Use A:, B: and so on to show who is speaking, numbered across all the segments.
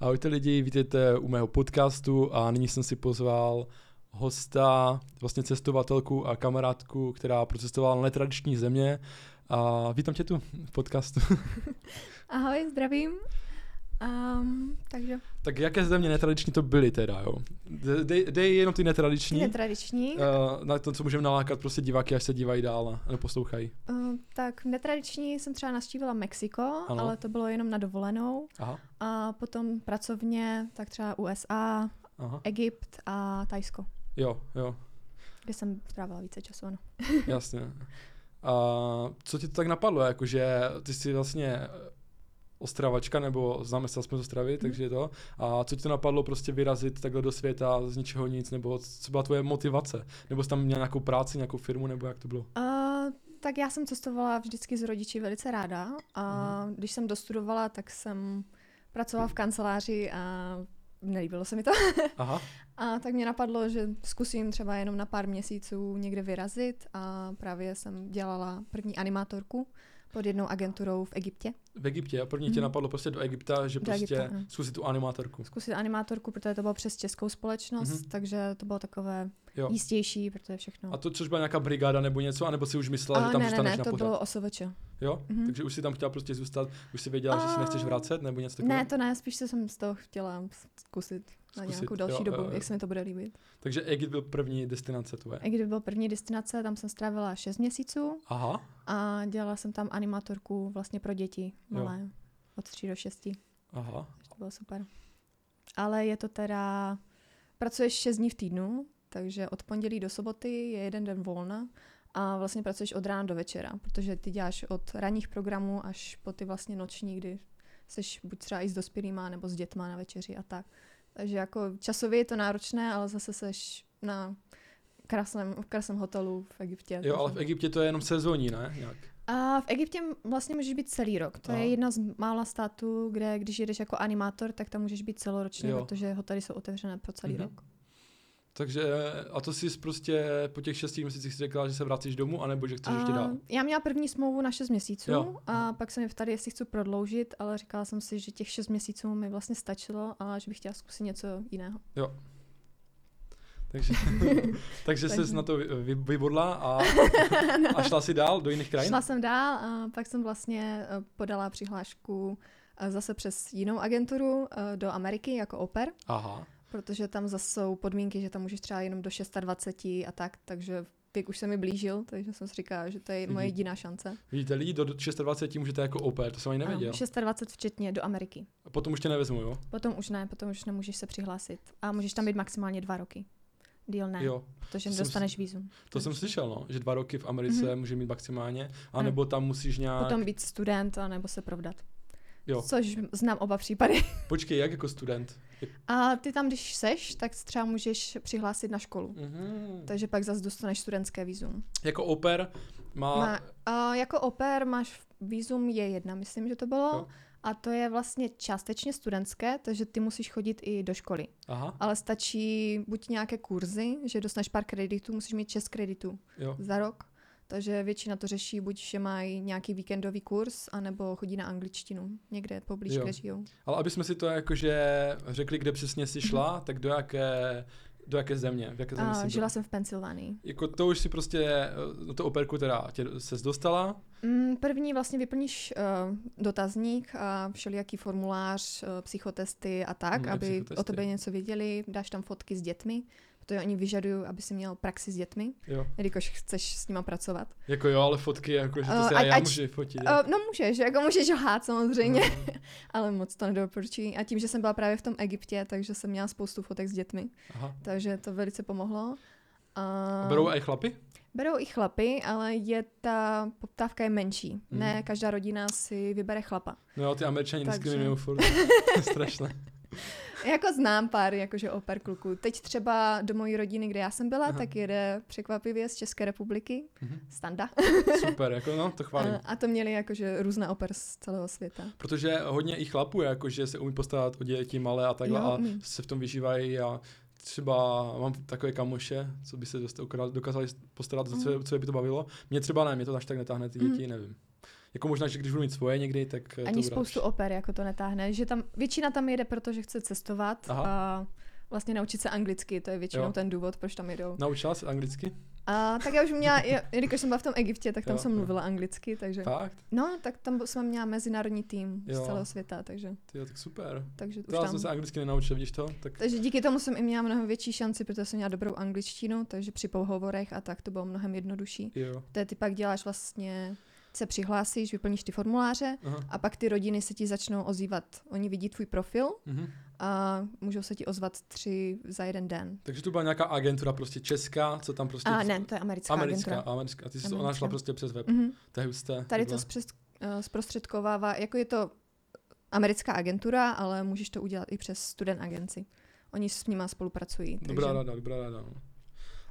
A: Ahojte lidi, vítejte u mého podcastu a nyní jsem si pozval hosta, vlastně cestovatelku a kamarádku, která procestovala na netradiční země. A vítám tě tu v podcastu.
B: Ahoj, zdravím. Um, takže
A: tak jaké země netradiční to byly teda, jo? De- Dej, dej jenom ty
B: ty
A: netradiční,
B: netradiční.
A: eh, na to, co můžeme nalákat prostě diváky, až se dívají dál a neposlouchají.
B: Uh, tak netradiční jsem třeba navštívila Mexiko,
A: Ano.
B: ano. ale to bylo jenom na dovolenou.
A: Aha,
B: A potom pracovně, tak třeba USA,
A: aha,
B: Egypt a Tajsko,
A: jo, jo,
B: kde jsem strávila více času. Ano.
A: jasně. A co ti to tak napadlo, jakože ty jsi vlastně eh, Ostravačka, nebo známe se aspoň z
B: Mhm.
A: Ostravy, takže to. A co ti to napadlo prostě vyrazit takhle do světa z ničeho nic, nebo co byla tvoje motivace? Nebo jsi tam měl nějakou práci, nějakou firmu, nebo jak to bylo?
B: Uh, tak já jsem cestovala vždycky s rodiči velice ráda. A když jsem dostudovala, tak jsem pracovala v kanceláři a nelíbilo se mi to.
A: Aha,
B: A tak mě napadlo, že zkusím třeba jenom na pár měsíců někde vyrazit a právě jsem dělala první animátorku pod jednou agenturou v Egyptě.
A: v Egyptě. A první tě
B: Mhm.
A: napadlo prostě do Egypta, že
B: Do
A: prostě
B: Egypta, no. ano.
A: zkusit tu animátorku.
B: Zkusit animátorku, protože to bylo přes českou společnost,
A: Mhm.
B: mm-hmm. takže to bylo takové
A: Jo.
B: jistější, protože všechno...
A: A to což byla nějaká brigáda nebo něco, anebo si už myslela, že tam
B: A No. ne, ne,
A: zůstaneš
B: ne,
A: na
B: to
A: pořád.
B: bylo OSVČ.
A: Jo?
B: Mhm.
A: Takže už si tam chtěla prostě zůstat, už si věděla, že se
B: A-
A: nechceš vracet nebo něco takového.
B: Ne, to ne, spíš se jsem z toho chtěla zkusit na
A: Zkusit,
B: nějakou
A: jo,
B: další
A: jo,
B: dobu,
A: jo.
B: jak se mi to bude líbit.
A: Takže Egypt byl první destinace tvoje.
B: I kdyby byla první destinace, tam jsem strávila 6 měsíců
A: Aha,
B: a dělala jsem tam animátorku vlastně pro děti
A: Jo.
B: malé, od 3 do 6.
A: aha.
B: To bylo super. Ale je to teda, pracuješ 6 dní v týdnu, takže od pondělí do soboty je jeden den volna a vlastně pracuješ od rána do večera, protože ty děláš od ranních programů až po ty vlastně noční, kdy seš buď třeba i s dospělýma nebo s dětma na večeři a tak. Takže jako časově je to náročné, ale zase seš na krásném, v krásném hotelu v Egyptě.
A: Jo, ale v
B: takže-
A: Egyptě to je jenom sezónní, ne? Nějak.
B: a v Egyptě m- vlastně můžeš být celý rok. To
A: Aha.
B: je jedna z mála států, kde když jedeš jako animátor, tak tam můžeš být celoročně,
A: Jo.
B: jo. protože hotely jsou otevřené pro celý
A: Mhm.
B: mm-hmm. rok.
A: Takže eh, a to jsi prostě po těch šesti měsících si řekla, že se vracíš domů, anebo že chceš ještě
B: A
A: dál.
B: já měla první smlouvu na 6 měsíců
A: Jo.
B: jo. a pak se mi ptali, jestli chci prodloužit, ale říkala jsem si, že těch 6 měsíců mi vlastně stačilo a že bych chtěla zkusit něco jiného.
A: Takže, takže jsi
B: Takže- No.
A: na to vy- vy- vybodla a, a šla si dál do jiných krajin?
B: Šla jsem dál a pak jsem vlastně eh, podala přihlášku eh, zase přes jinou agenturu eh, do Ameriky jako oper.
A: Aha,
B: Protože tam zase jsou podmínky, že tam můžeš třeba jenom do 26 a tak, takže věk už se mi blížil, takže jsem si říkala, že to je moje
A: Mhm.
B: jediná šance.
A: vidíte, lidi do 26 můžete jako oper, to jsem ani nevěděl.
B: Ano, 26 včetně do Ameriky.
A: A potom už tě nevezmu, jo?
B: Potom už ne, potom už nemůžeš se přihlásit. A můžeš tam být maximálně dva roky. Díl ne,
A: Jo,
B: protože
A: to jsem
B: dostaneš vízum.
A: to jsem slyšel, no, že dva roky v Americe mm-hmm.
B: Mhm.
A: může mít maximálně, anebo tam musíš nějak...
B: Potom být student a nebo se provdat.
A: Jo,
B: Což znám oba případy.
A: počkej, jak jako student?
B: A ty tam, když seš, tak se třeba můžeš přihlásit na školu.
A: Mm-hmm.
B: Takže pak zase dostaneš studentské vízum.
A: Jako oper má...
B: Má, a jako oper máš vízum je jedna, myslím, že to bylo.
A: Jo.
B: A to je vlastně částečně studentské, takže ty musíš chodit i do školy.
A: Aha,
B: Ale stačí buď nějaké kurzy, že dostaneš pár kreditů, musíš mít 6 kreditů
A: jo.
B: za rok. Takže většina to řeší buď, že mají nějaký víkendový kurz, anebo chodí na angličtinu někde poblíž,
A: Jo.
B: kde žijou.
A: Ale aby jsme si to jakože řekli, kde přesně jsi šla, tak do jaké, do jaké země? V jaké zemi
B: Mhm. A
A: jsi
B: žila
A: byla?
B: jsem v Pensylvánii.
A: Jako to už si prostě, eh, do toho operku teda tě ses dostala,
B: Mm, První vlastně vyplníš uh, dotazník a všelijaký formulář, uh, psychotesty a tak,
A: Mm,
B: mm,
A: a
B: aby
A: psychotesty.
B: o tebe něco věděli, dáš tam fotky s dětmi, protože oni vyžadují, aby si měl praxi s dětmi,
A: jo.
B: jelikož chceš s nima pracovat.
A: Jako jo, ale fotky, jako, že to
B: Eh,
A: se
B: ať-
A: já
B: ať-
A: můžu fotit.
B: Uh, no můžeš, jako můžeš lhát samozřejmě, ale moc to nedoporučuji. A tím, že jsem byla právě v tom Egyptě, takže jsem měla spoustu fotek s dětmi,
A: Aha.
B: takže to velice pomohlo.
A: A
B: Uh,
A: Berou i chlapy?
B: Berou i chlapy, ale je ta poptávka je menší.
A: Mhm.
B: Mm. Ne každá rodina si vybere chlapa.
A: No jo, ty američani
B: Takže-
A: diskriminují furt. Strašné.
B: Jako znám pár, jakože oper kluků. Teď třeba do mojí rodiny, kde já jsem byla,
A: Aha.
B: Aha. tak jede překvapivě z České republiky,
A: Mhm.
B: Standa.
A: Super, jako no, to chválím.
B: A, a to měli jakože různé oper z celého světa.
A: Protože hodně i chlapů, je jako, že se umí postarat o děti malé a takhle
B: Jo,
A: a
B: umí.
A: se v tom vyžívají a třeba mám takové kamoše, co by se
B: Mhm.
A: dost- dokázali postarat, co, co je by to bavilo. Mě třeba ne, mě to až tak netáhne ty
B: Mm.
A: děti, nevím. Jako možná, že když budu mít svoje někdy, tak eh,
B: Ani
A: to bude
B: spoustu
A: lepší.
B: oper jako to netáhne. Že tam, většina tam jede, protože chce cestovat
A: Aha.
B: a vlastně naučit se anglicky, to je většinou
A: Jo. No.
B: jo. ten důvod, proč tam jedou.
A: Naučila se anglicky?
B: A tak já už měla, já- jelikož jsem byla v tom Egyptě, tak tam
A: Jo,
B: jsem
A: jo.
B: mluvila anglicky, takže...
A: Fakt?
B: No, tak tam jsem měla mezinárodní tým
A: Jo.
B: z celého světa, takže,
A: Ty, tak super.
B: takže už
A: To já jsem
B: tam...
A: se anglicky nenaučil, vidíš to? Tak
B: Takže díky tomu jsem i měla mnohem větší šanci, protože jsem měla dobrou angličtinu, takže při pohovorech a tak to bylo mnohem jednodušší.
A: jo.
B: To je ty pak děláš vlastně, se přihlásíš, vyplníš ty formuláře
A: Aha.
B: a pak ty rodiny se ti začnou ozývat. Oni vidí tvůj profil
A: Mhm.
B: a můžou se ti ozvat tři za jeden den.
A: Takže to byla nějaká agentura prostě česká, co tam prostě...
B: A ne, to je americká,
A: Americká,
B: agentura.
A: americká. A ty jsi to, ona
B: Americká.
A: šla prostě přes web.
B: Mhm.
A: To je husté.
B: Tady
A: Takhle.
B: to zpřes, eh, zprostředkovává, jako je to americká agentura, ale můžeš to udělat i přes student agenci. Oni s nima spolupracují. Takže...
A: Dobrá rada, dobrá rada. no.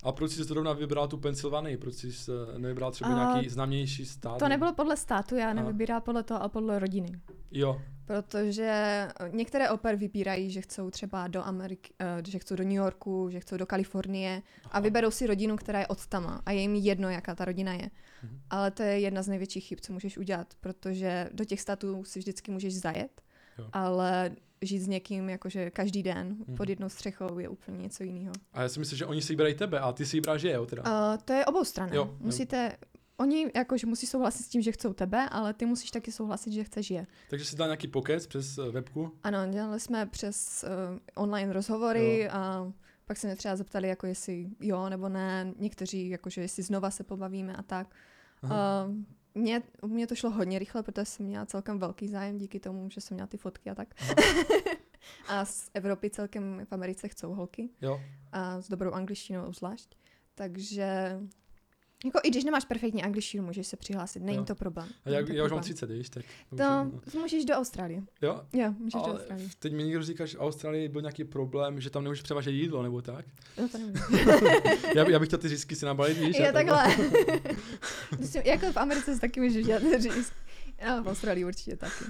A: A proč jsi zrovna vybrala tu Pensylvánii? Proč jsi eh, nevybral třeba
B: A
A: nějaký známější stát?
B: To nebylo podle státu, já
A: Aha.
B: nevybírá podle toho, ale podle rodiny.
A: Jo,
B: Protože eh, některé oper vybírají, že chcou třeba do Ameriky, eh, že chcou do New Yorku, že chcou do Kalifornie a vyberou si rodinu, která je od tama a je jim jedno, jaká ta rodina je.
A: Mhm.
B: Ale to je jedna z největších chyb, co můžeš udělat, protože do těch států si vždycky můžeš zajet,
A: Jo. Mhm.
B: ale žít s někým jakože každý den pod jednou střechou je úplně něco jiného.
A: a já si myslím, že oni si vybrají tebe a ty si vybráš je, jo, teda.
B: Uh, to je obou strany.
A: Jo, jo.
B: Musíte, oni jakože musí souhlasit s tím, že chcou tebe, ale ty musíš taky souhlasit, že chceš je.
A: Takže jsi dal nějaký pokec přes eh, webku?
B: Ano, dělali jsme přes uh, online rozhovory
A: Jo.
B: a pak se mě třeba zeptali, jako jestli jo nebo ne, někteří, jakože jestli znova se pobavíme a tak.
A: Aha.
B: Uh, mě, u mě to šlo hodně rychle, protože jsem měla celkem velký zájem díky tomu, že jsem měla ty fotky a tak. a z Evropy celkem v Americe chcou holky
A: Jo,
B: a s dobrou angličtinou zvlášť. Takže jako i když nemáš perfektní angličtinu, můžeš se přihlásit, není
A: Jo.
B: to problém.
A: a já,
B: Není to
A: já už mám
B: problém.
A: 30, víš, tak.
B: No, To, to můžeš do Austrálie.
A: Jo,
B: Jo, můžeš do
A: ale
B: Austrálie.
A: teď mi někdo říká, že v Austrálii byl nějaký problém, že tam nemůžeš převážet jídlo, nebo tak.
B: No to nevím.
A: Já, já bych chtěl ty zisky si nabalit, víš. jako- a
B: Jo, takhle. Myslím, jako v Americe se taky můžeš dělat říct. No, v Austrálii určitě taky.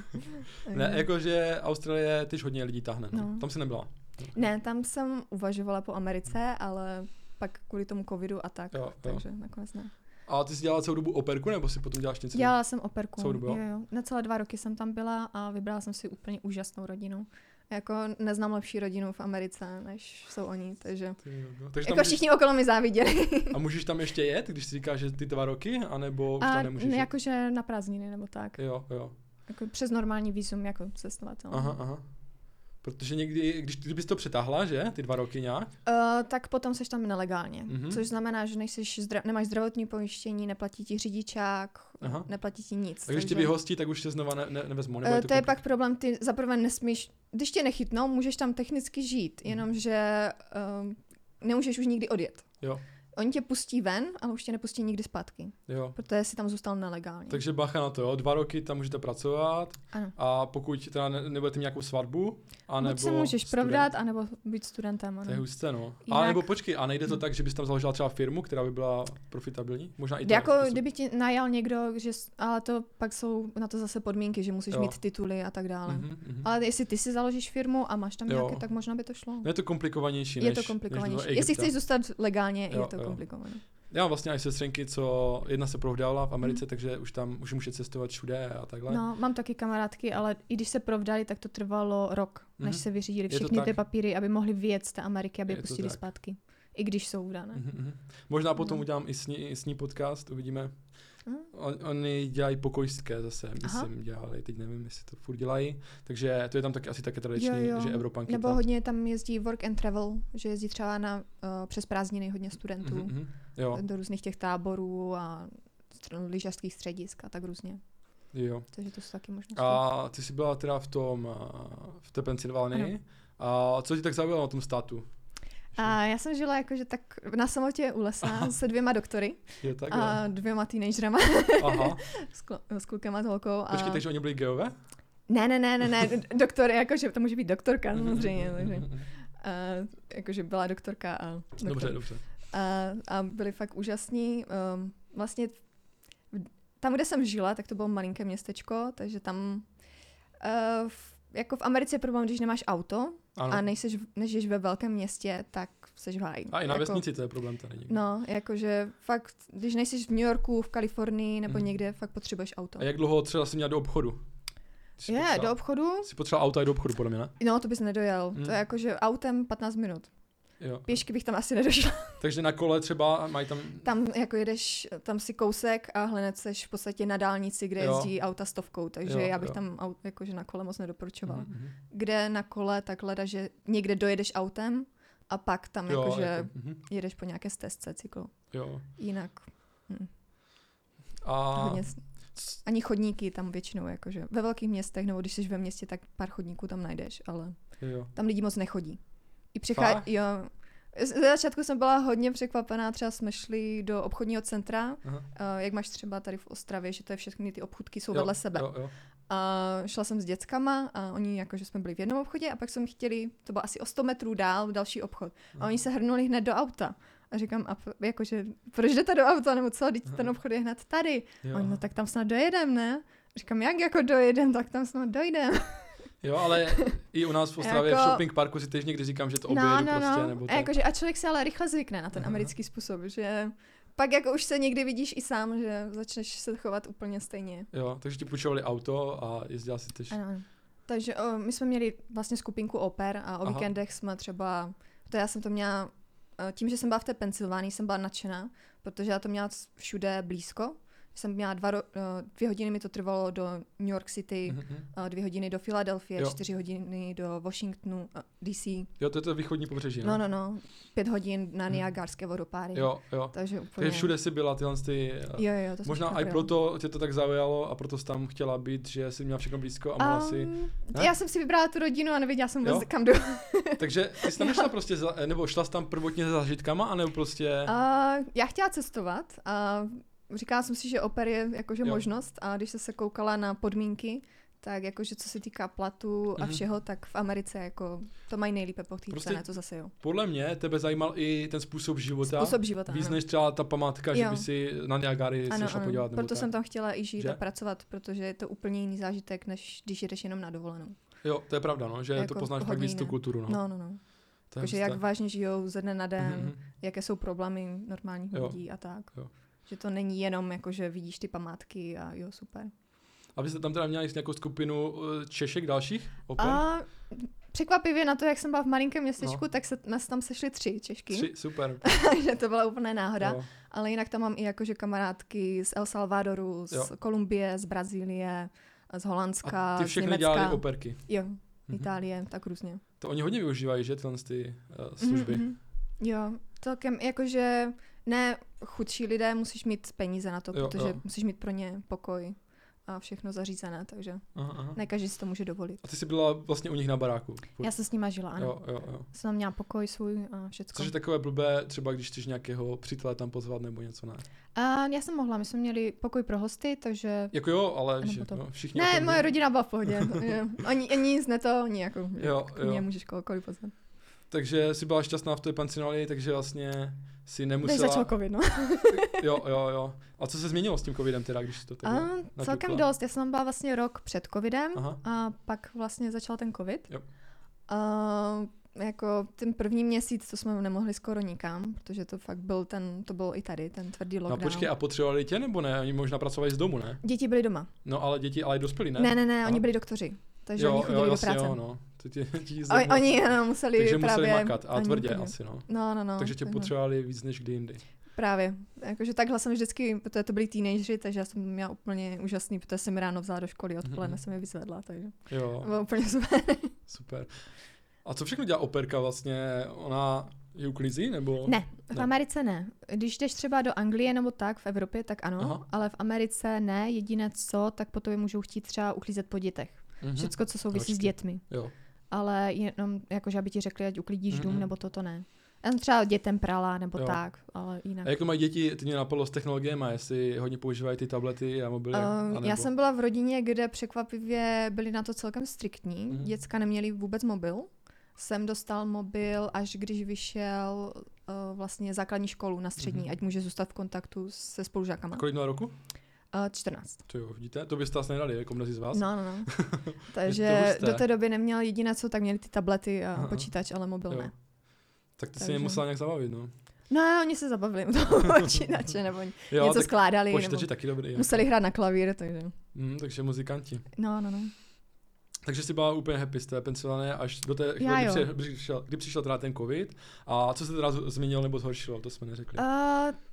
B: Eh,
A: Ne, jakože Austrálie tyž hodně lidí tahne. No.
B: No.
A: Tam si nebyla.
B: ne, tam jsem uvažovala po Americe, ale pak kvůli tomu covidu a tak.
A: Jo, jo.
B: takže nakonec ne.
A: A ty jsi dělala celou dobu operku, nebo si potom děláš něco?
B: Dělala jsem operku.
A: Celou dobu, jo?
B: Na celé dva roky jsem tam byla a vybrala jsem si úplně úžasnou rodinu. Jako neznám lepší rodinu v Americe, než jsou oni, takže...
A: Ty jo, Takže tam
B: Jako všichni okolo mi záviděli.
A: A můžeš tam ještě jet, když si říkáš, že ty dva roky, anebo už
B: A
A: tam nemůžeš jet?
B: jakože na prázdniny nebo tak.
A: Jo, jo.
B: Jako přes normální výzum jako cestovatel.
A: Aha, aha. Protože někdy, když ty bys to přetáhla, že? Ty dva roky nějak?
B: Uh, tak potom seš tam nelegálně,
A: Mhm.
B: mm-hmm. což znamená, že nejseš zdra- nemáš zdravotní pojištění, neplatí ti řidičák,
A: Aha.
B: Aha. neplatí ti nic.
A: Tak když tě vyhostí, tak už tě znova ne, ne, nevezmou. Nebo
B: Uh,
A: je
B: to je
A: komplik-
B: pak problém, ty zaprvé nesmíš, když tě nechytnou, můžeš tam technicky žít,
A: Mhm.
B: jenomže um, nemůžeš už nikdy odjet.
A: Jo.
B: Oni tě pustí ven, ale už tě nepustí nikdy zpátky,
A: Jo.
B: protože jsi tam zůstal nelegálně.
A: Takže bacha na to, jo. Dva roky tam můžete pracovat
B: Ano.
A: a pokud teda ne, nebudete mít nějakou svatbu, anebo
B: Buď se můžeš
A: student.
B: provdat, anebo být studentem.
A: To je
B: Ano.
A: husté, no. A
B: Jinak- Mhm.
A: nebo počkej, a nejde to tak, že bys tam založila třeba firmu, která by byla profitabilní? Možná i to. je
B: Jako
A: způsob.
B: kdyby ti najal někdo, že, s- ale to pak jsou na to zase podmínky, že musíš
A: Jo.
B: jo. mít tituly a tak dále.
A: Mhm, mhm.
B: Ale jestli ty si založíš firmu a máš tam
A: Jo.
B: nějaké, tak možná by to šlo.
A: No je to komplikovanější
B: je
A: než,
B: to
A: Než
B: komplikovanější.
A: do
B: Jestli
A: Egypta.
B: chceš zůstat legálně,
A: Jo,
B: je to
A: jo.
B: komplikované.
A: Já mám vlastně i sestřenky, co jedna se provdala v Americe,
B: Mhm.
A: takže už tam už může cestovat všude a takhle.
B: No, mám taky kamarádky, ale i když se provdali, tak to trvalo rok, než
A: Mhm.
B: se vyřídili
A: Je to
B: všechny ty
A: tak.
B: papíry, aby mohli vyjet z té Ameriky, aby
A: Je
B: je
A: to
B: pustili
A: tak.
B: zpátky. I když jsou vdané.
A: Mhm, mhm. Možná potom
B: No.
A: udělám i s, ní, i s ní podcast, uvidíme.
B: Mhm.
A: On, oni dělají pokojské zase,
B: Aha.
A: myslím, dělali, teď nevím, jestli to furt dělají. Takže to je tam taky asi také tradiční,
B: Jo, jo.
A: že Evropanky
B: Nebo
A: tam.
B: hodně tam jezdí work and travel, že jezdí třeba na, uh, přes prázdniny hodně studentů
A: Mhm, mhm. Jo,
B: do různých těch táborů a str- lyžařských středisk a tak různě.
A: jo.
B: Takže to jsou taky možnosti.
A: A ty jsi byla teda v tom, a, v té Pensylvánii. A co ti tak zaujalo na tom státu?
B: A já jsem žila jakože tak na samotě u lesa
A: Aha.
B: se dvěma doktory
A: Je tak,
B: a dvěma teenagerama
A: Aha.
B: s, klo- s klukem a s holkou. A...
A: Počkej, takže oni byli geové?
B: Ne, ne, ne, ne, ne, doktor, jakože to může být doktorka samozřejmě,
A: Mhm,
B: takže
A: mhm, mhm.
B: a, jakože byla doktorka a doktor.
A: Dobře, dobře.
B: A, a byli fakt úžasní. Um, vlastně v- tam, kde jsem žila, tak to bylo eh, malinké městečko, takže tam uh, v, jako v Americe je problém, když nemáš auto,
A: Ano.
B: A než, seš, než ješ ve velkém městě, tak seš v háji.
A: A i na
B: Jako-
A: vesnici to je problém tady někdy.
B: No, jakože fakt, když nejsi v New Yorku, v Kalifornii nebo
A: Mhm.
B: někde, fakt potřebuješ auto.
A: A jak dlouho třeba jsi měla do obchodu? Jsi
B: Je,
A: potřeba-
B: do obchodu?
A: Jsi potřeba auta i do obchodu, podle mě, ne?
B: No, to bys nedojel.
A: Mhm.
B: To je jakože autem 15 minut.
A: Jo.
B: Pěšky bych tam asi nedošla.
A: Takže na kole třeba mají tam...
B: Tam jako jedeš, tam si kousek a hned seš v podstatě na dálnici, kde
A: Jo.
B: jezdí auta stovkou, takže
A: Jo,
B: já bych
A: jo.
B: tam au- jakože na kole moc nedoporučovala.
A: Mhm, mhm.
B: Kde na kole tak leda, že někde dojedeš autem a pak tam
A: Jo,
B: jakože
A: jako, mhm,
B: jedeš po nějaké stezce cyklu.
A: jo.
B: Jinak
A: A
B: hodně, s-
A: c-
B: ani chodníky tam většinou jakože. Ve velkých městech, nebo když jsi ve městě, tak pár chodníků tam najdeš, ale
A: jo.
B: tam lidi moc nechodí. I
A: Fakt?
B: přichází, jo. Z- Ze začátku jsem byla hodně překvapená, třeba jsme šli do obchodního centra,
A: Aha.
B: eh, jak máš třeba tady v Ostravě, že to je všechny ty obchůdky jsou
A: jo,
B: jo, vedle sebe.
A: Jo, jo.
B: A šla jsem s dětskama a oni jakože jsme byli v jednom obchodě a pak jsme chtěli, to bylo asi o 100 metrů dál, další obchod. A oni se hrnuli hned do auta. A říkám, a p- jakože, proč jdete do auta, nebo co, teď ten obchod je hned tady.
A: Jo,
B: Oni,
A: aha.
B: no tak tam snad dojedem, ne? Říkám, jak jako dojedem, tak tam snad dojdem.
A: jo, ale i u nás v Ostravě v
B: Jako- No,
A: shopping parku si tež někdy říkám, že to objedu prostě, nebo to...
B: a, jako- jakože, a člověk se ale rychle zvykne na ten
A: Aha.
B: americký způsob, že pak jako už se někdy vidíš i sám, že začneš se chovat úplně stejně.
A: Jo, takže ti půjčovali auto a jezdila si tež...
B: Ano. Takže o, my jsme měli vlastně skupinku oper a o
A: Aha.
B: víkendech jsme třeba, to já jsem to měla, eh, tím, že jsem byla v té Pensylvánii, jsem byla nadšená, protože já to měla c- všude blízko. Jsem měla dva, ro- eh, dvě hodiny mi to trvalo do New York City,
A: Mhm, mhm.
B: eh, dvě hodiny do Filadelfie,
A: Jo.
B: čtyři hodiny do Washingtonu, eh, DC.
A: Jo, to je to východní pobřeží, ne?
B: No, no, no. Pět hodin na
A: Mhm.
B: Niagarské vodopády.
A: Jo, jo.
B: Takže úplně.
A: Takže všude si byla tyhle ty... eh,
B: Jo, jo, to jsem
A: Možná
B: všechno
A: i
B: projela.
A: proto tě to tak zaujalo a proto jsi tam chtěla být, že jsi měla všechno blízko a mohla si...
B: Am,
A: Ne?
B: Ehm, Já jsem si vybrala tu rodinu a nevěděla jsem
A: Jo?
B: vůbec, kam jdu.
A: Takže ty jsi tam nešla prostě, za, nebo šla jsi tam prvotně se zážitkama, anebo prostě...
B: A Eh, já chtěla cestovat a říkala jsem si, že oper je jakože
A: Jo.
B: možnost a když jsem se koukala na podmínky, tak jakože co se týká platu a
A: Mhm.
B: všeho, tak v Americe jako to mají nejlépe po té
A: Prostě
B: ceně, co zase jo.
A: Podle mě tebe zajímal i ten způsob života.
B: Způsob života.
A: Víc
B: ano.
A: než třeba ta památka, že
B: Jo.
A: by si na Niagary se
B: ano,
A: šla
B: ano.
A: podívat. Nebo
B: Proto
A: tak.
B: jsem tam chtěla i žít
A: Že?
B: a pracovat, protože je to úplně jiný zážitek, než když jedeš jenom na dovolenou.
A: Jo, to je pravda, no, že to
B: Jako
A: poznáš pak
B: hodně
A: víc tu
B: jiné.
A: kulturu. No.
B: No, no, no.
A: to je
B: Takže jak
A: hustá.
B: vážně žijou ze dne na den,
A: Mhm, mhm.
B: jaké jsou problémy normálních
A: Jo.
B: lidí a tak.
A: Jo.
B: Že to není jenom jako, že vidíš ty památky a jo, super.
A: A vy jste tam teda měli nějakou skupinu eh, Češek dalších? Open?
B: A překvapivě na to, jak jsem byla v malinkém městečku,
A: No.
B: no. tak se nás tam sešly tři Češky,
A: Tři, super.
B: že to byla úplná náhoda.
A: Jo.
B: Ale jinak tam mám i jakože kamarádky z El Salvadoru, z
A: Jo.
B: Kolumbie, z Brazílie, z Holandska,
A: A ty
B: z
A: všechny
B: Německa.
A: dělali Mhm. operky.
B: Jo, Itálie, tak různě.
A: To oni hodně využívají, že tyhle ty eh, služby.
B: Mhm, mhm. Jo, celkem jakože ne chudší lidé, musíš mít peníze na to,
A: Jo,
B: protože
A: jo.
B: musíš mít pro ně pokoj a všechno zařízené, takže
A: Aha, aha.
B: ne každý si to může dovolit.
A: A ty jsi byla vlastně u nich na baráku.
B: Já jsem s nima žila, ano.
A: jo, jo, jo.
B: Jsem tam měla pokoj svůj a všecko.
A: Což je takové blbé, třeba když chceš nějakého přítele tam pozvat nebo něco, ne?
B: A já jsem mohla, my jsme měli pokoj pro hosty, takže...
A: Jako jo, ale
B: Ano,
A: že,
B: potom.
A: no, všichni
B: Ne,
A: open
B: moje
A: byli.
B: rodina byla v pohodě. jo. Oni, oni nic ne to, oni jako,
A: Jo,
B: k
A: jo.
B: mě můžeš kohokoliv pozvat.
A: Takže jsi byla šťastná v té pancinoli, takže vlastně si
B: Než
A: nemusela...
B: začal covid, no.
A: jo, jo, jo. A co se změnilo s tím covidem teda, když jsi to
B: A
A: takhle...
B: celkem
A: naťukla?
B: dost, já jsem byla vlastně rok před covidem
A: Aha.
B: a pak vlastně začal ten covid.
A: Jo.
B: A jako ten první měsíc, to jsme nemohli skoro nikam, protože to fakt byl ten, to byl i tady, ten tvrdý
A: No
B: lockdown.
A: počkej, a potřebovali tě nebo ne? Oni možná pracovali z domu, ne?
B: Děti byly doma.
A: No ale děti, ale i dospělí, ne?
B: Ne, ne, ne, ne
A: Aha.
B: oni byli doktoři, takže
A: jo,
B: oni chodili
A: jo,
B: do
A: jasně,
B: práce.
A: Jo, no. Ty, ty, ty z
B: O,
A: domu.
B: oni ano, museli
A: takže
B: právě...
A: museli makat a
B: oni
A: tvrdě
B: chodili.
A: asi, no.
B: No, no, no.
A: takže tě
B: tak no.
A: potřebovali víc než kdy jindy.
B: Právě. Jakože takhle jsem vždycky, protože to byli teenageři, takže já jsem měla úplně úžasný, protože jsem ráno vzala do školy, odpoledne
A: Mhm.
B: jsem je vyzvedla, takže to
A: Jo,
B: bylo úplně super.
A: super. A co všechno dělá operka vlastně? Ona je uklízí nebo?
B: Ne, v
A: Ne.
B: Americe ne. Když jdeš třeba do Anglie nebo tak, v Evropě, tak ano,
A: Aha.
B: ale v Americe ne. Jediné co, tak po tobě můžou chtít třeba uklízet po dětech.
A: Mhm.
B: Všecko, co souvisí
A: Hračky.
B: s dětmi.
A: Jo.
B: Ale jenom, jakože aby ti řekli, ať uklidíš dům,
A: Mhm.
B: nebo toto ne. Já jsem třeba dětem prala, nebo
A: Jo.
B: tak, ale jinak.
A: A jak to mají děti, ty mě napadlo s technologiemi, jestli hodně používají ty tablety a mobily?
B: Um,
A: anebo-
B: já jsem byla v rodině, kde překvapivě byli na to celkem striktní.
A: Mhm.
B: Mm. Děcka neměli vůbec mobil. Jsem dostal mobil, až když vyšel uh, vlastně základní školu na střední,
A: Mhm.
B: ať může zůstat v kontaktu se spolužákama.
A: Kolik měla roku?
B: Uh, 14.
A: To jo, vidíte, to byste asi nedali, jako mnozí z vás.
B: No, no, no.
A: To
B: Takže
A: husté.
B: do té doby neměl jediné, co tak měli ty tablety a
A: Aha.
B: počítač, ale mobil
A: Jo.
B: ne.
A: Tak ty si
B: Takže-
A: je musela nějak zabavit, no.
B: No, oni se zabavili u toho počítače, nebo jo, něco
A: tak
B: skládali, nebo
A: počítači taky dobrý. Musel...
B: museli hrát na klavír, takže...
A: Mm, takže muzikanti.
B: No, no, no.
A: Takže jsi byla úplně happy z té Pensylvánie až do té
B: Já
A: chvíle,
B: jo.
A: kdy, při- kdy přišel, kdy přišel teda ten covid. A co se teda z- změnilo nebo zhoršilo, to jsme neřekli.
B: Uh,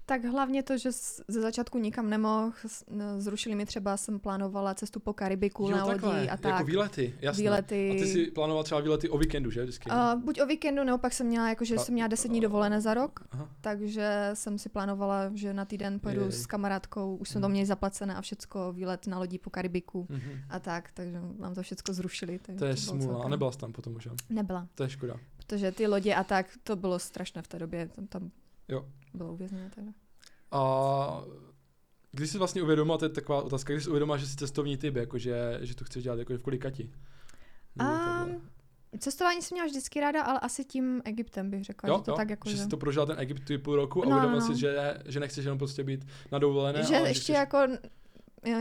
B: tak hlavně to, že s- ze začátku nikam nemohl, s- n- zrušili mi třeba, jsem plánovala cestu po Karibiku
A: Jo,
B: na
A: takhle,
B: lodi a tak.
A: Jako výlety, jasně.
B: výlety.
A: A ty si plánoval třeba výlety o víkendu, že vždycky?
B: Uh, buď o víkendu, nebo pak jsem měla, jako, že
A: A-
B: jsem měla 10 dní dovolené za rok,
A: Aha.
B: takže jsem si plánovala, že na týden pojedu
A: Jej.
B: s kamarádkou, už jsme to
A: Hmm.
B: měli zaplacené a všecko, výlet na lodi po Karibiku
A: Mhm.
B: a tak, takže nám to všecko zrušili. takže
A: To je
B: bylo
A: smůla, a
B: celkem-
A: nebyla jsi tam potom už, jo?
B: Nebyla,
A: to je škoda.
B: protože ty lodě a tak, to bylo strašné v té době, tam, tam
A: Jo.
B: bylo uvězněné. Takže.
A: A když jsi vlastně uvědomila, to je taková otázka, když jsi uvědomila, že jsi cestovní typ, jakože, že to chceš dělat jako v kolikati? Nebo jak to
B: A
A: bylo?
B: cestování jsem měla vždycky ráda, ale asi tím Egyptem bych řekla, že to tak jako,
A: že
B: že,
A: jsi to prožila ten Egypt ty půl roku a
B: No, no,
A: uvědomila
B: no.
A: si, že, že nechceš jenom prostě být na dovolené.
B: že
A: ale
B: ještě
A: chceš...
B: jako,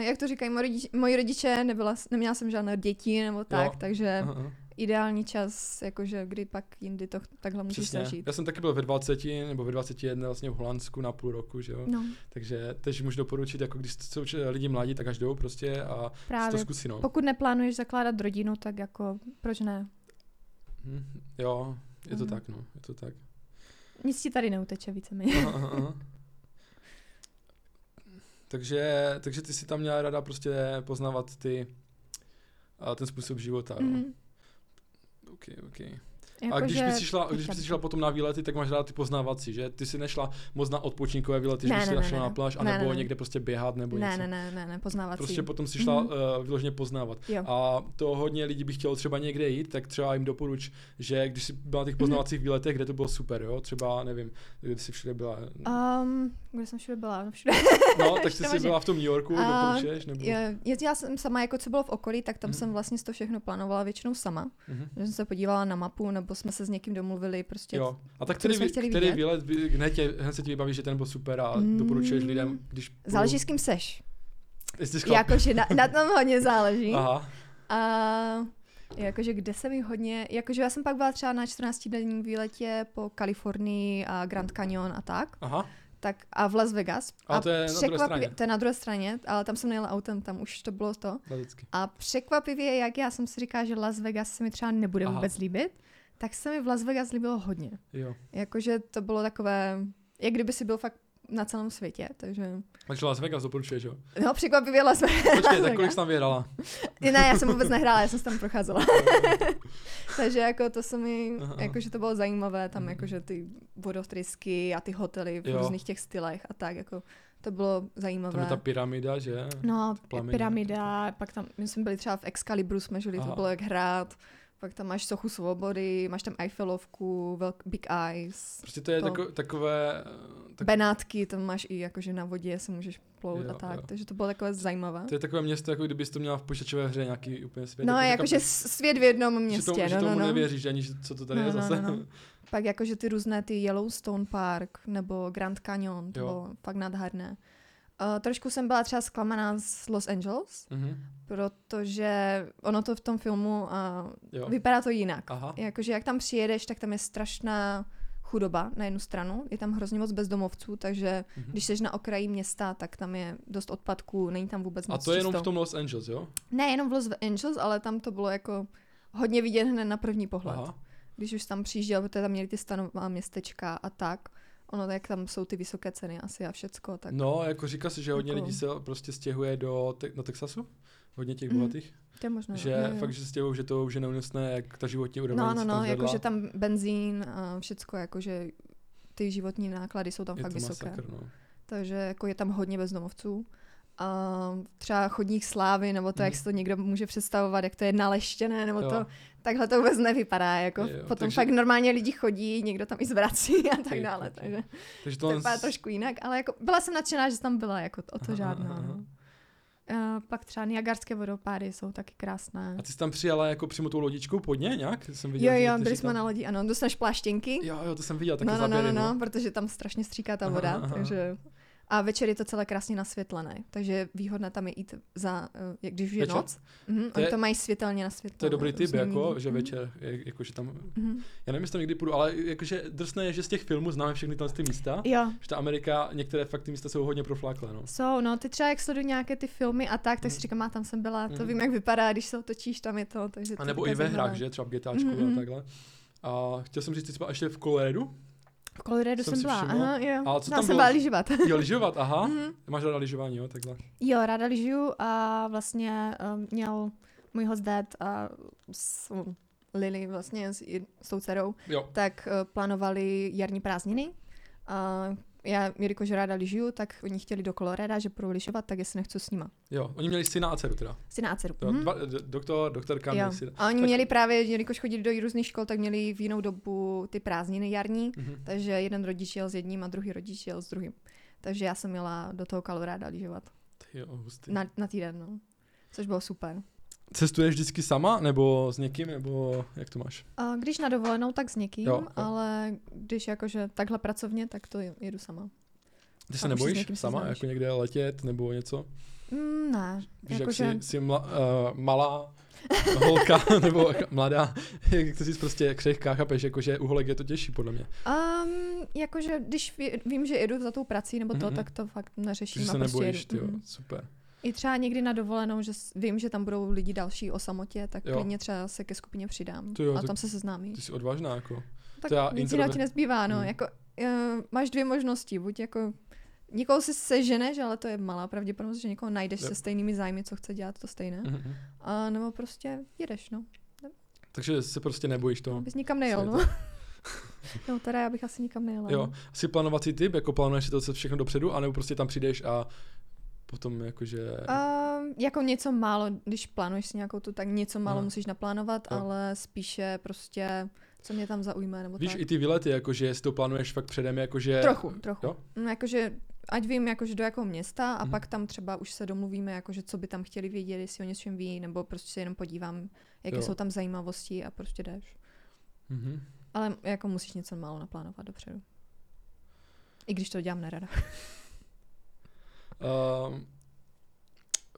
B: jak to říkají moji rodiče, moji rodiče nebyla, neměla jsem žádné děti nebo tak, takže
A: Aha, aha,
B: ideální čas, jakože kdy pak jindy to takhle můžeš
A: Přesně.
B: zažít.
A: Já jsem taky byl ve 20 nebo ve 21 vlastně v Holandsku na půl roku, že jo.
B: No,
A: Takže tež můžu doporučit, jako když jsou č- lidi mladí, tak až jdou prostě a si to
B: právě.
A: zkusí, no.
B: Pokud neplánuješ zakládat rodinu, tak jako proč ne?
A: Hm, Jo, je to
B: Mhm.
A: tak, no, je to tak.
B: Nic ti tady neuteče víceméně.
A: Aha, aha, aha. Takže, takže ty si tam měla rada prostě poznávat ty, a ten způsob života, jo.
B: Mhm.
A: OK, OK.
B: Jako,
A: a když
B: že-
A: bys si šla, když
B: teďka
A: bys si
B: bych-
A: šla potom na výlety, tak máš rád ty poznávací, že? Ty si nešla moc na odpočinkové výlety, že
B: Ne,
A: bys si
B: ne, ne,
A: našla
B: ne.
A: na pláž,
B: Ne,
A: anebo
B: ne, ne.
A: někde prostě běhat nebo
B: ne,
A: něco.
B: ne, ne, ne, ne, poznávací.
A: Prostě potom si šla
B: Mhm.
A: uh, vyloženě poznávat.
B: Jo.
A: A to hodně lidí by chtělo třeba někde jít, tak třeba jim doporuč, že když jsi byla na
B: Mhm.
A: těch poznávacích výletech, kde to bylo super, jo? Třeba, nevím, kde jsi všude byla.
B: Um, kde jsem všude byla? No, všude.
A: No, tak
B: ještě
A: ty jsi
B: možná.
A: byla v tom New Yorku,
B: A,
A: doporučuješ? Nebo...
B: Je- Jezdila jsem sama, jako co bylo v okolí, tak tam
A: Mhm.
B: jsem vlastně to všechno plánovala většinou sama.
A: Mhm.
B: Že jsem se podívala na mapu, nebo jsme se s někým domluvili, prostě
A: Jo. A tak
B: co
A: který,
B: bychom
A: vy-
B: chtěli
A: který
B: vidět?
A: výlet, by- hned, tě, hned se ti vybaví, že ten byl super a doporučuješ
B: Mm.
A: lidem, když...
B: Záleží, s kým seš.
A: Jestli jsi
B: Jakože na, na tom hodně záleží.
A: Aha.
B: A jakože kde se mi hodně, jakože já jsem pak byla třeba na 14-denním výletě po Kalifornii a Grand Canyon a tak,
A: Aha,
B: tak a v Las Vegas.
A: A to je na druhé
B: překvapivě-
A: straně.
B: To je na druhé straně, ale tam jsem nejela autem, tam už to bylo to.
A: vždycky.
B: A překvapivě, jak já jsem si říkala, že Las Vegas se mi třeba nebude
A: Aha.
B: Aha. vůbec líbit, tak se mi v Las Vegas líbilo hodně.
A: Jo.
B: Jakože to bylo takové, jak kdyby si byl fakt na celém světě, takže...
A: Takže Las Vegas doporučuješ, jo?
B: No, překvapivě Las Vegas.
A: Počkej, tak kolik jsi tam vyhrala?
B: Ne, já jsem vůbec nehrála, já jsem se tam procházela. Takže jako to se mi,
A: Aha, aha.
B: jakože to bylo zajímavé, tam
A: Mhm.
B: jakože ty vodotrysky a ty hotely v
A: Jo.
B: jo. různých těch stylech a tak, jako to bylo
A: Tam je
B: zajímavé.
A: ta pyramida, že?
B: no,
A: plameny.
B: pyramida, pak tam, my jsme byli třeba v Excalibru, jsme žili,
A: Aha.
B: to bylo jak hrát, pak tam máš Sochu svobody, máš tam Eiffelovku, velk, Big Eyes,
A: Prostě to je
B: To.
A: tako, takové... Tak,
B: Benátky, tam máš i jakože na vodě se můžeš plout
A: Jo,
B: a tak,
A: jo.
B: takže to bylo takové zajímavé.
A: to je takové město, jako kdybys to měla v počítačové hře nějaký úplně svět.
B: No,
A: taká-
B: jakože svět v jednom
A: že, tomu,
B: městě,
A: že
B: no,
A: tomu
B: no, no.
A: nevěříš ani, že co to tady
B: No,
A: je
B: no,
A: zase.
B: no, no. Pak jakože ty různé ty Yellowstone Park nebo Grand Canyon, to
A: Jo.
B: bylo fakt nádherné. Uh, trošku jsem byla třeba zklamaná z Los Angeles,
A: Mhm,
B: protože ono to v tom filmu uh,
A: jo.
B: vypadá to jinak.
A: Aha.
B: Jakože jak tam přijedeš, tak tam je strašná chudoba na jednu stranu, je tam hrozně moc bezdomovců, takže
A: Mhm.
B: když jsi na okraji města, tak tam je dost odpadků, není tam vůbec
A: A
B: moc
A: to je jenom
B: čisto.
A: v tom Los Angeles, jo?
B: Ne, jenom v Los Angeles, ale tam to bylo jako hodně vidět hned na první pohled
A: Aha.
B: když už tam přijížděl, protože tam měli ty stanová městečka a tak, ono jak tam jsou ty vysoké ceny asi a všecko, tak
A: No, jako říká se, že hodně
B: Jako-
A: lidí se prostě stěhuje do te- do Texasu? Hodně těch
B: Mhm.
A: bohatých?
B: to je možné.
A: Že fakt, že se stěhují, že to už je neúnosné, jak ta životní úroveň
B: No,
A: se
B: no,
A: tam
B: no,
A: zvedla.
B: jakože tam benzín a všecko, jakože ty životní náklady jsou tam
A: je
B: fakt
A: to
B: vysoké.
A: masakr, no.
B: Takže jako je tam hodně bezdomovců. A třeba chodník slávy, nebo to, jak
A: Mhm.
B: si to někdo může představovat, jak to je naleštěné, nebo
A: Jo.
B: to, takhle to vůbec nevypadá. Jako
A: Jo,
B: potom
A: takže-
B: fakt normálně lidi chodí, někdo tam i zvrací a tak
A: Ty
B: dále.
A: kokos.
B: Takže
A: Takže
B: to
A: tohle-
B: vypadá trošku jinak, ale jako byla jsem nadšená, že jsi tam byla, jako o to
A: Aha,
B: žádná.
A: aha, aha.
B: No. Uh, pak třeba Niagarské vodopády jsou taky krásné.
A: A ty jsi tam přijala jako přímo tou lodičkou pod ně nějak? Jsem viděl,
B: Jo,
A: že
B: jo,
A: někteří
B: byli jsme
A: tam...
B: na lodi, ano, dostaneš pláštěnky.
A: Jo, jo, to jsem viděl, taky
B: no, no, no,
A: záběry,
B: no, no, protože tam strašně stříká ta
A: Aha,
B: voda,
A: aha.
B: takže... A večer je to celé krásně nasvětlené, takže výhodné tam je jít za, eh, jak když už je
A: Večer?
B: noc. Mhm,
A: To
B: oni
A: je-
B: to mají světelně nasvětlené.
A: To je dobrý tip,
B: různý
A: jako,
B: míry.
A: že
B: Mhm.
A: večer, je- jakože tam,
B: Mhm.
A: já nevím, jestli tam někdy půjdu, ale jakože drsné je, že z těch filmů známe všechny tyhle ty místa,
B: Jo,
A: že ta Amerika, některé fakt ty místa jsou hodně profláklé, no.
B: jsou, no ty třeba jak sleduju nějaké ty filmy a tak, tak si
A: Mhm.
B: říkám, a tam jsem byla, to
A: Mhm.
B: vím, jak vypadá, když se otočíš, tam je to, takže to
A: A nebo
B: je
A: i ve
B: zajímavé.
A: hrách, že, třeba v GTAčku
B: Mhm,
A: a
B: mhm.
A: takhle. A chtěl jsem říct třeba ještě v Coloradu,
B: V
A: Jsem
B: Coloradu jsem,
A: si
B: byla,
A: všiml.
B: aha, jo.
A: Ale co
B: tam
A: tam
B: jsem
A: bylo?
B: byla lyžovat.
A: jo, lyžovat, aha,
B: Mhm.
A: máš ráda lyžování, jo, takhle.
B: Jo, ráda lyžuju a vlastně um, měl můj host dad a s um, Lily vlastně s, i- s tou dcerou,
A: Jo,
B: tak uh, plánovali jarní prázdniny. A já, jelikož ráda lyžuju, tak oni chtěli do Koloreda, že budou lyžovat, tak jestli nechci s nima.
A: jo, oni měli syna a dceru teda.
B: Syna a dceru.
A: Jo,
B: Mhm.
A: dva, d- doktor, doktorka,
B: Jo.
A: měli syna.
B: A oni
A: Tak-
B: měli právě, jelikož chodili do různých škol, tak měli v jinou dobu ty prázdniny jarní,
A: Mhm.
B: takže jeden rodič jel s jedním a druhý rodič jel s druhým. Takže já jsem měla do toho Kaloráda lyžovat.
A: Ty jo, hustý.
B: Na, na týden, no. Což bylo super.
A: Cestuješ vždycky sama, nebo s někým, nebo jak to máš?
B: A když na dovolenou, tak s někým,
A: Jo, jo.
B: jo, ale když jakože takhle pracovně, tak to je- jedu sama.
A: Ty se
B: A už si s
A: nebojíš
B: někým
A: sama,
B: seznámíš.
A: jako někde letět, nebo něco?
B: Mm, ne,
A: Víš, jak
B: jakože...
A: jsi, jsi mla, uh, malá holka, nebo jak- mladá, jak to říct, prostě křehká, chápeš, jakože u holek je to těžší, podle mě.
B: Um, jakože když vě- vím, že jedu za tou prací nebo to,
A: Mhm.
B: mm-hmm. tak to fakt
A: Že
B: neřeším. a
A: se
B: prostě
A: nebojíš,
B: jedu.
A: ty jo,
B: Mhm.
A: super.
B: I třeba někdy na dovolenou, že s- vím, že tam budou lidi další o samotě, tak
A: Jo.
B: jo. klidně třeba se ke skupině přidám
A: To jo,
B: a
A: tak-
B: tam se seznámí.
A: Ty jsi odvážná, jako.
B: No Tak
A: to já
B: nic jiného
A: introver-
B: ti nezbývá, no.
A: Mm.
B: Mm. Jako, uh, máš dvě možnosti, buď jako někoho si seženeš, ale to je malá pravděpodobnost, že někoho najdeš
A: Jo.
B: se stejnými zájmy, co chce dělat to stejné.
A: Mhm.
B: A nebo prostě jedeš, no.
A: Takže se prostě nebojíš toho.
B: Bys nikam nejel, no. no teda já bych asi nikam nejela.
A: Jo,
B: no.
A: jsi plánovací typ, jako plánuješ si to se všechno dopředu, anebo prostě tam přijdeš a potom jakože...
B: A jako něco málo, když plánuješ si nějakou tu, tak něco málo
A: No.
B: musíš naplánovat,
A: Jo.
B: ale spíše prostě, co mě tam zaujme, nebo
A: Víš,
B: tak.
A: i ty výlety, jakože jestli to plánuješ fakt předem, jakože...
B: Trochu, trochu.
A: Jo?
B: Mm, Jakože, ať vím, jakože do jakého města a
A: Mhm.
B: pak tam třeba už se domluvíme, jakože co by tam chtěli vědět, jestli o něčem ví, nebo prostě se jenom podívám, jaké
A: Jo.
B: jo. jsou tam zajímavosti a prostě jdeš.
A: Mhm.
B: Ale jako musíš něco málo naplánovat dopředu. I když to dělám nerada.
A: Ehm,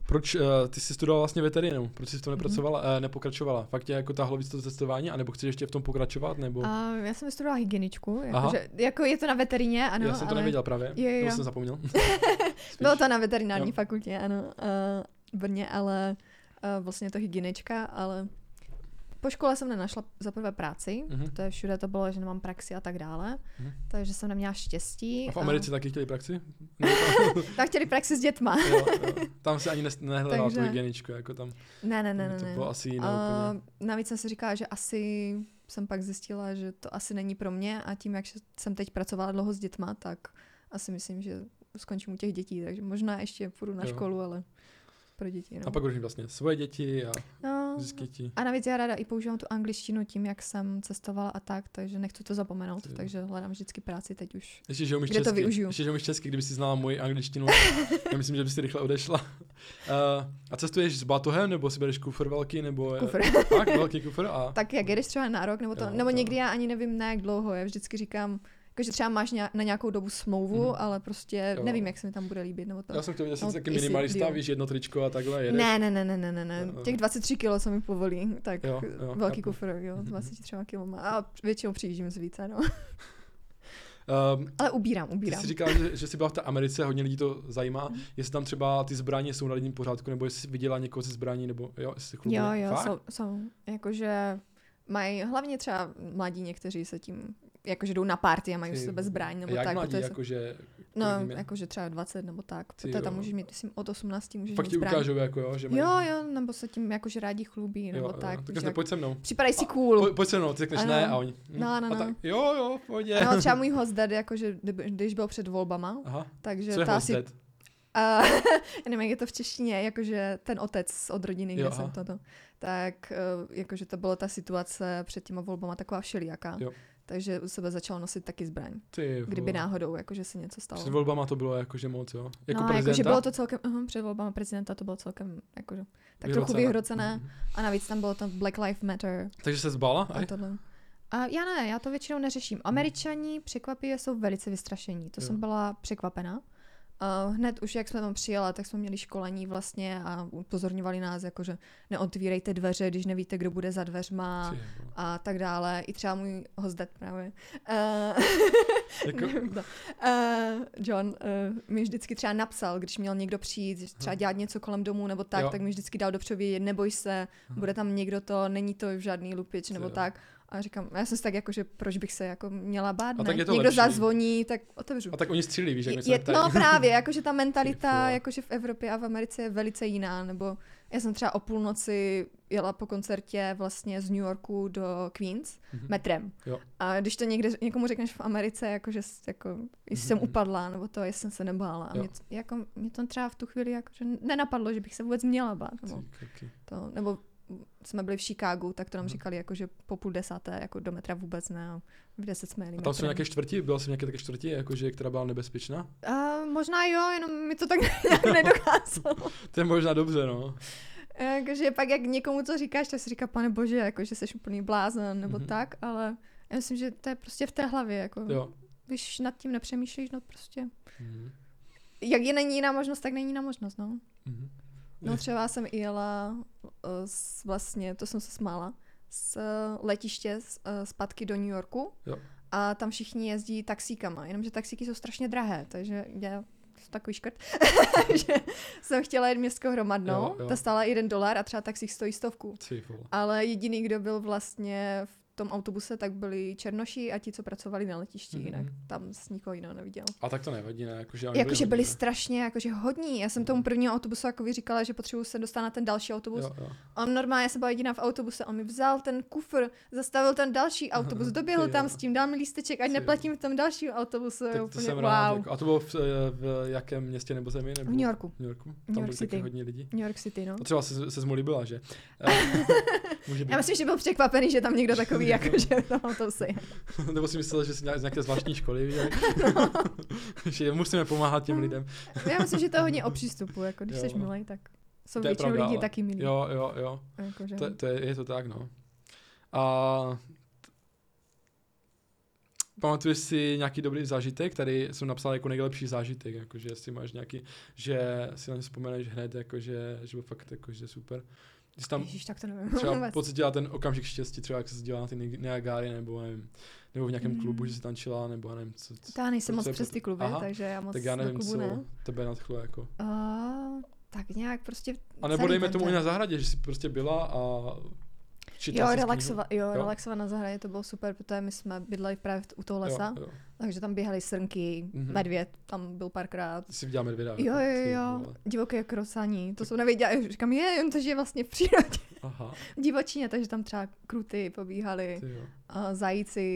A: proč eh, ty jsi studovala vlastně veterinu? Proč jsi v tom
B: Mhm.
A: nepracovala, eh, nepokračovala? Fakt tě jako tahlo víc to testování, anebo chceš ještě v tom pokračovat? Nebo...
B: A já jsem studovala hygieničku,
A: Aha.
B: jakože, jako je to na veterině, ano.
A: Já jsem to
B: ale...
A: nevěděl právě,
B: Jo, jo,
A: nebo
B: jo.
A: jsem zapomněl.
B: Bylo to na veterinární
A: Jo.
B: jo. fakultě, ano, eh, v Brně, ale eh, vlastně to hygienička, ale po škole jsem nenašla za prvé práci,
A: Mhm.
B: to je všude to bylo, že nemám praxi a tak dále,
A: Mhm.
B: takže jsem neměla štěstí.
A: A v Americe taky chtěli praxi?
B: Tam chtěli praxi s dětma.
A: jo, jo. Tam se ani nes- nehledala Takže...
B: Takže-
A: tu hygieničku, jako tam.
B: Ne,
A: Ne,
B: ne, ne, ne.
A: to
B: ne.
A: bylo asi jiné
B: A
A: úplně.
B: navíc jsem si říkala, že asi jsem pak zjistila, že to asi není pro mě a tím, jak jsem teď pracovala dlouho s dětma, tak asi myslím, že skončím u těch dětí, takže možná ještě půjdu na
A: Jo.
B: školu, ale pro děti. No.
A: A pak budeš mít vlastně svoje děti a
B: no,
A: získat děti.
B: A navíc já ráda i používám tu angličtinu tím, jak jsem cestovala a tak, takže nechci to zapomenout,
A: Ty.
B: takže hledám vždycky práci teď už.
A: Ještě, že umíš
B: Kde to
A: česky.
B: využiju?
A: Ještě, že umíš česky, kdyby si znala moji angličtinu. já myslím, že by si rychle odešla. Uh, a cestuješ s batohem, nebo si bereš kufr velký, nebo...
B: Kufr.
A: Tak, velký kufr a...
B: tak jak jedeš třeba na rok, nebo, to,
A: Jo,
B: nebo
A: jo.
B: někdy já ani nevím na jak dlouho, já vždycky říkám, jako, že třeba máš nějak, na nějakou dobu smlouvu,
A: Mhm.
B: mm-hmm. ale prostě
A: Jo.
B: jo. nevím, jak se mi tam bude líbit, nebo to.
A: Já jsem chtěl vidět, jestli
B: No,
A: jsi taky
B: jestli-
A: minimalista,
B: jo.
A: víš, jedno tričko a takhle jedeš.
B: Ne, ne, ne, ne, ne, ne, ne.
A: Jo, jo.
B: Těch 23 kilo, co mi povolí, tak
A: Jo,
B: jo,
A: jo,
B: jo, velký
A: chápu.
B: kufr, jo,
A: Mhm.
B: 23 kg. A většinou přijíždím z více, no.
A: Um,
B: Ale ubírám,
A: ty
B: ubírám.
A: jsi říkal, že, že jsi byla v té Americe, hodně lidí to zajímá,
B: Mhm.
A: jestli tam třeba ty zbraně jsou na jedním pořádku, nebo jestli jsi viděla někoho se zbraní, nebo jo, jestli chlubí.
B: Jo, jo,
A: Fakt?
B: jsou, jsou, jakože mají, hlavně třeba mladí někteří se tím, jakože jdou na party a mají u
A: Ty
B: sebe zbraň,
A: A
B: nebo
A: jak jako,
B: tak,
A: mladí,
B: protože se-
A: jakože...
B: no,
A: kolik jim je?
B: jakože třeba 20 nebo
A: Ty
B: tak, protože tam
A: jo.
B: můžeš mít, myslím, od 18 můžeš
A: Pak
B: mít
A: ti
B: zbraň.
A: ukážou, jako jo, že mají...
B: Jo, jo, nebo se tím jakože rádi chlubí, nebo
A: jo,
B: tak,
A: tak
B: víš,
A: řekne,
B: jak-
A: pojď se mnou.
B: připadají si
A: Po,
B: cool.
A: pojď se mnou, ty řekneš
B: Ano.
A: ne a oni. hm,
B: No, no,
A: a
B: no.
A: tak, jo, jo, v pohodě.
B: No, třeba můj host dad, jakože, kdyby- když byl před volbama,
A: Aha,
B: takže
A: co je
B: ta asi,
A: hostet?
B: a, já nevím, jak je to v češtině, jakože ten otec od rodiny,
A: Jo,
B: kde
A: aha.
B: jsem toto, tak eh, jakože to byla ta situace před těma volbama taková všelijaká.
A: Jo.
B: Takže u sebe začal nosit taky zbraň,
A: Ty
B: kdyby
A: vole.
B: náhodou, jakože se něco stalo.
A: Před volbama to bylo jakože moc, jo? Jako
B: no,
A: prezidenta?
B: jakože bylo to celkem, uh, před volbama prezidenta to bylo celkem, jakože, tak trochu vyhrocené.
A: Mhm.
B: A navíc tam bylo to Black Lives Matter
A: Takže se zbála?
B: a tohle. A já ne, já to většinou neřeším. Američani překvapivě jsou velice vystrašení. To
A: Jo.
B: jsem byla překvapená. Uh, hned už jak jsme tam přijela, tak jsme měli školení vlastně a upozorňovali nás, jako že neotvírejte dveře, když nevíte, kdo bude za dveřma a tak dále. I třeba můj hostet právě. Uh,
A: Jako,
B: nevím to. Uh, John uh, mi vždycky třeba napsal, když měl někdo přijít, že třeba dělat něco kolem domu nebo
A: Hm.
B: tak,
A: Jo. Hm.
B: jo. tak mi vždycky dal dopředu vědět, neboj se, bude tam někdo to, není to žádný lupič nebo
A: jo.
B: tak. A říkám, já jsem si tak jako, že proč bych se jako měla bát,
A: A
B: ne?
A: tak je to
B: Někdo
A: lepší.
B: zazvoní, tak otevřu.
A: a tak oni střílí, víš, jak my
B: Je,
A: jsme
B: je,
A: tady.
B: no právě, jakože ta
A: Ty
B: mentalita
A: vole.
B: jakože v Evropě a v Americe je velice jiná, nebo já jsem třeba o půlnoci jela po koncertě vlastně z New Yorku do Queens
A: Mhm.
B: metrem.
A: Jo.
B: A když to někde někomu řekneš v Americe, jakože s- jako, jestli jsem
A: Mhm.
B: upadla, nebo to, jestli jsem se nebála. A
A: Jo.
B: mě, to- jako, mě to třeba v tu chvíli jakože nenapadlo, že bych se vůbec měla bát. Nebo,
A: Ty kaky.
B: to, nebo jsme byli v Chicagu, tak to nám
A: Mhm.
B: říkali, jako, že po půl desáté jako do metra vůbec ne. A v deset jsme jeli
A: A tam jsou
B: metrem.
A: nějaké čtvrti, byla jsem nějaké také čtvrti, jakože, která byla nebezpečná?
B: A možná jo, jenom mi to tak nějak nedokázalo.
A: To je možná dobře, no.
B: Jakože pak jak někomu to říkáš, tak si říká, pane bože, jako, že jsi úplný blázen nebo
A: Mhm.
B: mm-hmm. tak, ale já myslím, že to je prostě v té hlavě. Jako,
A: Jo.
B: Když nad tím nepřemýšlíš, no prostě.
A: Mhm.
B: Jak je není jiná možnost, tak není jiná možnost, no.
A: Mhm.
B: No
A: Je.
B: třeba jsem i jela uh, s, vlastně, to jsem se smála, z eh, letiště z, eh, zpátky do New Yorku
A: Jo.
B: a tam všichni jezdí taxíkama, jenomže taxíky jsou strašně drahé, takže já jsem takový škrt, že jsem chtěla jet městskou hromadnou,
A: Jo,
B: jo,
A: jo.
B: jo. ta stála jeden dolar a třeba taxík stojí stovku.
A: Ty vole.
B: Ale jediný, kdo byl vlastně v tom autobuse, tak byli černoši a ti, co pracovali na letišti,
A: Mhm.
B: jinak tam s nikoho jiného neviděl.
A: A tak to nevadí, ne? Jakože, oni
B: Jakože byli
A: hodní,
B: strašně jakože hodní. Já jsem tomu prvního autobusu jako říkala, že potřebuji se dostat na ten další
A: ne?
B: autobus.
A: Jo, jo.
B: A On normálně, já jsem byla jediná v autobuse, on mi vzal ten kufr, zastavil ten další autobus, doběhl
A: Ty jo.
B: tam s tím, dal mi lísteček, ať
A: Ty jo.
B: neplatím v tom dalším autobusu.
A: Tak to
B: úplně,
A: jsem
B: wow.
A: rád. Jako, a to bylo v, eh, v jakém městě nebo zemi? Nebo
B: V New Yorku,
A: V New Yorku? Tam
B: New
A: byli
B: York
A: taky
B: City.
A: hodně lidí.
B: New York City, no.
A: A třeba se, se mu líbila, že? Eh, Může být.
B: Já myslím, že byl překvapený, že tam někdo takový, jakože v tom autobuse je.
A: Nebo si myslel, že jsi nějak- z nějaké zvláštní školy, viděl? že musíme pomáhat
B: Mm.
A: těm lidem.
B: Já myslím, že to je hodně o přístupu, jako když
A: Jo.
B: jsi milej, tak jsou
A: To je
B: většinou
A: pravda,
B: lidi
A: ale-
B: taky milí.
A: Jo, jo, jo.
B: Jakože.
A: To, to je, je to tak, no. A pamatuješ si nějaký dobrý zážitek? Tady jsem napsal jako nejlepší zážitek, jakože jestli máš nějaký, že si na ně vzpomeneš hned, jakože, že byl fakt jakože super. Jsi tam
B: Ježiš, tak to nevím
A: třeba
B: vůbec.
A: pocítila ten okamžik štěstí, třeba jak se dělala na ty Ni- Niagáry, nebo nevím, nebo v nějakém
B: Mm.
A: klubu, že jsi tančila, nebo já nevím, co, co
B: To já nejsem
A: to
B: moc
A: je
B: přes
A: proto-
B: ty kluby,
A: Aha,
B: takže já moc
A: tak já nevím,
B: do klubu
A: co
B: ne.
A: tebe nadchlo jako.
B: A, tak nějak prostě
A: A nebo
B: celý
A: dejme
B: ten
A: tomu i
B: ten-
A: na zahradě, že jsi prostě byla a
B: Jo,
A: četla jsi z knihu.
B: relaxova, jo,
A: Jo.
B: jo, relaxovat na zahradě, to bylo super, protože my jsme bydleli právě v- u toho lesa,
A: Jo, jo.
B: takže tam běhali srnky,
A: Mhm.
B: mm-hmm. medvěd, tam byl párkrát.
A: Ty si viděla medvěda.
B: Jo,
A: jako,
B: jo,
A: ty
B: jo,
A: vole.
B: divoké krosaní, to jsem nevěděla, já říkám, je, on to žije vlastně v přírodě,
A: Aha,
B: v divočině, takže tam třeba kruty pobíhaly,
A: ty jo.
B: a zajíci,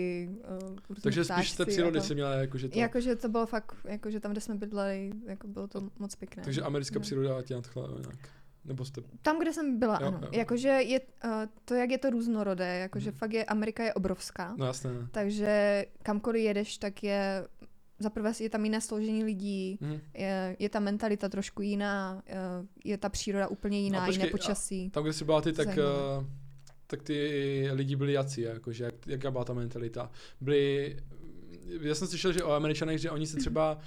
B: a různí
A: Takže spíš z té
B: ptáčci a
A: přírody
B: to.
A: si měla jakože to.
B: Jakože to bylo fakt, jakože tam, kde jsme bydleli, jako bylo to moc pěkné.
A: Takže americká
B: No.
A: příroda tě nadchla jo, nějak. Nebo jste...
B: Tam, kde jsem byla,
A: Jo,
B: ano.
A: jo.
B: Jakože je uh, to, jak je to různorodé, jakože
A: Mhm.
B: fakt je, Amerika je obrovská.
A: No jasné. ne.
B: Takže kamkoliv jedeš, tak je za prvé je tam jiné složení lidí,
A: Mhm.
B: je, je ta mentalita trošku jiná, eh, je ta příroda úplně jiná,
A: No, počkej,
B: jiné
A: a-
B: počasí.
A: Tam, kde jsi byla ty, tak...
B: Zajímavé.
A: eh, tak ty lidi byli jací, jakože, jak, jaká byla ta mentalita. Byli, já jsem slyšel, že o Američanech, že oni se třeba,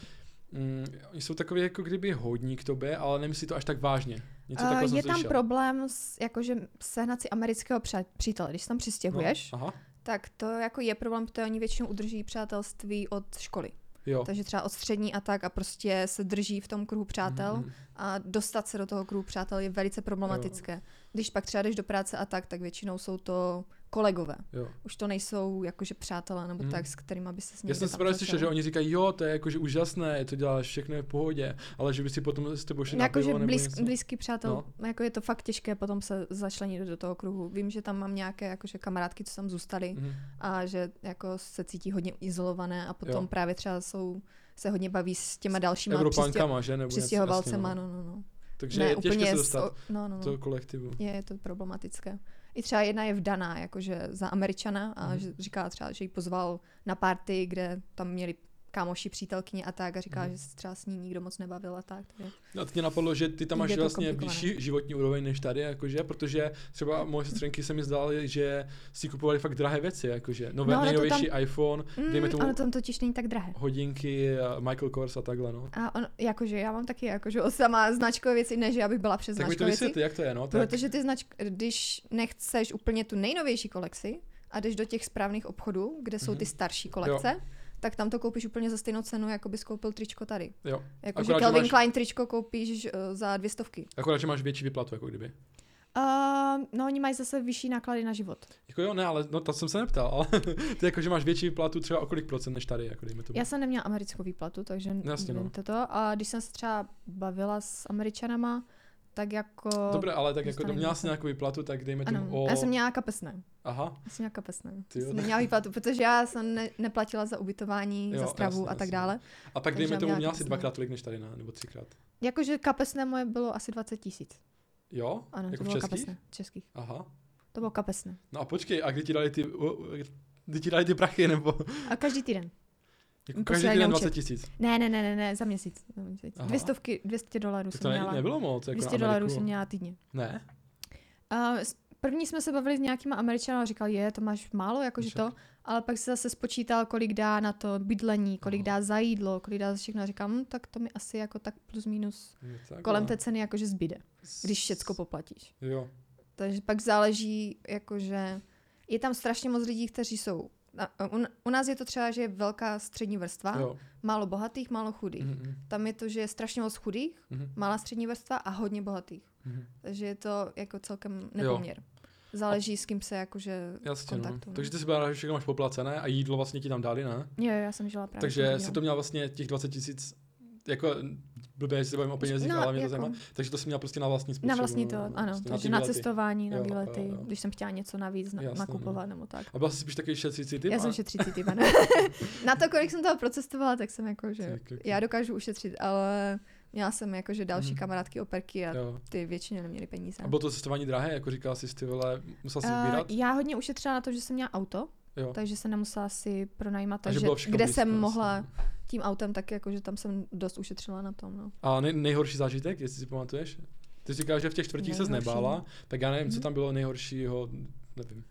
A: mm, oni jsou takový jako kdyby hodní k tobě, ale nemyslí to až tak vážně. Něco
B: Eh,
A: takového jsem
B: je tam
A: slyšel.
B: problém s, jakože sehnat si amerického přa- přítele. Když se tam přistěhuješ,
A: No, aha,
B: tak to jako je problém, protože oni většinou udrží přátelství od školy.
A: jo.
B: Takže třeba od střední a tak a prostě se drží v tom kruhu přátel.
A: Mhm, mhm.
B: a dostat se do toho kruhu přátel je velice problematické. Jo. Když pak třeba jdeš do práce a tak, tak většinou jsou to kolegové.
A: Jo.
B: Už to nejsou jakože přátelé nebo
A: Mhm.
B: mm. tak, s kterými by se s
A: Já jsem právě slyšel, že oni říkají, jo, to je jakože úžasné, to děláš všechno je v pohodě, ale že by si potom s tebou šli na
B: No, Jakože
A: pivo nebo
B: blízk,
A: něco.
B: blízký přátel, no. jako je to fakt těžké potom se začlenit do toho kruhu. Vím, že tam mám nějaké jakože kamarádky, co tam zůstaly
A: Mhm.
B: a že jako se cítí hodně izolované a potom
A: Jo.
B: jo. právě třeba jsou, se hodně baví s těma dalšíma přistě,
A: Evropánkama, že? Nebo něco,
B: přistěhovalcema.
A: jasně,
B: No, no, no.
A: Takže je těžké se
B: s-
A: dostat
B: o- no, no, no.
A: do kolektivu.
B: Je, je to problematické. I třeba jedna je vdaná, jakože za Američana a
A: Mhm.
B: mm že říká třeba, že ji pozval na party, kde tam měli kámoši, přítelkyně a tak a říkala,
A: Mhm.
B: mm. že se třeba s ní nikdo moc nebavil a tak. Takže...
A: No, teď mě napadlo, že ty tam
B: Je
A: máš
B: to
A: vlastně
B: komplikované.
A: vyšší životní úroveň než tady, jakože, protože třeba moje sestřenky se mi zdály, že si kupovali fakt drahé věci, jakože nové,
B: No,
A: no,
B: ale to tam-
A: nejnovější tam... iPhone, dejme
B: Mm,
A: tomu
B: ale to totiž není tak drahé.
A: hodinky, eh, Michael Kors a takhle, no.
B: A on, jakože já mám taky jakože sama značkové věci, ne, že já bych byla přes
A: Tak mi to
B: značkové věci.
A: vysvětli, jak to je, no. Tak,
B: Protože ty značk, když nechceš úplně tu nejnovější kolekci a jdeš do těch správných obchodů, kde jsou ty
A: Mhm.
B: starší kolekce, jo. tak tam to koupíš úplně za stejnou cenu, jako bys koupil tričko tady.
A: jo.
B: Jako, že
A: Akorát, že
B: Calvin
A: máš-
B: Klein tričko koupíš eh, za dvě stovky.
A: Akorát, že máš větší výplatu, jako kdyby.
B: Uh, no oni mají zase vyšší náklady na život.
A: Jako jo, ne, ale no, to jsem se neptal, ale ty jako, že máš větší výplatu třeba o kolik procent než tady, jako dejme tomu.
B: Já jsem neměla americkou výplatu, takže
A: Jasně, no.
B: vím toto. A když jsem se třeba bavila s američanama, tak jako...
A: Dobré, ale tak jako
B: Dostane
A: to měla
B: více.
A: jsi nějakou výplatu, tak dejme
B: ano,
A: tomu o...
B: já jsem měla kapesné.
A: Aha,
B: Já jsem měla kapesné.
A: Ty jo, tak-
B: jsem neměla výplatu, protože já jsem ne, neplatila za ubytování,
A: Jo,
B: za stravu
A: jasně,
B: a tak
A: jasně.
B: dále.
A: a tak
B: Takže
A: dejme
B: já
A: tomu
B: měla
A: měla si
B: kapesné.
A: dvakrát tolik než tady, ne? nebo třikrát.
B: Jakože kapesné moje bylo asi 20 tisíc.
A: Jo?
B: Ano,
A: jako
B: to
A: v
B: bylo
A: českých?
B: kapesné. Českých.
A: Aha.
B: To bylo kapesné.
A: No a počkej, a kdy ti dali ty, o- o- kdy ti dali ty prachy, nebo
B: A každý týden.
A: jako každý
B: Posílali
A: den
B: na
A: 20 tisíc.
B: Ne, ne, ne, ne, ne za měsíc. Za měsíc.
A: Aha.
B: Dvě stovky, 200 dolarů
A: Tak
B: jsem
A: to ne,
B: měla.
A: nebylo moc, jako na
B: 200 dolarů
A: Ameriku.
B: jsem měla týdně.
A: Ne?
B: A s- první jsme se bavili s nějakýma Američany a říkal, je, to máš málo, jakože
A: Však.
B: to. Ale pak se zase spočítal, kolik dá na to bydlení, kolik
A: Aha.
B: dá za jídlo, kolik dá za všechno. A říkám, hm, tak to mi asi jako tak plus minus
A: Je tak,
B: kolem
A: no.
B: té ceny jakože zbyde, když všecko poplatíš.
A: Jo,
B: Takže pak záleží, jakože je tam strašně moc lidí, kteří jsou. na- u- U nás je to třeba, že je velká střední vrstva,
A: jo.
B: málo bohatých, málo chudých. Mm.
A: Mhm,
B: Tam je to, že je strašně moc chudých,
A: mhm,
B: malá střední vrstva a hodně bohatých.
A: mhm.
B: Takže je to jako celkem nepoměr. Záleží, s kým se jakože v
A: Jasně, no.
B: kontaktu.
A: Takže ty si byla, že všechno máš poplacené a jídlo vlastně ti tam dali, ne?
B: Jo, jo, já jsem žila právě. v
A: Takže
B: tom
A: jsi to
B: regionu.
A: měl vlastně těch 20 tisíc, jako blbě, že se bavím o penězích,
B: No,
A: ale mě to
B: jako-
A: zajímá. Takže to jsi měl prostě na vlastní spotřebu.
B: na vlastní
A: no,
B: to,
A: no,
B: ano.
A: prostě
B: takže
A: ty
B: na,
A: výlety.
B: cestování, na
A: Jo, jo,
B: výlety,
A: jo.
B: když jsem chtěla něco navíc na,
A: Jasně,
B: nakupovat nebo tak.
A: A byla jsi spíš takový šetřící typ?
B: Já jsem
A: a-
B: šetřící typ, ano. Na to, kolik jsem toho procestovala, tak jsem jako, že
A: Tak, jako-
B: já dokážu ušetřit, ale měla jsem jako, že další
A: Mhm.
B: kamarádky operky a
A: Jo.
B: ty většině neměly peníze.
A: A bylo to cestování drahé, jako říkala jsi ty vole, musela jsi
B: Eh,
A: vybírat?
B: já hodně ušetřila na to, že jsem měla auto,
A: Jo.
B: takže jsem nemusela si pronajímat,
A: A že
B: takže
A: bylo všechno
B: kde
A: blízko,
B: jsem
A: jasně.
B: mohla tím autem, tak jako, že tam jsem dost ušetřila na tom. No.
A: A nej, nejhorší zážitek, jestli si pamatuješ? Ty jsi říkala, že v těch čtvrtích se
B: Nejhorší.
A: nebála, tak já nevím, co
B: Mhm.
A: tam bylo nejhoršího, nevím.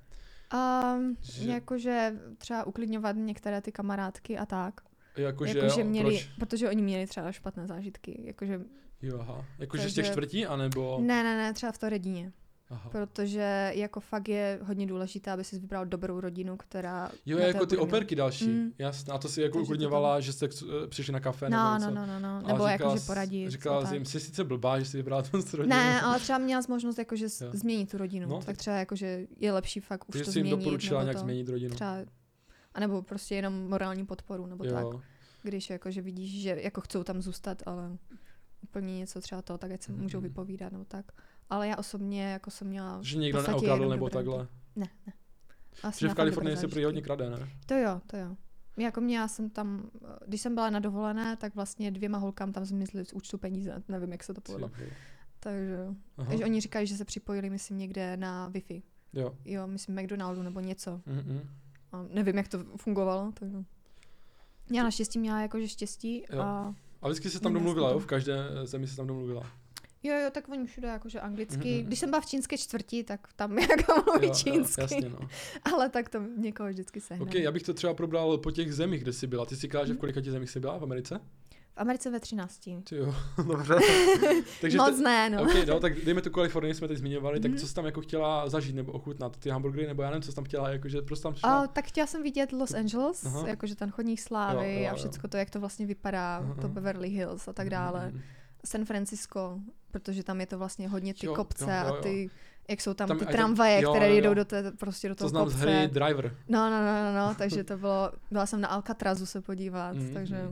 B: Um,
A: Že-
B: Jakože třeba uklidňovat některé ty kamarádky a tak.
A: Jakože,
B: jakože měli,
A: Jako, proč?
B: protože oni měli třeba špatné zážitky. Jakože,
A: Jo, aha. Jakože z těch
B: Takže-
A: čtvrtí, anebo...
B: ne, ne, ne, třeba v té rodině.
A: Aha.
B: Protože jako fakt je hodně důležité, aby si vybral dobrou rodinu, která...
A: Jo,
B: na té
A: jako ty
B: bude mít-
A: operky další,
B: Mm.
A: jasná. A to si jako
B: Takže to
A: uklidňovala, že jste k- eh, přišli na kafe nebo
B: No,
A: něco.
B: no, no, no, no.
A: A
B: Nebo
A: říkala
B: jakože
A: jsi-
B: poradit. a
A: Říkala
B: tak.
A: jsi jim, jsi sice blbá, že jsi vybrala ten rodinu.
B: Ne, ale třeba měla jsi možnost jakože z-
A: Jo.
B: změnit tu rodinu.
A: No,
B: No,
A: tak-
B: tak třeba jakože je lepší fakt už
A: Takže
B: to
A: jsi jim
B: změnit.
A: doporučila
B: nebo
A: nějak
B: to,
A: změnit rodinu.
B: Třeba, a nebo prostě jenom morální podporu, nebo jo. tak.
A: jo.
B: Když jakože vidíš, že jako chcou tam zůstat, ale úplně něco třeba to, tak ať se
A: Mhm,
B: můžou
A: mhm.
B: vypovídat, nebo tak. Ale já osobně jako jsem měla
A: Že někdo
B: podstatě
A: neokradl
B: jenom
A: nebo
B: dobré
A: takhle.
B: Ne, ne. Asi
A: Že v
B: na fakt dobré
A: Kalifornii se prý
B: zážitky.
A: hodně krade, ne?
B: To jo, to jo. Jako mě, já jsem tam, eh, když jsem byla na dovolené, tak vlastně dvěma holkám tam zmizly z účtu peníze. Nevím, jak se to
A: Ty
B: povedlo.
A: vole.
B: Takže,
A: Aha.
B: takže oni říkají, že se připojili, myslím, někde na Wi-Fi.
A: Jo. Mhm,
B: Jo, myslím McDonaldu nebo něco.
A: Mm-mm.
B: A nevím, jak to fungovalo. Tak... Já naštěstí měla jakože štěstí.
A: Jo.
B: A...
A: A vždycky se tam
B: Neměla
A: domluvila,
B: jsem
A: jo?
B: to.
A: V každé eh, zemi se tam domluvila.
B: Jo, jo, tak oni všude jakože anglicky.
A: Mhm, mhm.
B: Mm-hmm. Když jsem byla v čínské čtvrti, tak tam jako mluví
A: Jo,
B: čínsky.
A: Jo, jasně, no.
B: Ale tak to někoho vždycky sehne.
A: OK, já bych to třeba probral po těch zemích, kde jsi byla. Ty si říkala, že v kolika těch zemích jsi byla v Americe?
B: V Americe ve 13.
A: Ty jo, dobře. Takže
B: Moc
A: te-
B: ne, no.
A: OK, no, tak dejme tu Kalifornii, jsme teď zmiňovali, tak
B: Mhm.
A: co jsi tam jako chtěla zažít nebo ochutnat? Ty hamburgery, nebo já nevím, co jsi tam chtěla, jakože prostě tam šla.
B: A, tak chtěla jsem vidět Los Angeles,
A: Aha.
B: jakože ten chodník slávy
A: Jo, jo,
B: a
A: jo.
B: všecko to, jak to vlastně vypadá,
A: Mhm,
B: to
A: mhm.
B: Beverly Hills a tak dále.
A: Mm, mm, mm.
B: San Francisco, protože tam je to vlastně hodně ty
A: Jo,
B: kopce
A: jo, jo,
B: a
A: jo.
B: ty, jak jsou tam,
A: Tam-
B: ty
A: a tam-
B: tramvaje,
A: jo,
B: které
A: jo, jo.
B: jedou do té, prostě do toho
A: To znám z
B: kopce.
A: hry Driver.
B: No, no, no, no, no, takže to bylo, byla jsem na Alcatrazu se podívat,
A: Mhm.
B: mm-hmm. takže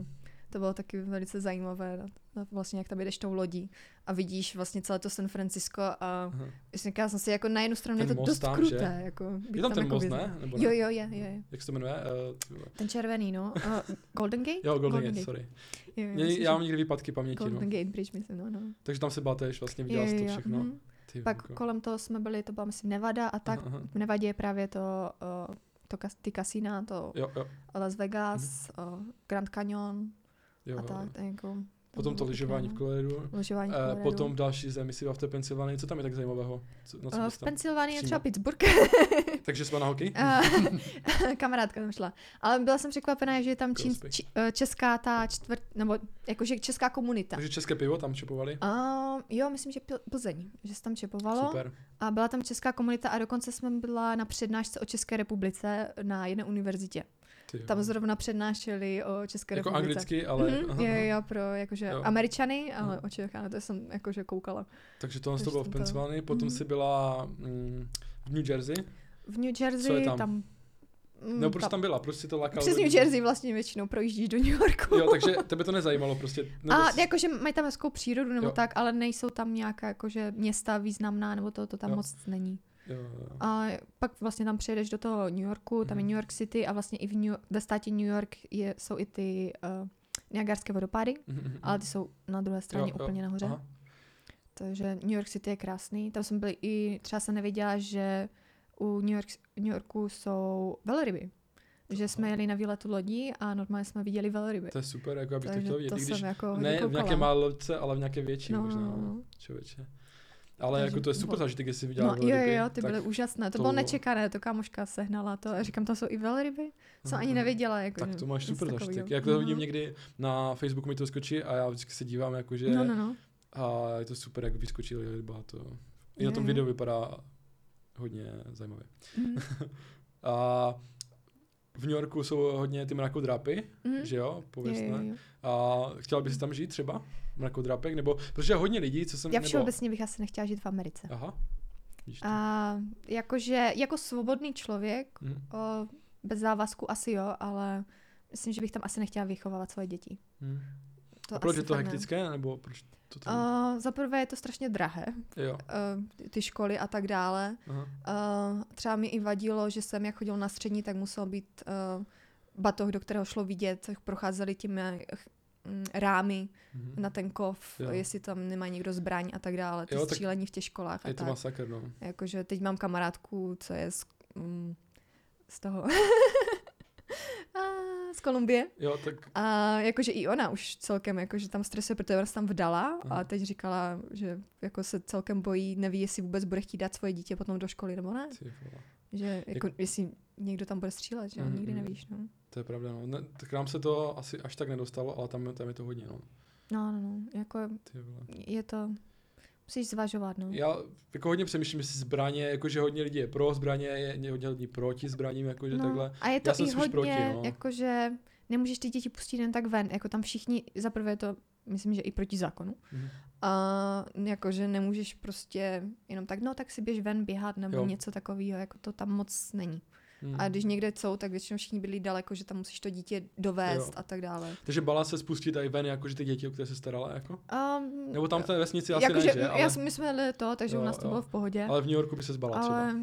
B: to bylo taky velice zajímavé, na, na vlastně jak tam jedeš tou lodí a vidíš vlastně celé to San Francisco a
A: Aha.
B: říkala jsem si, jako na jednu stranu
A: Ten
B: je to
A: most
B: dost
A: tam, že?
B: kruté, jako být
A: Je tam ten
B: jako
A: most,
B: vězně.
A: ne? Nebo
B: Jo,
A: ne?
B: jo, je, je, je.
A: Jak se to jmenuje? Eh, ty vole.
B: Ten červený, no. A Golden Gate?
A: Jo, Golden Gate, sorry.
B: Jo, jo,
A: Mě-
B: myslím,
A: Já
B: že
A: mám někdy výpadky paměti, no.
B: Golden Gate Bridge, myslím, no, no.
A: Takže tam se byla tež, vlastně viděla jsi to všechno. jako-
B: mhm.
A: Ty
B: Pak
A: vůko.
B: kolem toho jsme byli, to byla myslím Nevada a tak.
A: Aha, aha.
B: V Nevadě je právě to uh, to, kas- ty kasína, to
A: Jo, jo,
B: Las Vegas, mm-hmm. Grand Canyon
A: Mhm. jo.
B: a
A: jo.
B: tak. tak jako, to
A: Potom to
B: bylo
A: lyžování v
B: pěkné,
A: Coloradu.
B: no. Lyžování v
A: Eh,
B: Coloradu.
A: potom další zemi si byla v té Pensylvánii. Co tam je tak zajímavého? Co, na co
B: Eh,
A: bys
B: v
A: tam?
B: Pensylvánii je
A: přímo.
B: třeba Pittsburgh.
A: Takže jsme na hokej?
B: A kamarádka tam šla. Ale byla jsem překvapená, že je tam čín,
A: Crossback.
B: či, eh, česká ta čtvrt, nebo jakože česká komunita.
A: Takže české pivo tam čepovali?
B: A jo, myslím, že Pil- Plzeň, že se tam čepovalo.
A: Super.
B: A byla tam česká komunita a dokonce jsem byla na přednášce o České republice na jedné univerzitě.
A: Ty jo.
B: Tam zrovna přednášeli o České
A: Jako
B: republice.
A: anglicky, ale...
B: Mhm,
A: aha,
B: jo,
A: aha.
B: jo, jo, pro jakože
A: Jo.
B: američany, ale
A: Jo.
B: o Čechách, ale to jsem jakože koukala.
A: Takže tohle to
B: Takže
A: bylo v
B: jsem to-
A: Pensylvánii. Potom
B: Mhm.
A: si byla mm, v New Jersey.
B: V New
A: tam?
B: Jersey tam... tam mm,
A: No proč jsi tam byla? Proč si to lákalo?
B: Přes New Jersey vlastně většinou projíždíš do New Yorku.
A: Jo, takže tebe to nezajímalo prostě. nebo
B: A
A: jsi-
B: jakože mají tam hezkou přírodu nebo
A: Jo.
B: jo. tak, ale nejsou tam nějaká jakože města významná nebo to, to tam
A: Jo.
B: jo. moc není.
A: jo, jo.
B: A pak vlastně tam přijedeš do toho New Yorku,
A: Mhm.
B: tam je New York City a vlastně i v New, ve státě New York je, jsou i ty uh, Niagarské vodopády,
A: Mhm, mhm,
B: ale
A: mhm.
B: ty jsou na druhé straně
A: Jo, jo,
B: úplně nahoře.
A: Aha.
B: Takže New York City je krásný. Tam jsem byl i, třeba jsem nevěděla, že u New, York, New Yorku jsou velryby. Že jsme jeli na výletu lodí a normálně jsme viděli velryby.
A: To je super, jako abych to
B: Takže
A: chtěl vidět.
B: to
A: i Když
B: jsem jako hodně
A: ne v
B: koukala.
A: nějaké malé lodce, ale v nějaké větší
B: No,
A: možná,
B: no, no.
A: člověče. Ale
B: Takže
A: jako to je
B: to
A: super
B: bylo-
A: zážitek, jestli viděla
B: No, jo,
A: velryby,
B: jo, jo, ty
A: tak-
B: byly úžasné. To,
A: to
B: bylo
A: bylo-
B: nečekané, to kámoška sehnala to. A říkám, tam jsou i velryby. Jsem
A: Mhm,
B: ani
A: mhm.
B: nevěděla. Jako,
A: Tak
B: že
A: to máš
B: něco
A: super
B: takovýho.
A: zážitek. Jak to vidím
B: Mhm.
A: někdy na Facebooku mi to skočí a já vždycky se dívám, jakože
B: No, no, no.
A: a je to super, jak vyskočí ryba. To. I na
B: Jo,
A: tom
B: jo.
A: videu vypadá hodně zajímavě.
B: Mhm.
A: A v New Yorku jsou hodně ty mrakodrapy,
B: Mhm.
A: že jo,
B: Jo, jo,
A: pověstné.
B: jo.
A: A chtěla bys tam žít třeba? Mrakodrapek? Nebo, protože hodně lidí, co jsem...
B: Já
A: nebo-
B: všeobecně bych asi nechtěla žít v Americe.
A: Aha. Víš to.
B: A jakože, jako svobodný člověk,
A: Mhm.
B: o, bez závazku asi jo, ale myslím, že bych tam asi nechtěla vychovávat svoje děti.
A: Mhm.
B: To
A: A proč
B: asi
A: je to
B: fakt ne.
A: hektické? Nebo proč to tam...
B: Uh, Za prvé je to strašně drahé,
A: Jo.
B: uh, ty- ty školy a tak dále.
A: Aha.
B: Uh, třeba mi i vadilo, že jsem jak chodil na střední, tak musel být uh, batoh, do kterého šlo vidět, jak procházeli těmi ch- mm, rámy
A: Mhm.
B: na ten kov,
A: Jo.
B: jo. jestli tam nemá někdo zbraň a tak dále, ty
A: Jo,
B: jo,
A: tak
B: střílení v těch školách a
A: Je to
B: tak.
A: masakr, no.
B: Jakože teď mám kamarádku, co je z, mm, z toho... A, z Kolumbie.
A: Jo, tak
B: A jakože i ona už celkem, jakože tam stresuje, protože ona se tam vdala
A: Aha.
B: a teď říkala, že jako se celkem bojí, neví, jestli vůbec bude chtít dát svoje dítě potom do školy nebo ne.
A: ty vole.
B: Že jako, jestli někdo tam bude střílet, že jo,
A: Mhm,
B: nikdy
A: mhm.
B: nevíš, no.
A: To je pravda, no. Ne, tak nám se to asi až tak nedostalo, ale tam, tam je to hodně, no.
B: No, no, no, jako
A: Ty vole.
B: je to, musíš zvažovat, no.
A: Já jako hodně přemýšlím, jestli zbraně, jakože hodně lidí je pro zbraně, je je hodně lidí proti zbraním, jakože no. takhle.
B: A je to
A: Já jsem
B: i
A: spíš
B: hodně,
A: proti, no.
B: jakože nemůžeš ty děti pustit jen tak ven, jako tam všichni, zaprvé je to, myslím, že i proti zákonu,
A: Mhm.
B: a jakože nemůžeš prostě jenom tak, no tak si běž ven běhat nebo
A: Jo.
B: něco takového, jako to tam moc není.
A: Hmm.
B: A když někde jsou, tak většinou všichni byli daleko, že tam musíš to dítě dovést
A: Jo.
B: a tak dále.
A: Takže bala se spustit i ven, jakože ty děti, o které se starala, jako?
B: Um,
A: Nebo tam v té vesnici asi
B: jakože,
A: ne, že? Ale,
B: já, jsem- my jsme jeli to, takže
A: Jo,
B: u nás to
A: jo.
B: bylo v pohodě.
A: ale v New Yorku by se zbala třeba.
B: ale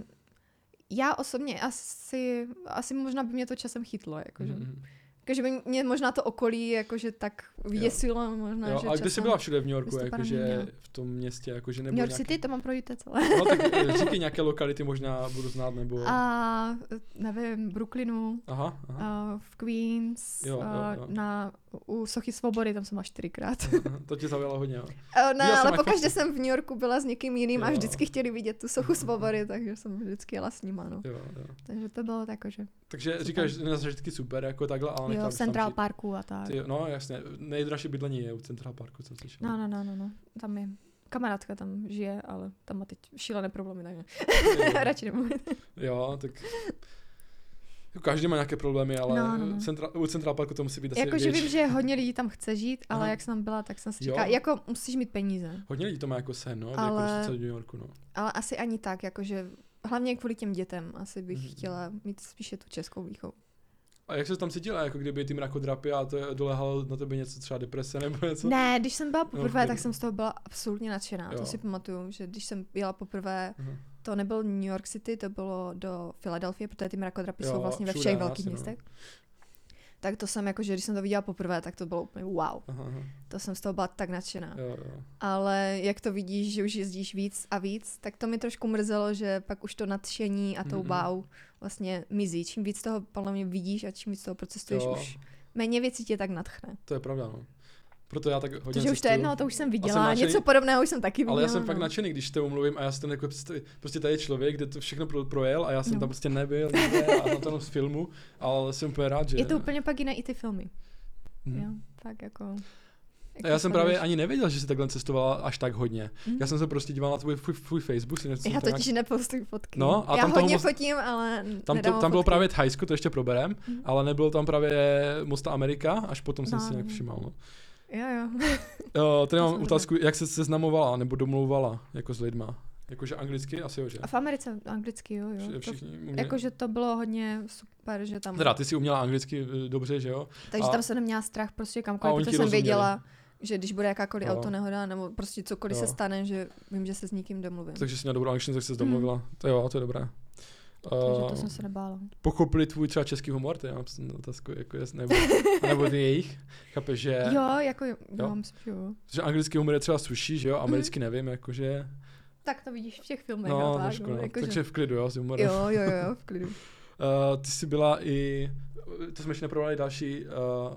B: já osobně asi, asi možná by mě to časem chytlo, jakože.
A: Mhm.
B: Jakože by mě možná to okolí jakože tak vyděsilo, možná,
A: Jo,
B: no, že
A: a kde jsi
B: časem-
A: byla všude v New Yorku,
B: bys to
A: jakože
B: proměnila.
A: v tom městě, jakože nebo
B: New York
A: nějaký...
B: City, to mám projít celé.
A: No tak eh, říkej nějaké lokality možná budu znát, nebo...
B: A eh, nevím, Brooklynu,
A: Aha, aha.
B: a v Queens,
A: Jo, jo,
B: a
A: jo.
B: Na, u Sochy Svobody, tam jsem byla čtyřikrát.
A: aha, To tě zavělo hodně, jo.
B: A
A: Já
B: ne,
A: jsem
B: ale
A: jako-
B: pokaždé jsem v New Yorku byla s někým jiným a
A: Jo.
B: vždycky chtěli vidět tu Sochu Svobody, takže jsem vždycky jela s nima, no.
A: jo, jo.
B: Takže to bylo tak, že
A: Takže říkáš, že na zažitky super, jako takhle, ale nechtěla
B: jo, v
A: bys tam
B: Central
A: žít.
B: Parku a tak.
A: Ty, jo, no jasně, nejdražší bydlení je u Central Parku, jsem slyšel.
B: No, no, no, no, no, tam je. Kamarádka tam žije, ale tam má teď šílené problémy, takže
A: Jo.
B: radši nemluvím.
A: Jo, tak... jako Každý má nějaké problémy, ale
B: No, no, no.
A: Centra, u Central Parku to musí být asi
B: Jakože
A: větší.
B: vím, že hodně lidí tam chce žít, ale
A: Aha.
B: jak jsem tam byla, tak jsem si
A: Jo.
B: říkala, jako musíš mít peníze.
A: Hodně lidí to má jako sen, no, ale... jako
B: Ale-
A: dostat se do New Yorku, no.
B: Ale asi ani tak, jakože hlavně kvůli těm dětem asi bych
A: Mhm.
B: chtěla mít spíše tu českou výchovu.
A: A jak se tam cítila, jako kdyby ty mrakodrapy a to dolehalo na tebe něco třeba deprese nebo něco?
B: Ne, když jsem byla
A: v klidu.
B: poprvé, tak jsem z toho byla absolutně nadšená.
A: No, Jo.
B: To si pamatuju, že když jsem jela poprvé,
A: Aha.
B: to nebyl New York City, to bylo do Filadelfie, protože ty mrakodrapy
A: Jo,
B: jsou vlastně ve
A: všude,
B: všech
A: jasně,
B: velkých
A: no.
B: městech. Tak to jsem jakože, když jsem to viděla poprvé, tak to bylo úplně wow.
A: Aha, aha,
B: To jsem z toho byla tak nadšená.
A: jo, jo.
B: Ale jak to vidíš, že už jezdíš víc a víc, tak to mi trošku mrzelo, že pak už to nadšení a
A: Mm,
B: tou
A: mm.
B: wow vlastně mizí. Čím víc toho podle mě vidíš a čím víc toho procestuješ,
A: Jo.
B: už méně věcí tě tak nadchne.
A: To je pravda, no. Proto já tak hodně
B: Protože už to
A: cestuju.
B: jedno, to už jsem viděla,
A: nadšený-
B: něco podobného už jsem taky viděla.
A: Ale já jsem fakt
B: no.
A: nadšený, když s tebou mluvím a já si to jako představím. Prostě tady je člověk, kde to všechno pro, projel a já jsem
B: No.
A: tam prostě nebyl nikde a na tom z filmu, ale jsem úplně rád, že...
B: Je to úplně pak jiné i ty filmy.
A: Hm.
B: Jo, tak jako... jak
A: A já
B: to
A: jsem právě
B: sleduješ.
A: ani nevěděl, že jsi takhle cestovala až tak hodně.
B: Mhm.
A: Já jsem se prostě díval na tvůj, tvůj, tvůj Facebook. Si něco
B: Já
A: tam
B: totiž nepostuji fotky.
A: No, a
B: já
A: tam toho
B: hodně
A: moc-
B: fotím, ale
A: Tam,
B: nedávám
A: to, tam bylo
B: fotky.
A: právě Thajsko, to ještě proberem,
B: Mhm.
A: ale nebylo tam právě moc ta Amerika, až potom jsem
B: No,
A: si nějak
B: no.
A: všiml. No.
B: Jo, jo.
A: Jo, tady
B: To
A: mám
B: jsem
A: otázku, jak se seznamovala nebo domlouvala jako s lidma? Jakože anglicky asi jo, že?
B: A v Americe anglicky, jo, jo.
A: Vš-
B: To, jako-
A: Všichni uměli.
B: jakože to bylo hodně super, že tam...
A: Teda, ty si uměla anglicky eh, dobře, že jo?
B: takže
A: a-
B: tam jsem neměla strach prostě
A: a
B: kamkoliv,
A: oni
B: protože
A: ti
B: jsem
A: rozuměli.
B: věděla, že když bude jakákoliv
A: Jo.
B: auto nehoda nebo prostě cokoliv
A: Jo.
B: se stane, že vím, že se s nikým domluvím. Takže,
A: Takže jsi měla dobrou angličtinu, tak jsi se domluvila. To jo, to je dobré.
B: Hmm. takže to
A: Eh,
B: jsem se nebála.
A: Pochopili tvůj třeba český humor, to já mám otázku, jako jest, nebo, nebo ty jejich, chápeš, že...
B: Jo, jako jo, jo. myslím, že jo.
A: Že anglický humor je třeba suší, že jo?
B: Mhm.
A: Americky nevím, jakože...
B: Tak to vidíš v těch filmech.
A: No,
B: a tak,
A: trošku, no.
B: jako,
A: Takže
B: že...
A: v klidu, jo, s humorem.
B: Jo, jo, jo, v klidu.
A: Uh, ty jsi byla i... To jsme ještě neprobrali další uh,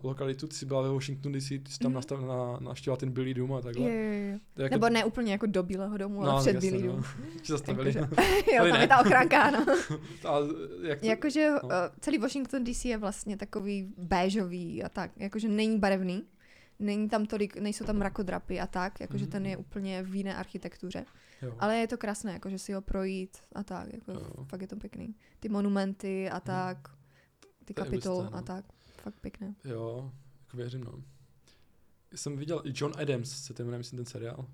A: lokalitu, ty jsi byla ve Washingtonu DC, ty jsi tam
B: Mhm.
A: nastav, na, naštěvila ten Billy Doom a takhle.
B: Jo, jo, jo.
A: To je
B: Nebo ne úplně jako do Bílého domu, ale před
A: tak jasně,
B: Bílý dům.
A: No. Ti zastavili.
B: Jakože-
A: Ale
B: jo, tam
A: ne.
B: je ta ochranka, ano.
A: a jak to,
B: Jakože
A: no.
B: uh, celý Washington DC je vlastně takový béžový a tak, jakože není barevný, není tam tolik, nejsou tam mrakodrapy a tak, jakože
A: Mhm.
B: ten je úplně v jiné architektuře.
A: jo.
B: Ale je to krásné, jakože si ho projít a tak, jako
A: Jo.
B: fakt je to pěkný. Ty monumenty a tak, ty
A: Mhm. To je
B: kapitol
A: hustá, no.
B: a tak, fakt pěkné.
A: jo, jako věřím, no. Jsem viděl, i John Adams se ten jmenuje, myslím, ten seriál.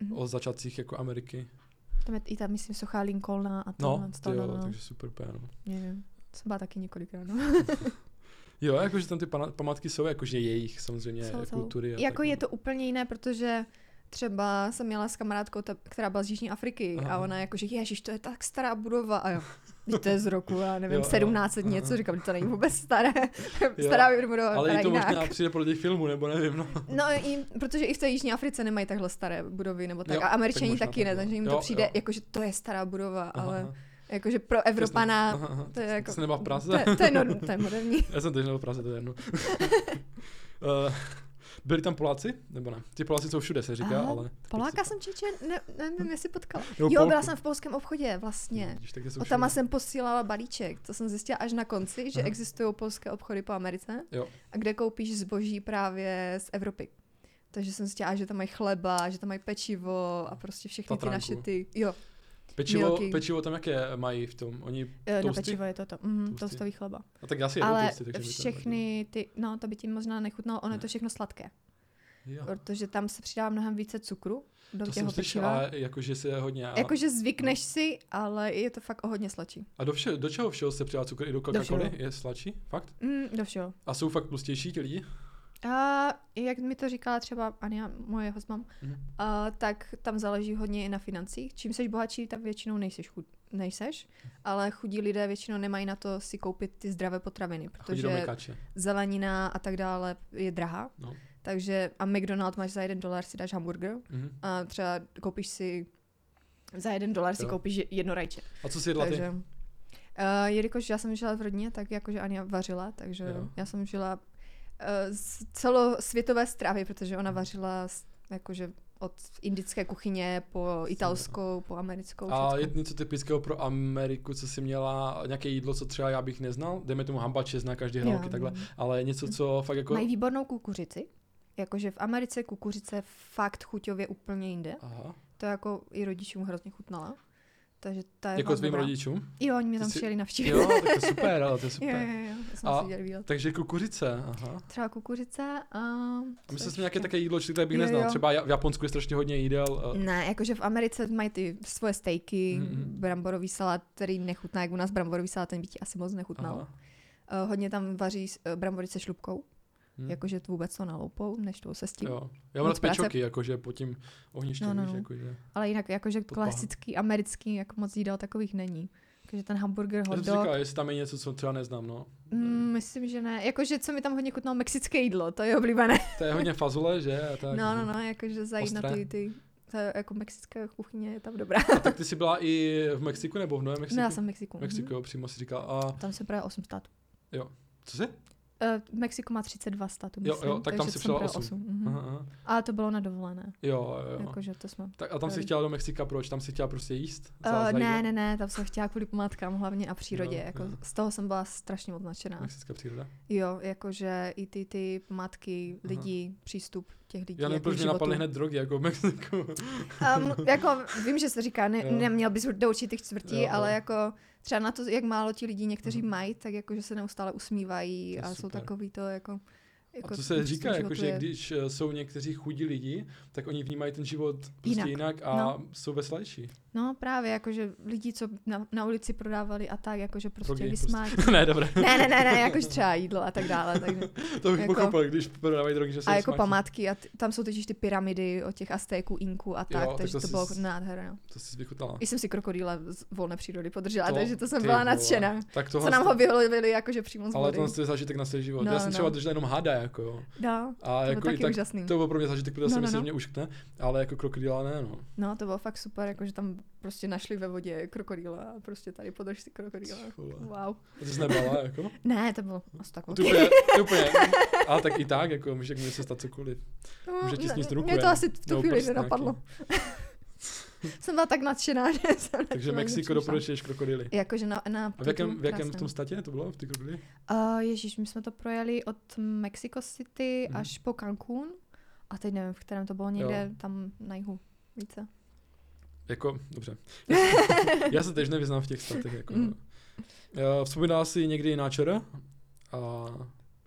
B: Mhm.
A: O začátcích jako Ameriky.
B: Tam je i tam, myslím, socha Lincolna a
A: No,
B: tohle,
A: ty
B: tohle,
A: jo,
B: no.
A: takže super, úplně, no.
B: Nevím, jsem byla taky několikrát, no.
A: Jo, jakože tam ty pana- památky jsou jakože jejich samozřejmě
B: Jsou, jsou.
A: kultury. A
B: Jako
A: tak,
B: je
A: no.
B: to úplně jiné, protože třeba jsem měla s kamarádkou, ta- která byla z Jižní Afriky
A: Aha.
B: a ona jakože, ježiš, to je tak stará budova a jo. "Vždyť to je z roku, já nevím,
A: Jo,
B: jo,
A: jo.
B: 1700
A: Aha.
B: něco, říkám, "Vždyť to není vůbec staré,
A: Jo.
B: stará budova,
A: no. Ale
B: vypadá
A: i to
B: eh, jinak.
A: možná přijde podle těch filmů, nebo nevím, no.
B: No, i, protože i v té Jižní Africe nemají takhle staré budovy nebo tak.
A: Jo,
B: a američani
A: tak možná
B: taky
A: tak,
B: ne,
A: no.
B: takže jim
A: Jo,
B: to přijde,
A: jo.
B: jakože to je stará budova,
A: Aha,
B: ale
A: aha.
B: jakože pro Evropana
A: Jasně, aha, aha,
B: to je jako...
A: se nebyla v Praze?
B: To, je- to, je, nor- to je moderní.
A: Já jsem teď nebyl v Praze, to je jedno. Eh, Byli tam Poláci? Nebo ne? Ty Poláci jsou všude, se říká,
B: Aha,
A: ale...
B: Poláka jsem čiče, ne, nevím, jestli potkala.
A: Nebo
B: Jo, byla
A: Polku. Hmm,
B: jsem v polském obchodě, vlastně.
A: Vidíš, tak ty jsou
B: O tam
A: všude.
B: jsem posílala balíček, to jsem zjistila až na konci, že
A: Aha.
B: existují polské obchody po Americe,
A: Jo.
B: a kde koupíš zboží právě z Evropy. Takže jsem zjistila, že tam mají chleba, že tam mají pečivo a prostě všechny
A: Tatranku.
B: ty naše ty... Jo,
A: Pečivo,
B: Milky.
A: pečivo tam jaké mají v tom? Oni...
B: eh, na
A: Toasty?
B: pečivo je toto. Mm,
A: Toasty.
B: toastový chleba.
A: A No tak já si jedu
B: Ale
A: toasty, takže mi to
B: všechny ty... No, to by ti možná nechutnalo, ono je
A: Ne.
B: to všechno sladké.
A: nevadí. Jo.
B: Protože tam se přidá mnohem více cukru do
A: To
B: těho
A: jsem slyšel,
B: pečiva.
A: ale No. jakože se hodně... a-
B: Jakože zvykneš si, ale je to fakt o hodně sladší.
A: A do, vše, do čeho všeho se přidá cukr? I do coca coly Je sladší? Fakt?
B: Mm, do všeho.
A: A jsou fakt tlustější ti lidi?
B: A jak mi to říkala třeba Ania, moje hostmam,
A: Mhm.
B: a, tak tam záleží hodně i na financích. Čím seš bohatší, tak většinou nejseš chud, nejseš, ale chudí lidé většinou nemají na to si koupit ty zdravé potraviny,
A: A chodí do
B: protože
A: mekače.
B: zelenina a tak dále je drahá.
A: No.
B: Takže a McDonald's máš za jeden dolar si dáš hamburger
A: Mhm.
B: a třeba koupíš si za jeden dolar si
A: Jo.
B: koupíš je- jedno rajče.
A: A co si jedla ty?
B: Takže, uh, jelikož já jsem žila v rodině, tak jakože Ania vařila, takže
A: Jo.
B: jo. já jsem žila uh, z celosvětové stravy, protože
A: Mhm.
B: ona vařila z, jakože od indické kuchyně po italskou, po americkou.
A: A je
B: všecko.
A: něco typického pro Ameriku, co si měla, nějaké jídlo, co třeba já bych neznal? Dejme tomu hambače, zná každý
B: Jo.
A: hranolky, takhle. Ale něco, co fakt jako...
B: Mají výbornou kukuřici. Jakože v Americe kukuřice fakt chuťově úplně jinde.
A: Aha.
B: To jako i rodičům hrozně chutnala. Takže ta je
A: Jako
B: fakt
A: tvým
B: dobrá.
A: rodičům?
B: Jo, oni mě
A: Ty
B: tam
A: jsi-
B: přijeli navštívit.
A: Jo, tak to je super, ale to je super.
B: jo, jo, jo, jo. Já jsem
A: A-
B: si viděl výlet.
A: Takže kukuřice, aha.
B: Třeba kukuřice a...
A: A
B: co
A: myslím si
B: ještě?
A: nějaké také jídlo, které bych
B: Jo,
A: neznal.
B: jo. Mm,
A: Třeba ja- v Japonsku je strašně hodně jídel. eh,
B: Ne, jakože v Americe mají ty svoje stejky,
A: Mhm.
B: mm bramborový salát, který nechutná, jak u nás bramborový salát, ten by ti asi moc nechutnal.
A: aha.
B: Uh, hodně tam vaří uh, brambory se šlupkou,
A: Hm.
B: jakože to vůbec to naloupou, než to se s tím.
A: Jo. Já mám rád
B: Moc práce.
A: pečoky, jakože po tím ohništěm,
B: No, no,
A: víš,
B: no.
A: jakože.
B: Ale jinak, jakože
A: Pod pahou.
B: klasický americký, jako moc jídel takových není. Takže ten hamburger,
A: Já
B: hot
A: jsem si říkal,
B: dog,
A: jestli tam je něco, co třeba neznám, no.
B: mm, myslím, že ne. Jakože co mi tam hodně chutnalo, mexické jídlo, to je oblíbené.
A: To je hodně fazole, že? A tak,
B: No, no, no, jakože zajít na
A: Ostré.
B: ty, ty ta jako mexická kuchyně je tam dobrá.
A: A tak ty jsi byla i v Mexiku nebo v Novém Mexiku?
B: No, já jsem v Mexiku.
A: Mexiku, jo, přímo si říkal. A
B: Mhm. Tam se právě 8 států.
A: co jsi?
B: Uh, Mexiko má 32 států,
A: Jo,
B: myslím,
A: jo, tak tam si
B: takže jsem
A: přijela
B: brala
A: osm.
B: osm, mhm.
A: Aha, aha.
B: A to bylo na dovolené,
A: Jo, jo, jo.
B: jakože to jsme...
A: Tak a tam jsi
B: Dobrý.
A: chtěla do Mexika, proč? Tam jsi chtěla prostě jíst? Za- za
B: Uh, ne,
A: jídlo?
B: ne, ne, tam jsem chtěla kvůli památkám hlavně a přírodě,
A: Jo,
B: jako
A: jo.
B: z toho jsem byla strašně odnačená.
A: Mexická příroda.
B: Jo, jakože i ty, ty památky
A: Aha.
B: lidí, přístup těch lidí
A: Já nevím,
B: jako k
A: proč mě
B: životu.
A: napadly hned drogy, jako v Mexiku.
B: Um, jako vím, že se říká, ne,
A: No. Jo.
B: neměl bys do určitých čtvrtí,
A: Jo, jo.
B: ale jako třeba na to, jak málo ti lidi někteří
A: Mhm.
B: mají, tak jako, že se neustále usmívají
A: To je
B: a jsou
A: super.
B: takový to jako...
A: A co
B: ten
A: se
B: přístup
A: říká,
B: k
A: jako,
B: životu
A: že
B: je-
A: když eh, jsou někteří chudí lidi, tak oni vnímají ten život prostě jinak,
B: Jinak.
A: a jsou veselější.
B: No právě, jakože lidi, co na, na ulici prodávali a tak, jakože prostě
A: Drogy,
B: Drogy,
A: prostě.
B: vysmát.
A: ne, dobré,
B: Ne, ne, ne, ne, jakož třeba jídlo a tak dále. Takže.
A: to bych
B: Jako-
A: pochopil, když prodávají drogy, že jsou
B: A jako
A: smáčí.
B: památky, a t- tam jsou totiž ty pyramidy od těch Aztéků, Inků a tak,
A: tak
B: takže
A: to
B: to,
A: jsi
B: bylo
A: s-
B: nádherné.
A: To jsi vychutnala.
B: I jsem si krokodýla z volné přírody podržela,
A: To-
B: takže to jsem
A: ty
B: byla
A: vole.
B: nadšená.
A: Tak
B: Co
A: tohle,
B: nám ho vylovili jakože přímo z
A: ale
B: vody.
A: tohle je zážitek na celý život.
B: No,
A: Já jsem
B: no.
A: třeba držel jenom hada, jako jo.
B: No,
A: A jako
B: to jako
A: i
B: bylo taky
A: tak,
B: úžasný.
A: to byl pro mě zážitek, protože
B: No,
A: si
B: no,
A: myslím,
B: no.
A: mě uškne, ale jako krokodýla ne, no.
B: No, to bylo fakt super, jakože tam prostě našli ve vodě krokodýla a prostě tady podrž si krokodýla.
A: Ty vole.
B: Wow.
A: A Ty jsi nebala, jako?
B: Ne, to bylo asi tak.
A: Ty úplně, ty úplně. Ale tak i tak, jako může, může se stát cokoliv.
B: No,
A: Může ti
B: ne-
A: sníst ruku.
B: Mě to
A: jenom,
B: asi v tu
A: nebo
B: chvíli
A: prst nějaký.
B: nenapadlo. jsem byla tak nadšená, že jsem
A: Takže
B: no.
A: Mexiko doporučuješ krokodily.
B: Jakože na, na
A: A v jakém, v jakém v tom statě to bylo, v ty krokodily?
B: Uh, ježíš, my jsme to projeli od Mexico City
A: Mhm.
B: mm. až po Cancún. A teď nevím, v kterém to bylo někde
A: Jo.
B: jo. tam na jihu. Více.
A: Jako, dobře. Já se teď nevyznám v těch statech. Jako.
B: Mm.
A: Eh, Vzpomínala jsi někdy na ČR? A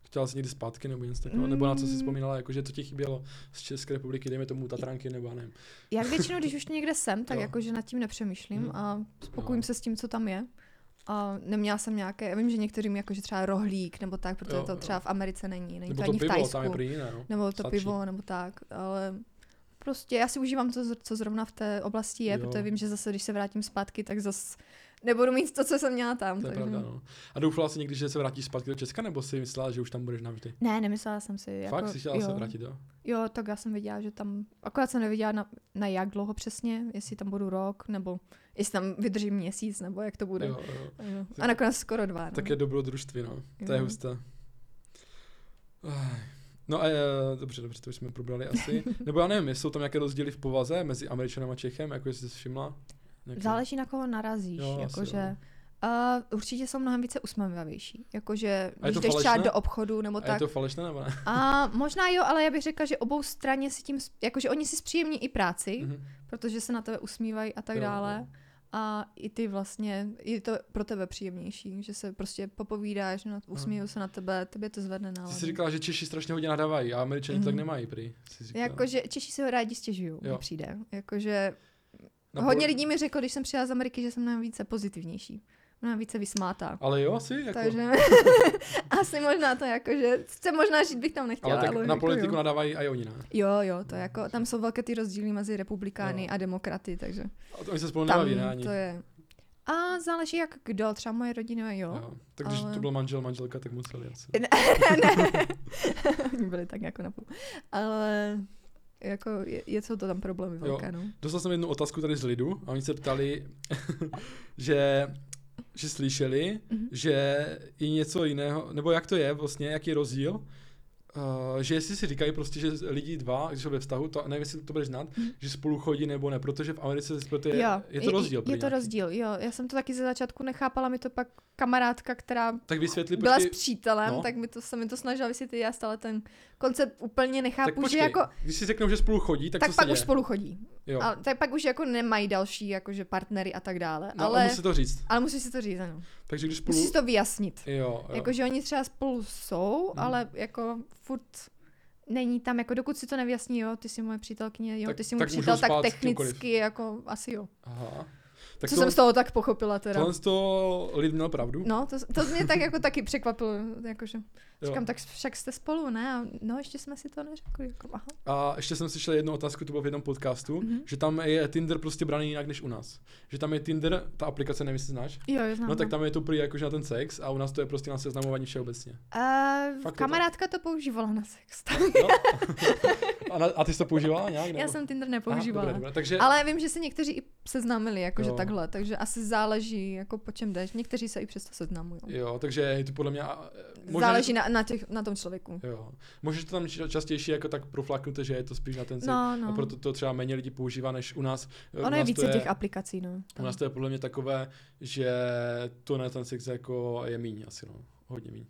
A: chtěla jsi někdy zpátky nebo něco takového? Nebo na co jsi
B: Mm.
A: vzpomínala, jako, že to ti chybělo z České republiky, dejme tomu Tatranky nebo já nevím.
B: Jak většinou, když už někde jsem, tak
A: Jo.
B: jakože nad tím nepřemýšlím
A: Mhm.
B: a spokojím
A: Jo.
B: se s tím, co tam je. A neměla jsem nějaké, já vím, že některým jakože třeba rohlík nebo tak, protože
A: Jo,
B: to
A: jo.
B: třeba v Americe není, není
A: Nebo
B: to
A: to
B: ani v
A: pivo,
B: Tajsku.
A: tam je prý jiné. No.
B: nebo to
A: Sladší.
B: Stačí. pivo, nebo tak, ale prostě já si užívám to, co zrovna v té oblasti je,
A: Jo.
B: jo. protože vím, že zase, když se vrátím zpátky, tak zase nebudu mít to, co jsem měla tam.
A: To je
B: takže...
A: pravda, no. A doufala jsi někdy, že se vrátíš zpátky do Česka, nebo si myslela, že už tam budeš navždy?
B: Ne, nemyslela jsem si. Jako,
A: Fakt jsi chtěla
B: jo.
A: se vrátit, jo?
B: Jo, tak já jsem věděla, že tam, akorát jsem nevěděla na, na jak dlouho přesně, jestli tam budu rok, nebo jestli tam vydržím měsíc, nebo jak to bude.
A: jo, jo.
B: Jo.
A: Tak-
B: A nakonec skoro dva. No.
A: Tak je dobrodružství, no. To je
B: Jo.
A: husté. Ach. No a eh, dobře, dobře, to už jsme probrali asi. Nebo já nevím, jestli jsou tam nějaké rozdíly v povaze mezi Američanem a Čechem, jako jestli jsi všimla? Nějaké-
B: Záleží na koho narazíš,
A: Jo, asi
B: jakože... Uh, určitě jsou mnohem více usměvavější. Jakože,
A: to
B: když jdeš třeba
A: falešné?
B: do obchodu nebo
A: A je
B: tak.
A: to falešné nebo ne?
B: A možná jo, ale já bych řekla, že obou straně si tím, sp- jakože oni si zpříjemní i práci, mm-hmm.
A: Mhm.
B: protože se na tebe usmívají a tak
A: Jo,
B: jo,
A: jo.
B: dále. A i ty vlastně, je to pro tebe příjemnější, že se prostě popovídáš, no, usmíjí se na tebe, tebe to zvedne
A: Mhm. Ty jsi
B: náladu.
A: říkala, že Češi strašně hodně nadávají a Američani to tak
B: Mhm. Jako,
A: nemají, prý. Jsi říkala.
B: Jakože Češi se ho rádi stěžují,
A: Jo. No,
B: mi přijde. Jakože
A: Na
B: hodně
A: pol-
B: lidí mi řeklo, když jsem přijela z Ameriky, že jsem mnohem více pozitivnější, mnohem více vysmátá.
A: Ale jo, si jako...
B: Takže asi možná to jakože, se možná žít bych tam nechtěla.
A: Ale tak na
B: jako
A: politiku
B: jo.
A: nadávají a oni ne.
B: Jo, jo, to je jako, tam jsou velké ty rozdíly mezi republikány
A: Jo.
B: jo. a demokraty, takže
A: A to oni se spolu
B: tam
A: nebaví, ne ani.
B: to je. A záleží jak kdo, třeba moje rodina, jo.
A: Jo. Tak když
B: ale-
A: to byl manžel, manželka, tak museli asi.
B: ne, oni byli tak jako napůl. Ale jako je, je jsou to tam problémy
A: Jo.
B: velké, no.
A: Dostal jsem jednu otázku tady z lidu a oni se ptali, že, že slyšeli,
B: Mhm.
A: že je něco jiného, nebo jak to je vlastně, jaký je rozdíl, uh, že jestli si říkají prostě, že lidi dva, když jsou ve vztahu, to, nevím, jestli to budeš znát,
B: Mhm.
A: že spolu chodí nebo ne, protože v Americe se to je,
B: jo.
A: je to rozdíl.
B: Je,
A: prý
B: je to
A: nějaký.
B: rozdíl, jo. Já jsem to taky ze začátku nechápala, mi to pak kamarádka, která
A: Tak vysvětli,
B: byla
A: počkej,
B: s přítelem,
A: no.
B: tak mi to, se mi to snažila vysvětlit, já stále ten koncept úplně
A: tak
B: nechápu,
A: počkej,
B: že jako,
A: když si řeknou, že spolu chodí, tak,
B: tak,
A: co
B: pak
A: se
B: už
A: děje?
B: spolu chodí.
A: Jo.
B: A, tak pak už jako nemají další jakože partnery a tak dále.
A: No, ale...
B: ale...
A: musí to říct.
B: Ale musíš si to říct, ano.
A: Takže když spolu...
B: Musíš si to jako- vyjasnit.
A: Jo, jo.
B: Jakože oni třeba spolu jsou,
A: Mhm.
B: hmm. ale jako furt není tam, jako dokud si to nevyjasní, jo, ty jsi moje přítelkyně, jo,
A: Tak-
B: ty jsi můj
A: tak můžou
B: přítel,
A: spát
B: tak
A: s kýmkoliv.
B: technicky, jako asi jo.
A: Aha. Tak
B: Co
A: to,
B: jsem z toho tak pochopila teda.
A: tohle to lid měl pravdu.
B: No, to, to mě tak jako taky překvapilo, jakože
A: Jo.
B: říkám, tak však jste spolu, ne? A no, ještě jsme si to neřekli, jako aha.
A: A ještě jsem slyšel jednu otázku, to bylo v jednom podcastu,
B: Mhm.
A: mm-hmm. že tam je Tinder prostě braný jinak než u nás. Že tam je Tinder, ta aplikace, nevím, jestli znáš.
B: Jo, jo, znám.
A: No tak tam je to prý jakože na ten sex a u nás to je prostě na seznamování všeobecně.
B: Uh,
A: Fakt je to-
B: kamarádka to používala na sex.
A: No. a, na, a ty jsi to používala nějak? Nebo?
B: Já jsem Tinder
A: Aha,
B: nepoužívala.
A: dobré, dobré. Takže
B: Ale vím, že se někteří i seznámili, jakože
A: Jo.
B: takhle, takže asi záleží, jako po čem jdeš. Někteří se i přesto seznámují.
A: Jo, takže je to podle mě... a- e, možná,
B: Záleží na, na, těch, na tom člověku.
A: Že, jo. Možná že to tam ča- častější jako tak proflaknuté, že je to spíš na ten sex.
B: No,
A: A
B: no.
A: proto to třeba méně lidí používá než u nás. u
B: Ono je
A: nás to
B: více těch aplikací, no.
A: U
B: Tam.
A: nás to je podle mě takové, že to na ten sex jako je míň asi, no. Hodně míň.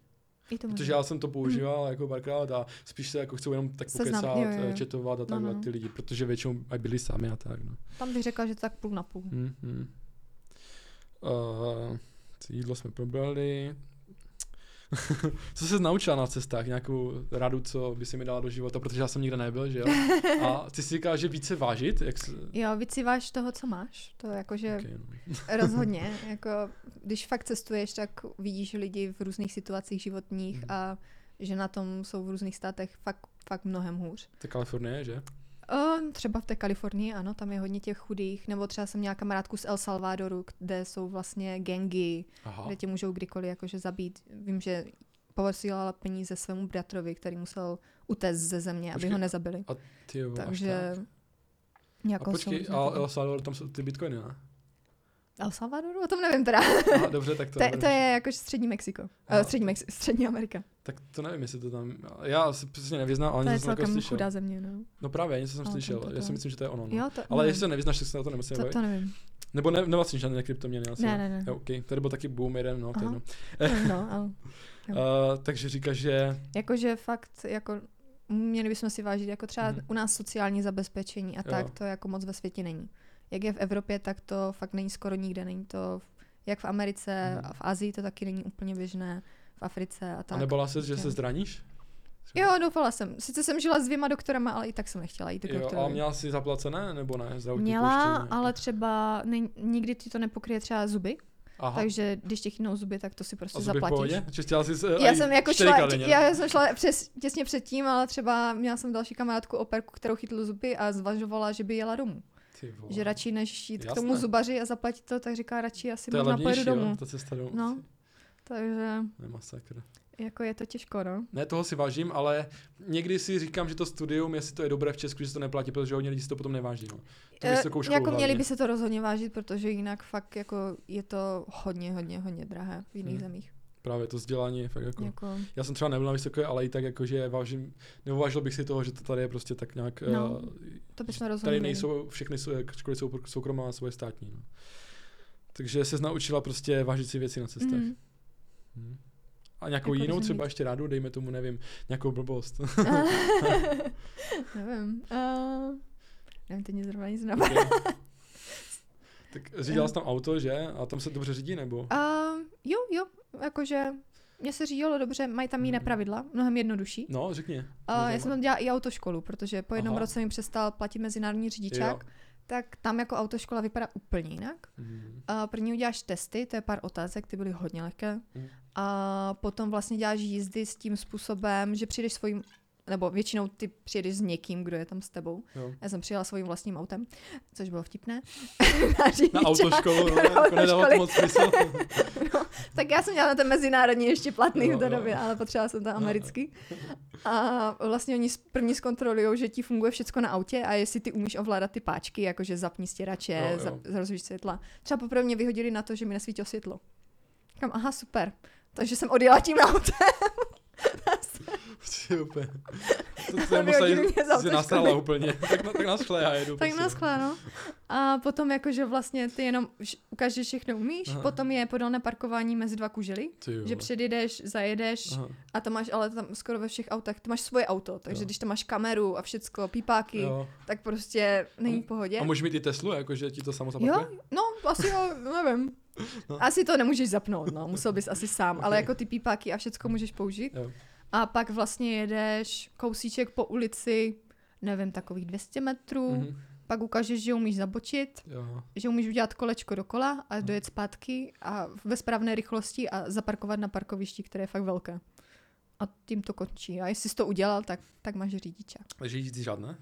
B: I to
A: Protože
B: možná.
A: já jsem to používal jako párkrát a spíš se jako chcou jenom tak
B: Seznam,
A: pokecat,
B: jo, jo, jo.
A: eh, chatovat a takhle
B: no.
A: ty lidi, protože většinou aj byli sami a tak, no.
B: Tam bych řekla, že to tak půl na půl.
A: Mm, mm. Uh, jídlo jsme probrali. co se naučila na cestách? Nějakou radu, co by si mi dala do života, protože já jsem nikde nebyl, že jo? A ty si říkáš, že více vážit? Jak se...
B: Jo, vycíváš toho, co máš. To jakože
A: okay, no.
B: Rozhodně. Jako, když fakt cestuješ, tak vidíš lidi v různých situacích životních
A: Mhm.
B: a že na tom jsou v různých státech fakt, fakt mnohem hůř.
A: To je Kalifornie, že?
B: O, Ehm, třeba v té Kalifornii, ano, tam je hodně těch chudých. Nebo třeba jsem měla kamarádku z El Salvadoru, kde jsou vlastně gengy,
A: Aha.
B: kde tě můžou kdykoliv jakože zabít. Vím, že posílala peníze svému bratrovi, který musel utéct ze země, aby
A: Počkej,
B: ho nezabili.
A: Ty jo, až
B: Takže
A: tak. A
B: nějakou
A: počkej,
B: jsou
A: a
B: různé
A: El Salvador, tam jsou ty bitcoiny, ne?
B: ty- El Salvadoru? O tom nevím teda.
A: Aha, dobře, tak to,
B: To,
A: nevím.
B: to je jakož střední Mexiko.
A: Aha.
B: Uh, střední, Mexi- střední Amerika.
A: Tak to nevím, jestli to tam... Já se přesně nevyznám, ale
B: To
A: něco
B: je
A: jsem jako
B: celkem
A: slyšel.
B: chudá země, no.
A: No právě, něco jsem
B: Ale tam
A: slyšel.
B: to
A: Já si
B: tam-
A: myslím, že to je ono. No.
B: Jo, to,
A: Ale
B: nevím.
A: jestli se nevyznáš, tak se na to nemusíme
B: to,
A: bavit.
B: to nevím.
A: Nebo ne, nevlastníš žádné kryptoměny asi.
B: Ne, ne, ne.
A: Jo, OK. Tady byl taky boom jeden, no, to je
B: Aha.
A: jedno.
B: No, ale
A: Uh, takže říká, že...
B: jakože fakt, jako měli bychom si vážit, jako třeba
A: Mhm.
B: u nás sociální zabezpečení a tak,
A: Jo.
B: to jako moc ve světě není. Jak je v Evropě, tak to fakt není skoro nikde, není to v, jak v Americe,
A: Mhm.
B: a v Azii to taky není úplně běžné, v Africe a
A: A
B: tak.
A: nebala se, že
B: Určitě.
A: se zraníš?
B: Jo, doufala jsem. Sice jsem žila s dvěma doktorama, ale i tak jsem nechtěla jít k
A: jo,
B: doktorovi.
A: a měla jsi zaplacené, nebo ne? Zdravotní
B: Měla,
A: pojištění?
B: ale třeba ne, nikdy ti to nepokryje třeba zuby,
A: Aha.
B: takže když ti chytnou zuby, tak to si prostě
A: a zuby v
B: zaplatíš.
A: pohodě? Čistila jsi se,
B: Já jsem jako šla, já,
A: Já...
B: já jsem šla přes, těsně předtím, ale třeba měla jsem další kamarádku operku, kterou chytl zuby a zvažovala, že by jela domů.
A: Ty vole.
B: Že radši než jít k tomu
A: Jasné.
B: zubaři a zaplatit to, tak říká radši asi
A: to je
B: možná pojedu
A: levnější,
B: domů.
A: jo, ta cesta domů.
B: No. Takže
A: To je masakr.
B: jako je to těžko, no.
A: Ne, toho si vážím, ale někdy si říkám, že to studium, jestli to je dobré v Česku, že se to neplatí, protože hodně lidí si to potom neváží. No. Tu
B: Eh,
A: vysokou školu
B: jako měli
A: hlavně.
B: by se to rozhodně vážit, protože jinak fakt jako je to hodně, hodně, hodně drahé v jiných
A: Hmm.
B: zemích.
A: Právě to vzdělání je fakt jako...
B: Jako,
A: Já jsem třeba nebyl na vysoké, ale i tak jakože vážím, nebo vážil bych si toho, že to tady je prostě tak nějak...
B: No,
A: eh,
B: to bychom
A: tady
B: rozhodně měli. Mhm.
A: nejsou, všechny jsou, školy jsou pro- soukromá a svoje státní. No. Takže se naučila prostě vážit si věci na cestách.
B: Mhm.
A: Mm. Mm. A nějakou
B: Jako
A: jako jinou
B: rozumět.
A: třeba ještě rádu, dejme tomu, nevím, nějakou blbost.
B: Nevím. Uh, nevím, teď mě zrovna nic napadá.
A: tak
B: Eh.
A: řídila jsi tam auto, že? A tam se dobře řídí, nebo?
B: Uh, jo, jo, jakože mě se řídilo dobře, mají tam jiné
A: Mhm.
B: pravidla, mnohem jednodušší.
A: No, řekni.
B: Uh,
A: Mě
B: já jsem
A: zajímá.
B: tam dělala i autoškolu, protože po jednom
A: Aha.
B: roce mi přestal platit mezinárodní řidičák, tak tam jako autoškola vypadá úplně jinak.
A: Mhm.
B: Uh, první uděláš testy, to je pár otázek, ty byly hodně lehké.
A: Mhm.
B: A potom vlastně děláš jízdy s tím způsobem, že přijdeš svým, nebo většinou ty přijedeš s někým, kdo je tam s tebou.
A: Jo.
B: Já jsem přijela svým vlastním autem, což bylo vtipné.
A: Na
B: řidičák.
A: autoškolu, no, jako nedalo to
B: autoškoly.
A: moc smysl.
B: Tak já jsem měla na ten mezinárodní ještě platný
A: Jo, No,
B: v té
A: jo.
B: době, ale potřebovala jsem ten americký. A vlastně oni s- první zkontrolují, že ti funguje všechno na autě a jestli ty umíš ovládat ty páčky, jakože zapni stěrače,
A: Jo, jo.
B: zap- rozvíš světla. Třeba poprvé mě vyhodili na to, že mi nesvítilo světlo. Říkám, aha, super. Takže jsem odjela tím autem.
A: Ty úplně. To
B: Ale
A: jsem musela
B: vyhodili
A: jít,
B: mě z
A: jsi
B: autoškoly.
A: nasrala úplně. Tak, na, tak nás šle, já jedu.
B: Tak
A: prostě, no.
B: nás no. A potom jakože vlastně ty jenom vš- ukážeš, že všechno umíš,
A: Aha.
B: potom je podal na parkování mezi dva kužely,
A: Ty jo.
B: že předjedeš, zajedeš,
A: Aha.
B: A to máš ale tam skoro ve všech autech, ty máš svoje auto, takže
A: Jo.
B: když tam máš kameru a všecko, pípáky, jo.
A: Jo.
B: tak prostě není v pohodě.
A: A můžeš mít i Teslu, jakože ti to samo zapakuje?
B: jo, no, asi jo, nevím.
A: No.
B: Asi to nemůžeš zapnout, no, musel bys asi sám, ale jako ty pípáky a všecko můžeš použít.
A: Jo.
B: A pak vlastně jedeš kousíček po ulici, nevím, takových 200 metrů,
A: Mhm.
B: pak ukážeš, že umíš zabočit,
A: Jo.
B: že umíš udělat kolečko dokola
A: Hmm.
B: a dojet zpátky a ve správné rychlosti a zaparkovat na parkovišti, které je fakt velké. A tím to končí. A jestli jsi to udělal, tak, tak máš řidiče.
A: Takže jízdí žádné?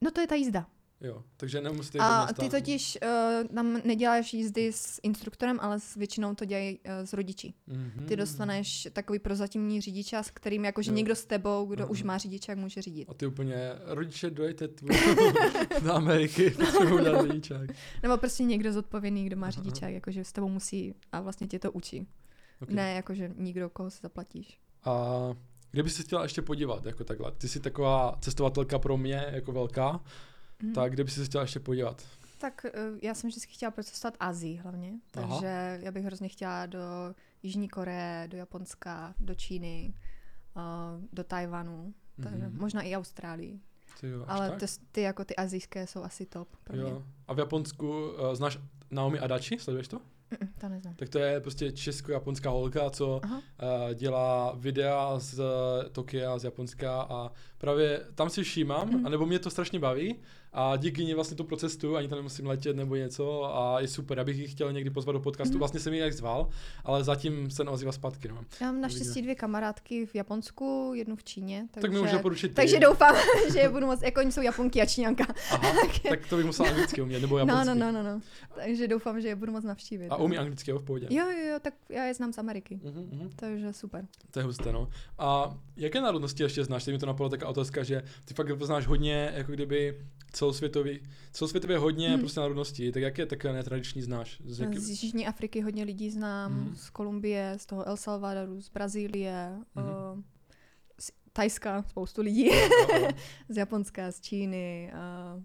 B: No to je ta jízda.
A: Jo, takže nemusíte jít do
B: A
A: města.
B: ty totiž
A: no.
B: uh, tam neděláš jízdy s instruktorem, ale s většinou to dělají uh, s rodiči.
A: Mhm.
B: Ty dostaneš takový prozatímní řidiča, s kterým jakože
A: Jo.
B: někdo s tebou, kdo už
A: Mhm.
B: má řidiče, jak může řídit.
A: A ty úplně, rodiče, dojďte tu do Ameriky, potřebuji udělat rodičák.
B: Nebo prostě někdo zodpovědný, kdo má
A: Aha.
B: řidiče, jakože s tebou musí a vlastně tě to učí.
A: Okay.
B: Ne, jakože nikdo, koho si zaplatíš.
A: A kde bys se chtěla ještě podívat, jako takhle? Ty jsi taková cestovatelka pro mě, jako velká,
B: Mhm.
A: tak kde bys se chtěla ještě podívat?
B: Tak eh, já jsem vždycky chtěla procestovat Azii hlavně,
A: Aha.
B: takže já bych hrozně chtěla do Jižní Koreje, do Japonska, do Číny, eh, do Tajvanu, takže
A: Mhm.
B: možná i Austrálii.
A: Ty jo, až
B: Ale
A: tak?
B: ty, ty jako ty azijské jsou asi top pro mě.
A: jo. A v Japonsku uh, znáš Naomi Adachi, sleduješ to?
B: Mm, to neznám.
A: Tak to je prostě česko-japonská holka, co
B: Aha.
A: eh, dělá videa z eh, Tokia, z Japonska a právě tam si všímám,
B: Mhm.
A: anebo mě to strašně baví a díky ní vlastně to procestu, ani tam nemusím letět nebo něco a je super, já bych ji chtěl někdy pozvat do podcastu,
B: Mhm.
A: vlastně jsem ji jak zval, ale zatím se neozývá zpátky, no.
B: Já mám naštěstí dvě kamarádky v Japonsku, jednu v Číně, takže,
A: Tak mi může doporučit ty.
B: takže doufám, že je budu moc, jako oni jsou Japonky a Číňanka.
A: Aha, tak to bych musel anglicky umět, nebo
B: No,
A: japonsky.
B: no, no, no, no. Takže doufám, že je budu moc navštívit.
A: A umí anglicky, jo, v pohodě.
B: Jo, jo, jo, tak já je znám z Ameriky.
A: Mhm, mhm.
B: Takže super.
A: To je husté, no. A jaké národnosti ještě znáš? Teď mi to napadla taková otázka, že ty fakt znáš hodně, jako kdyby celosvětový, celosvětově hodně
B: Hmm.
A: prostě národností, tak jaké také netradiční znáš? Z jaký...
B: Z Jižní Afriky hodně lidí znám,
A: Mhm.
B: z Kolumbie, z toho El Salvadoru, z Brazílie,
A: Mhm.
B: eh, z Tajska spoustu lidí.
A: Jo, jo.
B: z Japonska, z Číny, a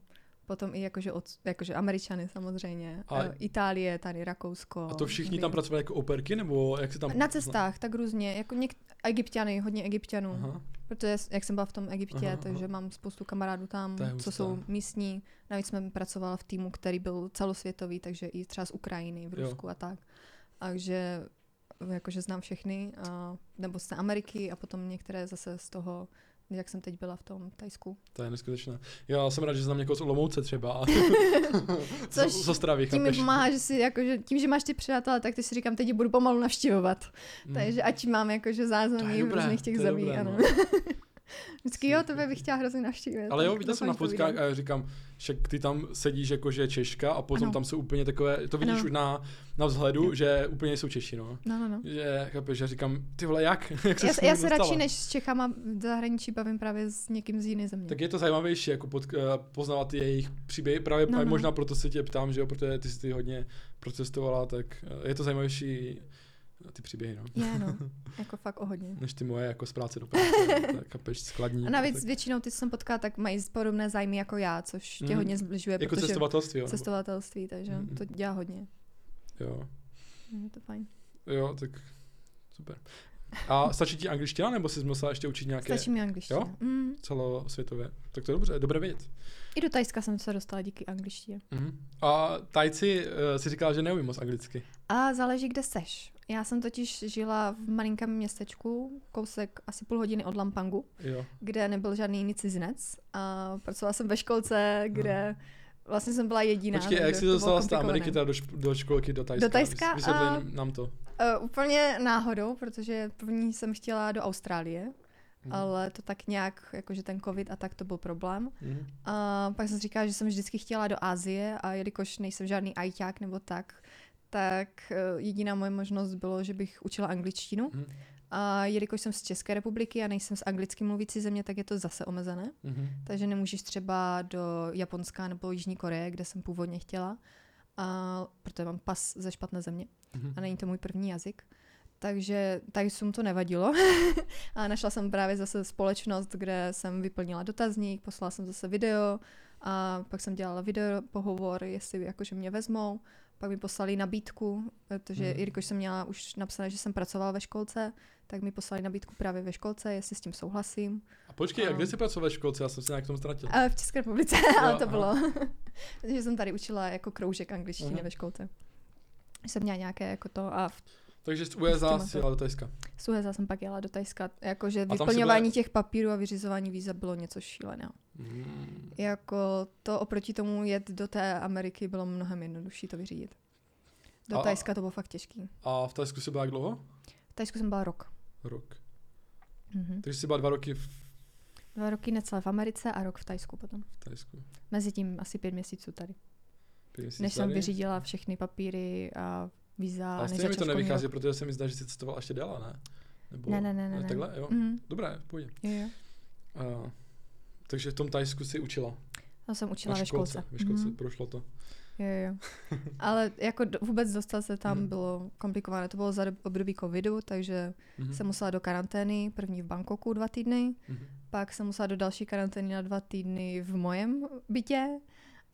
B: potom i jakože, od, jakože Američany samozřejmě,
A: A-
B: a Itálie, tady Rakousko.
A: A to všichni
B: nevím.
A: tam pracovali jako operky, nebo jak se tam...
B: Na cestách, tak různě, jako něk, egyptiany, hodně egyptianů, Aha.
A: Aha.
B: protože s- jak jsem byla v tom Egyptě,
A: Aha,
B: Aha.
A: aha.
B: takže mám spoustu kamarádů tam,
A: To je no.
B: co
A: hustá.
B: jsou místní, navíc jsem pracovala v týmu, který byl celosvětový, takže i třeba z Ukrajiny, v
A: Jo.
B: Rusku a tak, takže jakože znám všechny, a, nebo z Ameriky a potom některé zase z toho, jak jsem teď byla v tom Tajsku.
A: To je neskutečné. Já jsem rád, že znám někoho z Olomouce třeba.
B: Což
A: z Ostravy,
B: Tím mi
A: No, chápeš?
B: pomáhá, že si jako, že tím, že máš ty přátelé, tak ty si říkám, teď je budu pomalu navštěvovat.
A: Mm.
B: Takže ať mám jakože
A: To je
B: záznamy
A: dobré,
B: různých těch
A: to je
B: zemí.
A: dobré,
B: Ano.
A: no.
B: Vždycky jo, tebe bych chtěla hrozně navštívit.
A: Ale jo,
B: tak
A: viděl jsem na
B: doufám, že to
A: fotkách
B: vyjde.
A: a já říkám, však ty tam sedíš jako, že je Češka a potom
B: Ano.
A: tam jsou úplně takové, to vidíš
B: Ano.
A: už na, na vzhledu,
B: Jo.
A: že úplně jsou Češi, no.
B: No, no, no.
A: Že, chápeš, že říkám, ty vole, jak? jak
B: Já,
A: s
B: se-
A: ním
B: já se
A: dostala?
B: radši než s Čechama v zahraničí bavím právě s někým z jiné země.
A: Tak je to zajímavější, jako pod, eh, poznávat ty jejich příběhy, právě
B: No,
A: no,
B: no.
A: možná proto se tě ptám, že jo, protože ty jsi ty hodně procestovala, tak eh, je to zajímavější eh, ty příběhy, no.
B: Je, no. Jako fakt o hodně.
A: Než ty moje, jako z práce do práce, no, tak chápeš, skladní.
B: A navíc
A: tak,
B: většinou ty, co jsem potkala, tak mají podobné zájmy jako já, což tě
A: Mhm.
B: hodně zbližuje,
A: jako
B: protože
A: cestovatelství, jo. nebo-
B: cestovatelství, takže
A: Mhm.
B: to dělá hodně.
A: jo.
B: Je to fajn.
A: Jo, tak super. A stačí ti angličtina, nebo jsi musela ještě učit nějaké
B: Stačí mi angličtina. Mm.
A: celosvětové? Tak to je dobře, dobré vědět.
B: I do Tajska jsem se dostala díky angličtině.
A: Mhm. A Tajci eh, si říkala, že neumí moc anglicky.
B: A záleží, kde seš. Já jsem totiž žila v malinkém městečku, kousek asi půl hodiny od Lampangu,
A: Jo.
B: kde nebyl žádný jiný cizinec. A pracovala jsem ve školce, kde vlastně jsem byla jediná.
A: No. Počkej, a
B: takže
A: jak jsi
B: to bylo
A: dostala z té
B: komplikované.
A: Ameriky teda do, šp- do školky do Tajska?
B: Do Tajska
A: Vys- Vysvětli
B: a-
A: nám to.
B: Uh, úplně náhodou, protože první jsem chtěla do Austrálie,
A: Mhm.
B: ale to tak nějak, jakože ten covid a tak to byl problém.
A: Mhm.
B: A pak jsem si říkala, že jsem vždycky chtěla do Asie a jelikož nejsem žádný ajťák nebo tak, tak eh, jediná moje možnost bylo, že bych učila angličtinu.
A: Mhm.
B: A jelikož jsem z České republiky a nejsem z anglicky mluvící země, tak je to zase omezené.
A: Mhm.
B: Takže nemůžeš třeba do Japonska nebo Jižní Koreje, kde jsem původně chtěla, a, protože mám pas ze špatné země
A: Mhm.
B: a není to můj první jazyk. Takže tady jsem to nevadilo. a našla jsem právě zase společnost, kde jsem vyplnila dotazník, poslala jsem zase video a pak jsem dělala video pohovor, jestli jakože mě vezmou. Pak mi poslali nabídku, protože
A: Mhm.
B: mm. jelikož jsem měla už napsané, že jsem pracovala ve školce, tak mi poslali nabídku právě ve školce, jestli s tím souhlasím.
A: A počkej, a
B: A-
A: kde jsi pracoval ve školce? Já jsem se nějak v tom ztratil.
B: A v České republice, ale to
A: aha.
B: bylo. že jsem tady učila jako kroužek angličtiny
A: Mhm.
B: ve školce. Jsem měla nějaké jako to a v
A: Takže z USA
B: těma
A: si
B: to-
A: jela do Tajska.
B: Z USA jsem pak jela do Tajska. Jakože
A: tam si
B: vyplňování
A: byla-
B: těch papírů a vyřizování víza bylo něco šíleného.
A: Mm.
B: Jako to oproti tomu jet do té Ameriky bylo mnohem jednodušší to vyřídit. Do
A: A-
B: Tajska to bylo fakt těžký.
A: A v Tajsku jsi byla jak dlouho?
B: V Tajsku jsem byla rok.
A: Rok.
B: Mhm.
A: Takže jsi byla dva roky v
B: Dva roky necelé v Americe a rok v Tajsku potom.
A: Tajsku.
B: Mezitím asi pět měsíců tady.
A: Pět měsíců
B: Než jsem
A: tady.
B: vyřídila všechny papíry a víza. a
A: Ale
B: než
A: stejně mi to
B: začal školní
A: nevychází,
B: rok.
A: protože se mi zdá, že jsi cestovala ještě dál, ne? Nebo
B: Ne, ne, ne, ne. ne.
A: Takhle, jo.
B: Mhm.
A: Dobré, půjde.
B: Jo, jo.
A: Uh, takže v tom Tajsku si učila.
B: Tam jsem učila
A: na
B: ve školce.
A: Ve školce,
B: Mhm.
A: prošlo to.
B: Jo, jo. Ale jako do, vůbec dostat se tam
A: Mhm.
B: bylo komplikované. To bylo za dob- období covidu, takže
A: Mhm.
B: jsem musela do karantény, první v Bangkoku dva týdny,
A: Mhm.
B: pak jsem musela do další karantény na dva týdny v mojem bytě.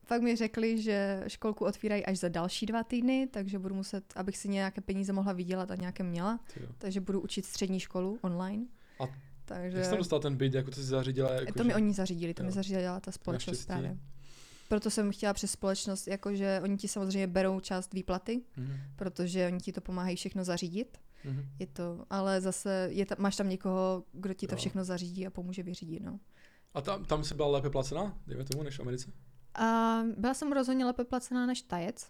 B: Pak mi řekli, že školku otvírají až za další dva týdny, takže budu muset, abych si nějaké peníze mohla vydělat a nějaké měla.
A: Ty jo.
B: Takže budu učit střední školu online.
A: A
B: takže...
A: Jak jsi tam dostala ten byt, jako to jsi zařídila? Jako
B: To
A: že-
B: mi oni zařídili, to
A: Jo.
B: mi zařídila ta společnost
A: Naštěstí.
B: právě. Proto jsem chtěla přes společnost, jakože oni ti samozřejmě berou část výplaty,
A: Mhm.
B: protože oni ti to pomáhají všechno zařídit.
A: Mhm.
B: Je to, ale zase je ta, máš tam někoho, kdo ti to
A: Jo.
B: všechno zařídí a pomůže vyřídit. No.
A: A tam, tam jsi byla lépe placená, dejme tomu, než v Americe?
B: A byla jsem rozhodně lépe placená než tajec.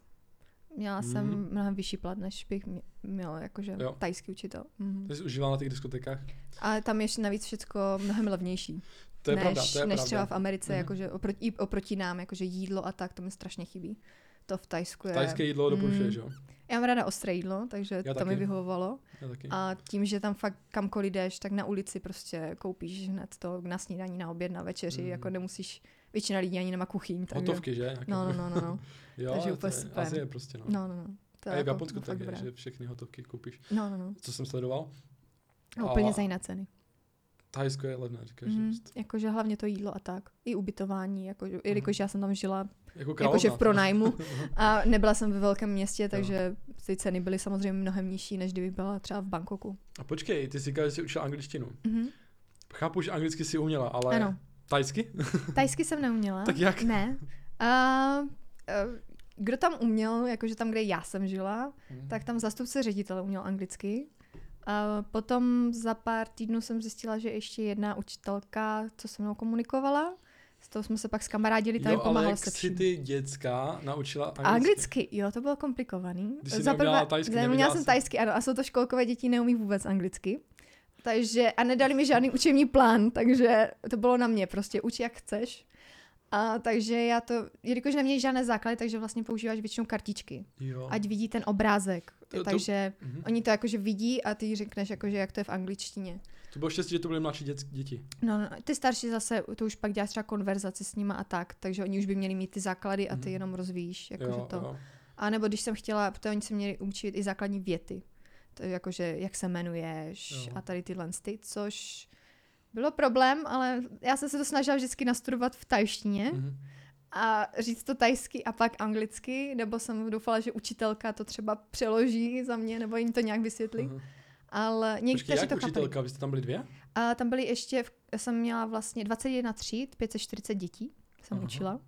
B: Měla
A: Mhm.
B: jsem mnohem vyšší plat, než bych mě- měla jakože
A: Jo.
B: tajský učitel. Mhm.
A: Ty jsi užívala na těch diskotékách?
B: Ale tam je navíc všecko mnohem levnější.
A: To je
B: než,
A: pravda, to je
B: než
A: pravda.
B: třeba v Americe,
A: Mhm.
B: jakože oproti, i oproti nám, jakože jídlo a tak, to mi strašně chybí. To v Tajsku je...
A: Tajské jídlo doporučuješ,
B: Mm.
A: jo?
B: Já mám ráda ostré jídlo, takže
A: Já
B: to mi
A: taky. Mhm.
B: vyhovovalo.
A: Já taky.
B: A tím, že tam fakt kamkoliv jdeš, tak na ulici prostě koupíš hned to na snídaní, na oběd, na večeři,
A: Mm.
B: jako nemusíš, většina lidí ani nemá kuchyň. Takže...
A: Hotovky, že? Nějaké.
B: No, no, no, no, no,
A: jo,
B: takže
A: ale
B: úplně
A: to je
B: super.
A: Azie prostě, no.
B: no, no, no. To
A: a i v
B: jako
A: Japonsku
B: fakt
A: tak je,
B: dobré.
A: že všechny hotovky koupíš.
B: No, no, no.
A: Co jsem sledoval,
B: A úplně
A: A-
B: za jiné ceny.
A: Thajsko je levné, říkáš.
B: Mhm.
A: Mm.
B: Jakože hlavně to jídlo a tak. I ubytování, jako,
A: Mhm.
B: jelikož já jsem tam žila
A: Jako
B: jakože v
A: královna.
B: pronájmu. A nebyla jsem ve velkém městě, takže ty ceny byly samozřejmě mnohem nižší, než kdyby byla třeba v Bangkoku.
A: A počkej, ty jsi říkala, že jsi učila angličtinu.
B: Mhm.
A: Chápu, že anglicky si uměla, ale
B: Ano.
A: tajsky?
B: Tajsky jsem neuměla.
A: Tak jak?
B: Ne. A, uh, kdo tam uměl, jakože tam, kde já jsem žila,
A: Mhm.
B: tak tam zastupce ředitele uměl anglicky. A potom za pár týdnů jsem zjistila, že ještě jedna učitelka, co se mnou komunikovala, s tou jsme se pak skamarádili, tam mi
A: jo, ale
B: pomáhala
A: jak
B: se
A: si
B: vším.
A: ty děcka naučila anglicky?
B: Anglicky, jo, to bylo komplikovaný.
A: Když jsi
B: Za
A: neuměla
B: prvé-
A: tajsky,
B: neuměla
A: nevěděla
B: jsem
A: jsi.
B: tajsky, ano, a jsou to školkové děti, neumí vůbec anglicky. Takže, a nedali mi žádný učební plán, takže to bylo na mě, prostě uč jak chceš. A takže já to, jelikož neměli žádné základy, takže vlastně používáš většinou kartičky,
A: Jo.
B: ať vidí ten obrázek.
A: To- to-
B: takže
A: Mhm.
B: oni to jakože vidí a ty řekneš, jakože jak to je v angličtině.
A: To bylo štěstí, že to byly mladší děc- děti.
B: No, no, ty starší zase, to už pak děláš třeba konverzaci s nima a tak, takže oni už by měli mít ty základy a ty
A: Mhm.
B: jenom rozvíjíš, jakože
A: jo,
B: to.
A: jo.
B: A nebo když jsem chtěla, protože oni se měli učit i základní věty. To je jakože, jak se jmenuješ
A: Jo.
B: a tady tyhle ty, což bylo problém, ale já jsem se to snažila vždycky nastudovat v tajštině
A: Mhm.
B: a říct to tajsky a pak anglicky, nebo jsem doufala, že učitelka to třeba přeloží za mě, nebo jim to nějak vysvětlí,
A: Aha.
B: ale
A: Mhm. Počkej,
B: někteří
A: jak
B: to chápali.
A: učitelka? Vy jste tam byli dvě?
B: A tam byly ještě, v- jsem měla vlastně 21 tříd, 540 dětí jsem
A: Aha.
B: učila.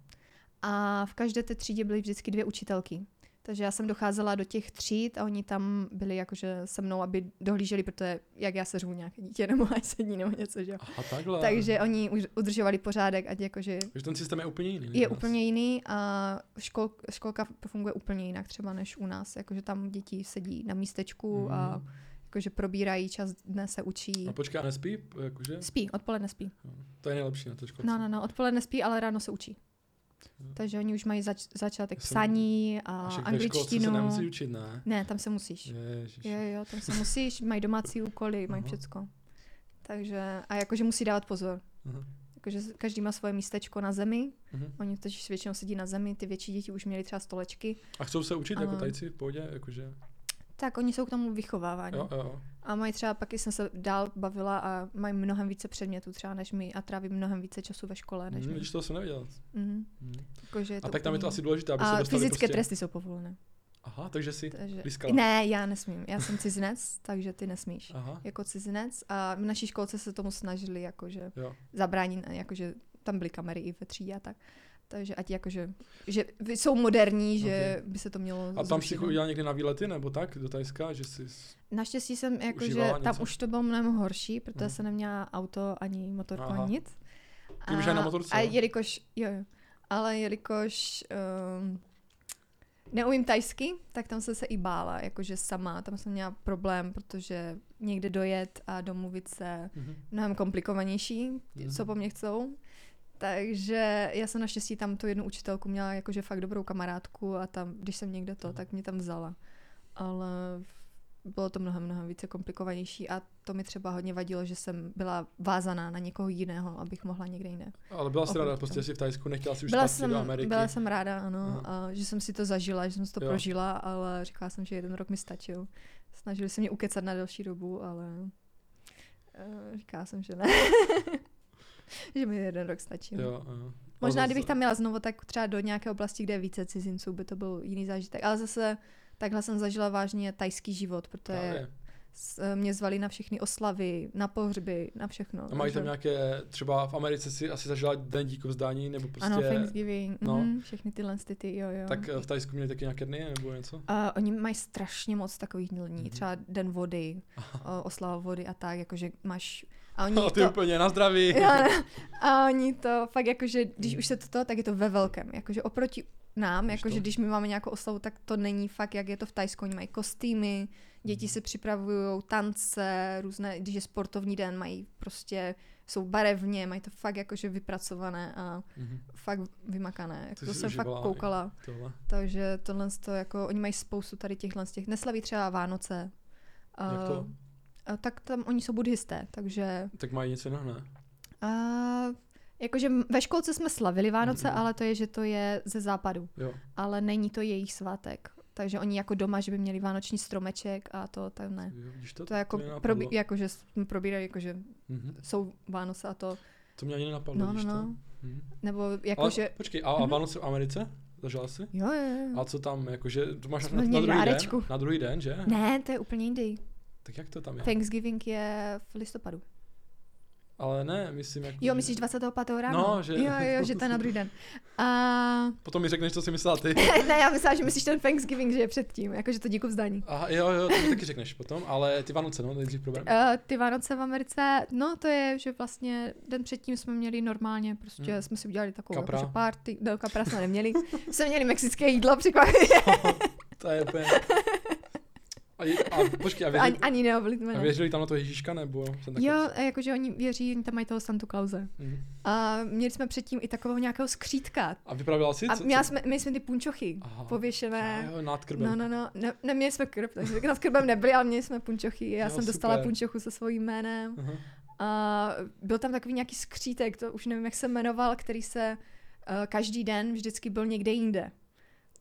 B: A v každé té třídě byly vždycky dvě učitelky. Takže já jsem docházela do těch tříd a oni tam byli jakože se mnou, aby dohlíželi, protože jak já seřvu nějaké dítě nebo ať sedí nebo něco, že jo.
A: Aha, takhle.
B: Takže oni už udržovali pořádek, ať jakože
A: Takže ten systém je úplně jiný. než
B: je
A: u nás.
B: úplně jiný a škol, školka funguje úplně jinak třeba než u nás. Jakože tam děti sedí na místečku a
A: Mhm.
B: jakože probírají čas dne, se učí.
A: A počkej, a nespí? Jakože?
B: Spí, odpoledne spí.
A: To je nejlepší na té školce.
B: No, no, no, odpoledne spí, ale ráno se učí.
A: Jo.
B: Takže oni už mají zač- začátek
A: Hmm. Já jsem-
B: psaní a
A: A však ve školce se
B: angličtinu.
A: nemusí učit, ne?
B: Ne, tam se musíš.
A: Ježiš.
B: Jo, jo, tam se musíš, mají domácí úkoly, mají
A: Aha.
B: všecko. Takže, a jakože musí dávat pozor.
A: Aha.
B: Jakože s- každý má svoje místečko na zemi,
A: Mhm.
B: oni totiž většinou sedí na zemi, ty větší děti už měly třeba stolečky,
A: A chcou se učit jako
B: Ale-
A: tajci v pohodě? Jakože...
B: tak oni jsou k tomu vychováváni.
A: Jo, jo, jo.
B: A mají třeba, pak jsem se dál bavila a mají mnohem více předmětů třeba než my a tráví mnohem více času ve škole než
A: Mhm,
B: my.
A: Vidíš, to jsem nevěděl.
B: Mhm.
A: Mhm.
B: Jakože je
A: A tak tam je
B: úplně
A: to asi
B: jiný.
A: důležité, aby se
B: A
A: dostali
B: fyzické
A: prostě...
B: tresty jsou povolené.
A: Aha, takže si...
B: Takže...
A: Blízkala.
B: Ne, já nesmím. Já jsem cizinec, takže ty nesmíš.
A: Aha.
B: Jako cizinec a v naší školce se tomu snažili jakože
A: Jo.
B: zabránit, a jakože tam byly kamery i ve třídě a tak. Takže ať jakože, že vy- jsou moderní, že
A: Ok.
B: by se to mělo
A: A tam
B: zrušit,
A: si
B: no.
A: udělal někdy na výlety nebo tak do Tajska, že jsi...
B: Naštěstí jsem jakože,
A: Užívala
B: tam
A: něco?
B: už to bylo mnohem horší, protože
A: Mhm.
B: jsem neměla auto ani motorku,
A: Aha.
B: ani nic.
A: Ty už aj na motorce,
B: A
A: jo?
B: jelikož, jo, jo. Ale jelikož um, neumím tajsky, tak tam jsem se i bála, jakože sama. Tam jsem měla problém, protože někde dojet a domluvit se
A: Mhm.
B: mnohem komplikovanější, co po mně chcou. Takže já jsem naštěstí tam tu jednu učitelku měla jakože fakt dobrou kamarádku a tam, když jsem někde to,
A: Mhm.
B: tak mě tam vzala. Ale bylo to mnohem, mnohem více komplikovanější a to mi třeba hodně vadilo, že jsem byla vázaná na někoho jiného, abych mohla někde jinde.
A: Ale byla jsi
B: Opravdu
A: ráda,
B: to.
A: prostě jsi v Tajsku, nechtěla jsi už
B: Byla
A: zpátky do
B: jsem,
A: Ameriky.
B: byla jsem ráda, ano,
A: Aha.
B: a že jsem si to zažila, že jsem si to
A: Jo.
B: prožila, ale říkala jsem, že jeden rok mi stačil. Snažili se mě ukecat na další dobu, ale eh, říkala jsem, že ne. že mi jeden rok stačil.
A: Jo, jo.
B: Možná,
A: Ale
B: kdybych
A: zase-
B: tam měla znovu, tak třeba do nějaké oblasti, kde je více cizinců, by to byl jiný zážitek. Ale zase takhle jsem zažila vážně tajský život, protože
A: Právě.
B: s- eh, mě zvali na všechny oslavy, na pohřby, na všechno.
A: A mají
B: takže-
A: tam nějaké, třeba v Americe si asi zažila den díku vzdání, nebo prostě...
B: Ano, Thanksgiving,
A: no.
B: no. mm, všechny tyhle ty, ty, jo, jo.
A: tak eh, v Tajsku měli taky nějaké dny, nebo něco?
B: A oni mají strašně moc takových dní,
A: Mhm.
B: třeba den vody, o, oslava vody a tak, jakože máš... A oni,
A: No, ty
B: to,
A: úplně, na zdraví.
B: Já- a oni to fakt jakože,
A: Mhm.
B: když už se to, to tak je to ve velkém, jakože oproti nám,
A: Víš
B: jakože
A: to?
B: když my máme nějakou oslavu, tak to není fakt, jak je to v Tajsku, oni mají kostýmy,
A: Mhm.
B: děti se připravují, tance, různé, když je sportovní den, mají prostě, jsou barevně, mají to fakt jakože vypracované a
A: Mhm,
B: fakt vymakané,
A: To
B: to
A: jsi
B: jsem fakt
A: užívala i-
B: koukala.
A: tohle.
B: Takže tohle to jako, oni mají spoustu tady těchhle z těch, neslaví třeba Vánoce.
A: Jak to?
B: A, tak tam oni jsou buddhisté, takže
A: Tak mají něco jiného, ne?
B: a, jakože m- ve školce jsme slavili Vánoce,
A: Mhm.
B: ale to je, že to je ze západu,
A: Jo.
B: ale není to jejich svátek. Takže oni jako doma, že by měli vánoční stromeček a to, tak ne.
A: Jo, vidíš to?
B: To je jako,
A: mě nenapadlo.
B: probí, jakože jsme probírali, jakože
A: Mhm.
B: jsou Vánoce a to,
A: To mě ani nenapadlo,
B: no, no,
A: vidíš to?
B: no.
A: Mhm.
B: Nebo
A: Ale
B: jakože,
A: počkej, a, a
B: Mhm.
A: Vánoce v Americe? Zažila jsi?
B: jo, jo, jo.
A: A co tam, jakože, to máš
B: Jsme
A: na, na
B: měli
A: druhý den?
B: dárečku.
A: Na druhý den, že?
B: Ne, to je úplně jindy.
A: Tak jak to tam je?
B: Thanksgiving je v listopadu.
A: Ale ne, myslím jako...
B: Jo,
A: že-
B: myslíš 25. ráno?
A: No, že-
B: Jo, jo, že to je na druhý den. A...
A: Potom mi řekneš, co si myslela ty.
B: ne, já myslela, že myslíš ten Thanksgiving, že je předtím, jakože to díku vzdání.
A: Aha, jo, jo, to mi taky řekneš potom, ale ty Vánoce, no, nejdřív problém.
B: Uh, ty Vánoce v Americe, no to je, že vlastně den předtím jsme měli normálně, prostě
A: Hmm.
B: jsme si udělali takovou
A: Kapra.
B: jakože party, no kapra jsme neměli, jsme měli mexické jídlo překvapivě,
A: To je úplně... A, je- a počkej, a
B: ani,
A: věřili,
B: ani neoblitme.
A: a
B: Ne.
A: věřili tam na to Ježíška, nebo? Jsem taky-
B: Jo, a jakože oni věří, oni tam mají toho Santu Klause.
A: Mhm.
B: A měli jsme předtím i takového nějakého skřítka.
A: A vypravila jsi?
B: A
A: Co-
B: měla
A: co-
B: jsme, my jsme ty punčochy
A: Aha.
B: pověšené.
A: Jo, jo, nádkrbem.
B: No, no, no, ne, neměli jsme krb, takže nad krbem nebyli, ale měli jsme punčochy. Já
A: Jo,
B: jo, jsem dostala
A: super.
B: punčochu se svým jménem.
A: Aha.
B: A byl tam takový nějaký skřítek, to už nevím, jak se jmenoval, který se eh, každý den vždycky byl někde jinde.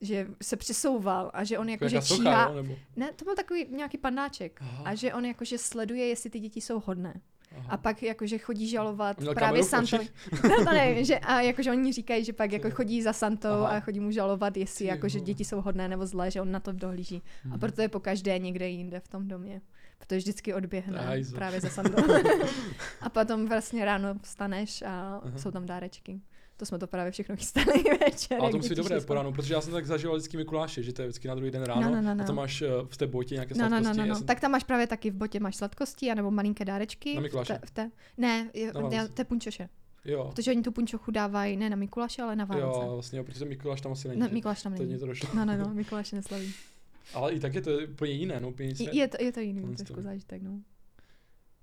B: Že se přesouval a že on jakože
A: Jako Nějaká socha,
B: číhá.
A: jo, nebo?
B: Ne, to byl takový nějaký pandáček.
A: Aha.
B: A že on jakože sleduje, jestli ty děti jsou hodné.
A: Aha.
B: A pak jakože chodí žalovat
A: A měl
B: právě
A: kameru v
B: Santovi.
A: očích?
B: No to nevím, že, a jakože oni říkají, že pak jako
A: Ty.
B: chodí za Santou
A: Aha.
B: a chodí mu žalovat, jestli
A: Ty
B: jakože
A: vole.
B: děti jsou hodné nebo zlé, že on na to dohlíží. A
A: Mhm.
B: proto je po každé někde jinde v tom domě. Protože vždycky odběhne
A: Hajzo.
B: právě za sandou. a potom vlastně ráno vstaneš a
A: Aha.
B: jsou tam dárečky. To jsme to právě všechno chystali večer.
A: Ale
B: jak
A: to musí
B: děti
A: být dobré
B: šly spát.
A: po ránu, protože já jsem tak zažil vždycky Mikuláše, že to je vždycky na druhý den ráno
B: no, no,
A: a
B: no.
A: to máš eh, v té botě nějaké
B: No, no,
A: sladkosti.
B: no, no,
A: já
B: no.
A: jsem-
B: Tak tam máš právě taky v botě máš sladkosti, anebo malinké dárečky.
A: Na Mikuláše.
B: V té, v té, ne, je,
A: Na Vánoce.
B: ne, to je punčoše.
A: Jo,
B: Protože oni tu punčochu dávají ne na Mikuláše, ale na Vánoce.
A: jo, vlastně, jo, protože Mikuláš tam asi není.
B: no,
A: že?
B: Mikuláš tam
A: To mě
B: není.
A: to došlo.
B: No, no, no, Mikuláš neslaví.
A: Ale i tak je to úplně jiné, no úplně nic
B: Je, je, to, je to
A: Tohle
B: jiný
A: to-
B: trošku zážitek, no.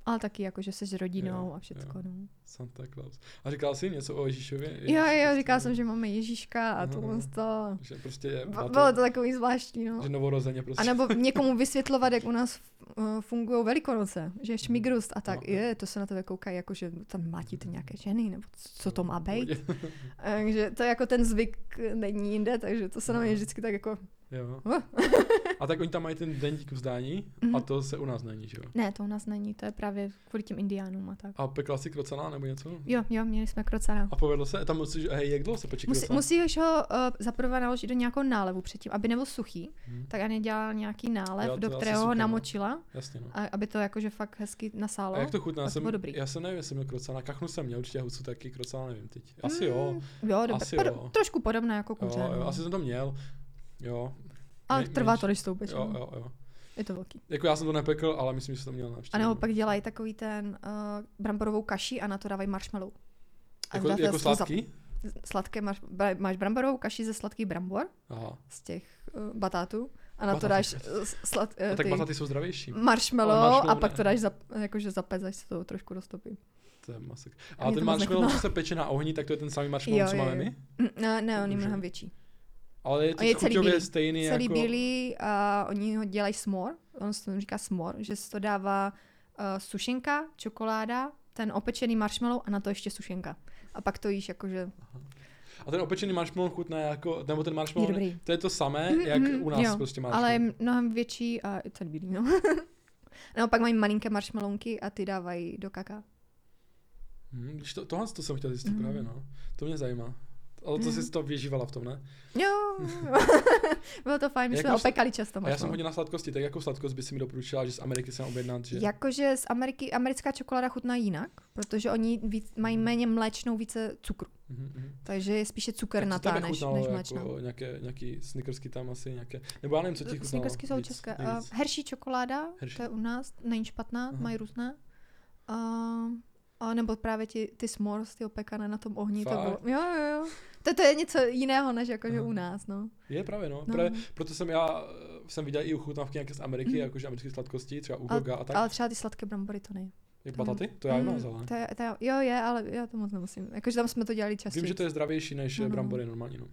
B: Ale taky jako, že jsi s rodinou
A: Jo,
B: a všecko,
A: jo.
B: no.
A: Santa Claus. A říkala jsi něco o Ježíšově?
B: Jo,
A: Ježíš
B: jo,
A: prostě
B: říkala
A: byl-
B: jsem, že máme Ježíška a
A: Aha,
B: tohle
A: aha.
B: to.
A: Že prostě no. je,
B: B-
A: má
B: Bylo to takový zvláštní, no.
A: že novorozeně prostě.
B: A nebo někomu vysvětlovat, jak u nás uh, fungují Velikonoce, že šmigrust a tak,
A: No.
B: je, to se na to koukají, jako že tam mlátíte nějaké ženy, nebo co to má být. Eh,
A: Pohodě.
B: Takže to jako ten zvyk není jinde, takže to se na mě
A: Aha.
B: vždycky tak jako
A: Jo.
B: Uh.
A: A tak oni tam mají ten den dík vzdání a
B: Mhm.
A: to se u nás není, že jo?
B: Ne, to u nás není, to je právě kvůli těm indiánům a tak.
A: A pekla si krocana nebo něco?
B: Jo, jo, měli jsme krocana.
A: A povedlo se? Tam musíš, hej, jak dlouho se pečí
B: Musí,
A: krocan?
B: musíš ho uh, zaprvé naložit do nějakého nálevu předtím, aby nebyl suchý,
A: Hm,
B: tak Anny dělala nějaký nálev,
A: Já
B: do
A: to asi
B: kterého ho
A: super, no.
B: namočila,
A: Jasně, no.
B: a, aby to jakože fakt hezky nasálo.
A: A jak to chutná?
B: tak to
A: Jsem,
B: bylo dobrý.
A: já jsem nevím, jestli jsem měl krocana. Kachnu jsem měl, určitě husu taky, krocana nevím teď. Asi jo.
B: Mm, jo, dobré.
A: Asi
B: Asi
A: jo.
B: jo. Trošku podobné jako kuře.
A: jo, jo
B: no.
A: asi jsem to měl. Jo,
B: Ale
A: nej-
B: trvá
A: nejvíc.
B: to, než to upeču.
A: jo, jo, jo.
B: Je to velký.
A: Jako já jsem to nepekl, ale myslím, že jsem to měl
B: A
A: navštívit.
B: nebo pak dělají takový ten uh, bramborovou kaši a na to dávají marshmallow. A
A: Jako,
B: dáte
A: jako
B: s tím
A: sladký?
B: Za, sladké marš, bra- máš bramborovou kaši ze sladkých brambor,
A: Aha.
B: z těch uh, batátů, a na to
A: Batáty,
B: dáš
A: pec.
B: uh, slad,
A: A
B: uh,
A: tak
B: ty
A: bataty jsou zdravější.
B: marshmallow,
A: Ale marshmallow
B: a pak
A: ne.
B: to dáš za, jakože za pec, až se to trošku roztopí.
A: To je masek.
B: A
A: A
B: mě
A: ten
B: to moc
A: marshmallow,
B: nechutná.
A: co se peče na ohni, tak to je ten samý marshmallow,
B: Jo,
A: co
B: jo,
A: máme
B: jo.
A: my?
B: Mm, Ne, ne, on je
A: Dobře.
B: mnohem větší.
A: Ale je to
B: A je celý
A: chuťově
B: bílý.
A: stejný
B: Celý
A: jako...
B: bílý a oni ho dělají smor, on se tomu říká smor, že se to dává uh, sušenka, čokoláda, ten opečený marshmallow a na to ještě sušenka. A pak to jíš jakože
A: A ten opečený marshmallow chutná jako... Nebo ten
B: je
A: marshmallow... ne-
B: dobrý.
A: To je to samé,
B: Mm,
A: jak
B: mm,
A: u nás
B: jo.
A: prostě marshmallow.
B: Ale je mnohem větší a je celý bílý, no. Nebo pak mají malinké marshmallowky a ty dávají do kaka.
A: Hm, když to, tohle to jsem chtěl zjistit
B: Mm.
A: právě, no. To mě zajímá. Ale to
B: Mm.
A: jsi to vyžívala v tom, ne?
B: Jo, bylo to fajn, my
A: Jako
B: jsme
A: už se-
B: opekali
A: A
B: často
A: já jsem
B: marshmallow.
A: hodně na sladkosti, tak jako sladkost by si mi doporučila, že z Ameriky jsem objednat, že...
B: Jakože z Ameriky, americká čokoláda chutná jinak, protože oni víc, mají
A: Hmm.
B: méně mléčnou, více cukru.
A: Mhm, mhm.
B: Takže je spíše cukernatá
A: Tak
B: než,
A: chutnalo
B: než mléčná.
A: jako nějaké, nějaký snickersky tam asi nějaké, nebo já nevím, co ti chutnalo.
B: Snickersky jsou
A: víc,
B: české.
A: nejvíc.
B: Uh, herší čokoláda,
A: Hershey.
B: to je u nás, není špatná,
A: Aha.
B: mají různé. Uh, a nebo právě ti, ty s'mores, ty opekané na tom ohni, to
A: Fakt?
B: bylo, jo, jo, jo. To, to je něco jiného, než jakože
A: Aha.
B: u nás, no.
A: Je právě, no.
B: No.
A: no. Právě, proto jsem já, eh, jsem viděl i ochutnávky nějaké z Ameriky,
B: Mm.
A: mm. jakože americké sladkosti, třeba u
B: Ale-
A: Goga a tak.
B: Ale třeba ty sladké brambory to ne.
A: jak
B: tam-
A: bataty? To já jim
B: Mm,
A: mám vzala.
B: to je, to je, jo, je, ale já to moc nemusím. Jakože tam jsme to dělali častěji.
A: Vím, že to je zdravější než
B: No,
A: no,
B: no, no.
A: brambory normálně, no.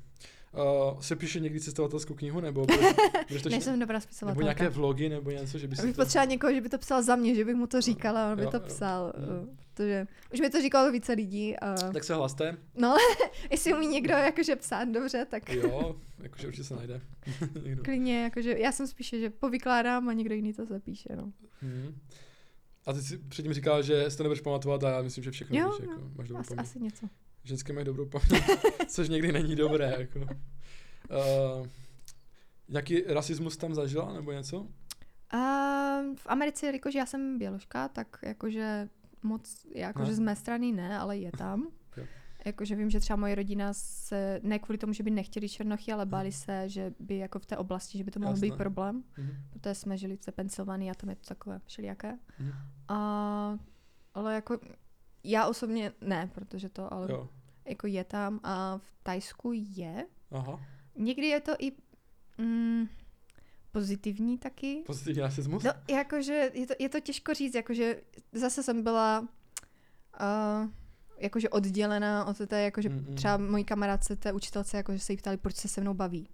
A: Uh, se píše někdy cestovatelskou knihu, nebo budeš točit-
B: Nejsem dobrá
A: nebo
B: spisovatelka.
A: nějaké vlogy, nebo něco, že by
B: Já bych
A: si to...
B: potřebovala někoho, že by to psal za mě, že bych mu to říkala, on by
A: jo,
B: to
A: jo.
B: psal,
A: Mm.
B: uh, protože už mi to říkalo více lidí a
A: Tak se hlaste,
B: jestli umí někdo jakože psát dobře, tak
A: jo, jakože určitě se najde. Někdo.
B: klidně, jakože já jsem spíše, že povykládám a někdo jiný to zapíše, no.
A: Hmm. A ty jsi předtím říkal, že si to nebudeš pamatovat a já myslím, že všechno
B: Jo,
A: víš,
B: no.
A: jako, máš dobrou
B: Asi,
A: paměť.
B: asi něco.
A: Ženské mají dobrou paměť, což někdy není dobré. Jako. Uh, nějaký rasismus tam zažila nebo něco?
B: A v Americe, jelikož já jsem běložka, tak jakože moc, jakože
A: Ne.
B: z mé strany ne, ale je tam.
A: No. Jo.
B: Jakože vím, že třeba moje rodina se, ne kvůli tomu, že by nechtěli černochy, ale báli se, že by jako v té oblasti, že by to mohl
A: Hmm. Jasné.
B: být problém.
A: Mhm.
B: protože jsme žili v té Pensylvánii a tam je to takové všelijaké.
A: Mhm.
B: A, ale jako já osobně ne, protože to ale
A: Jo.
B: jako je tam a v Tajsku je.
A: Aha.
B: Někdy je to i mm, pozitivní taky.
A: Pozitivní rasismus?
B: No, jakože je to, je to těžko říct, jakože zase jsem byla uh, jakože oddělená od té, jakože
A: Mm, mm.
B: třeba mojí kamarádce, té učitelce, jakože se jí ptali, proč se se mnou baví.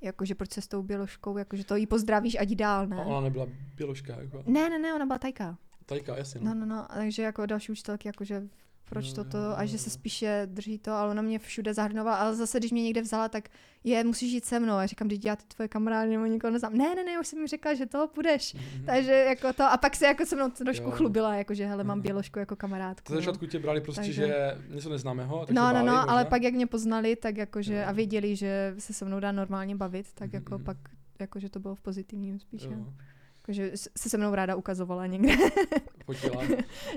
B: Jakože proč se s tou běložkou, jakože to jí pozdravíš a jdi dál, ne?
A: A ona nebyla běložka, jako.
B: Ne, ne, ne, ona byla tajka.
A: Tajka, jasně.
B: No,
A: No.
B: no, no, a takže jako další učitelky, jakože proč
A: Jo,
B: toto
A: jo,
B: a
A: jo,
B: že
A: jo.
B: se spíše drží to, ale ona mě všude zahrnovala, ale zase, když mě někde vzala, tak je, musíš jít se mnou. A říkám, když já ty tvoje kamarády nebo nikoho neznám. Ne, ne, ne, už jsem mi řekla, že to půjdeš.
A: Mhm.
B: Takže jako to, a pak se jako se mnou trošku
A: Jo, jo.
B: chlubila, jako že hele, mám
A: Mhm.
B: běložku jako kamarádku.
A: Ze
B: no.
A: začátku tě brali prostě,
B: Takže-
A: Takže... že něco neznámého, tak
B: No,
A: se
B: no,
A: báli,
B: no,
A: možná?
B: ale pak jak mě poznali, tak jakože
A: Jo.
B: a věděli, že se se mnou dá normálně bavit, tak
A: Mhm,
B: jako
A: mhm.
B: pak, jakože to bylo v pozitivním spíše.
A: Jo.
B: Jakože se se mnou ráda ukazovala někde.
A: Fotila.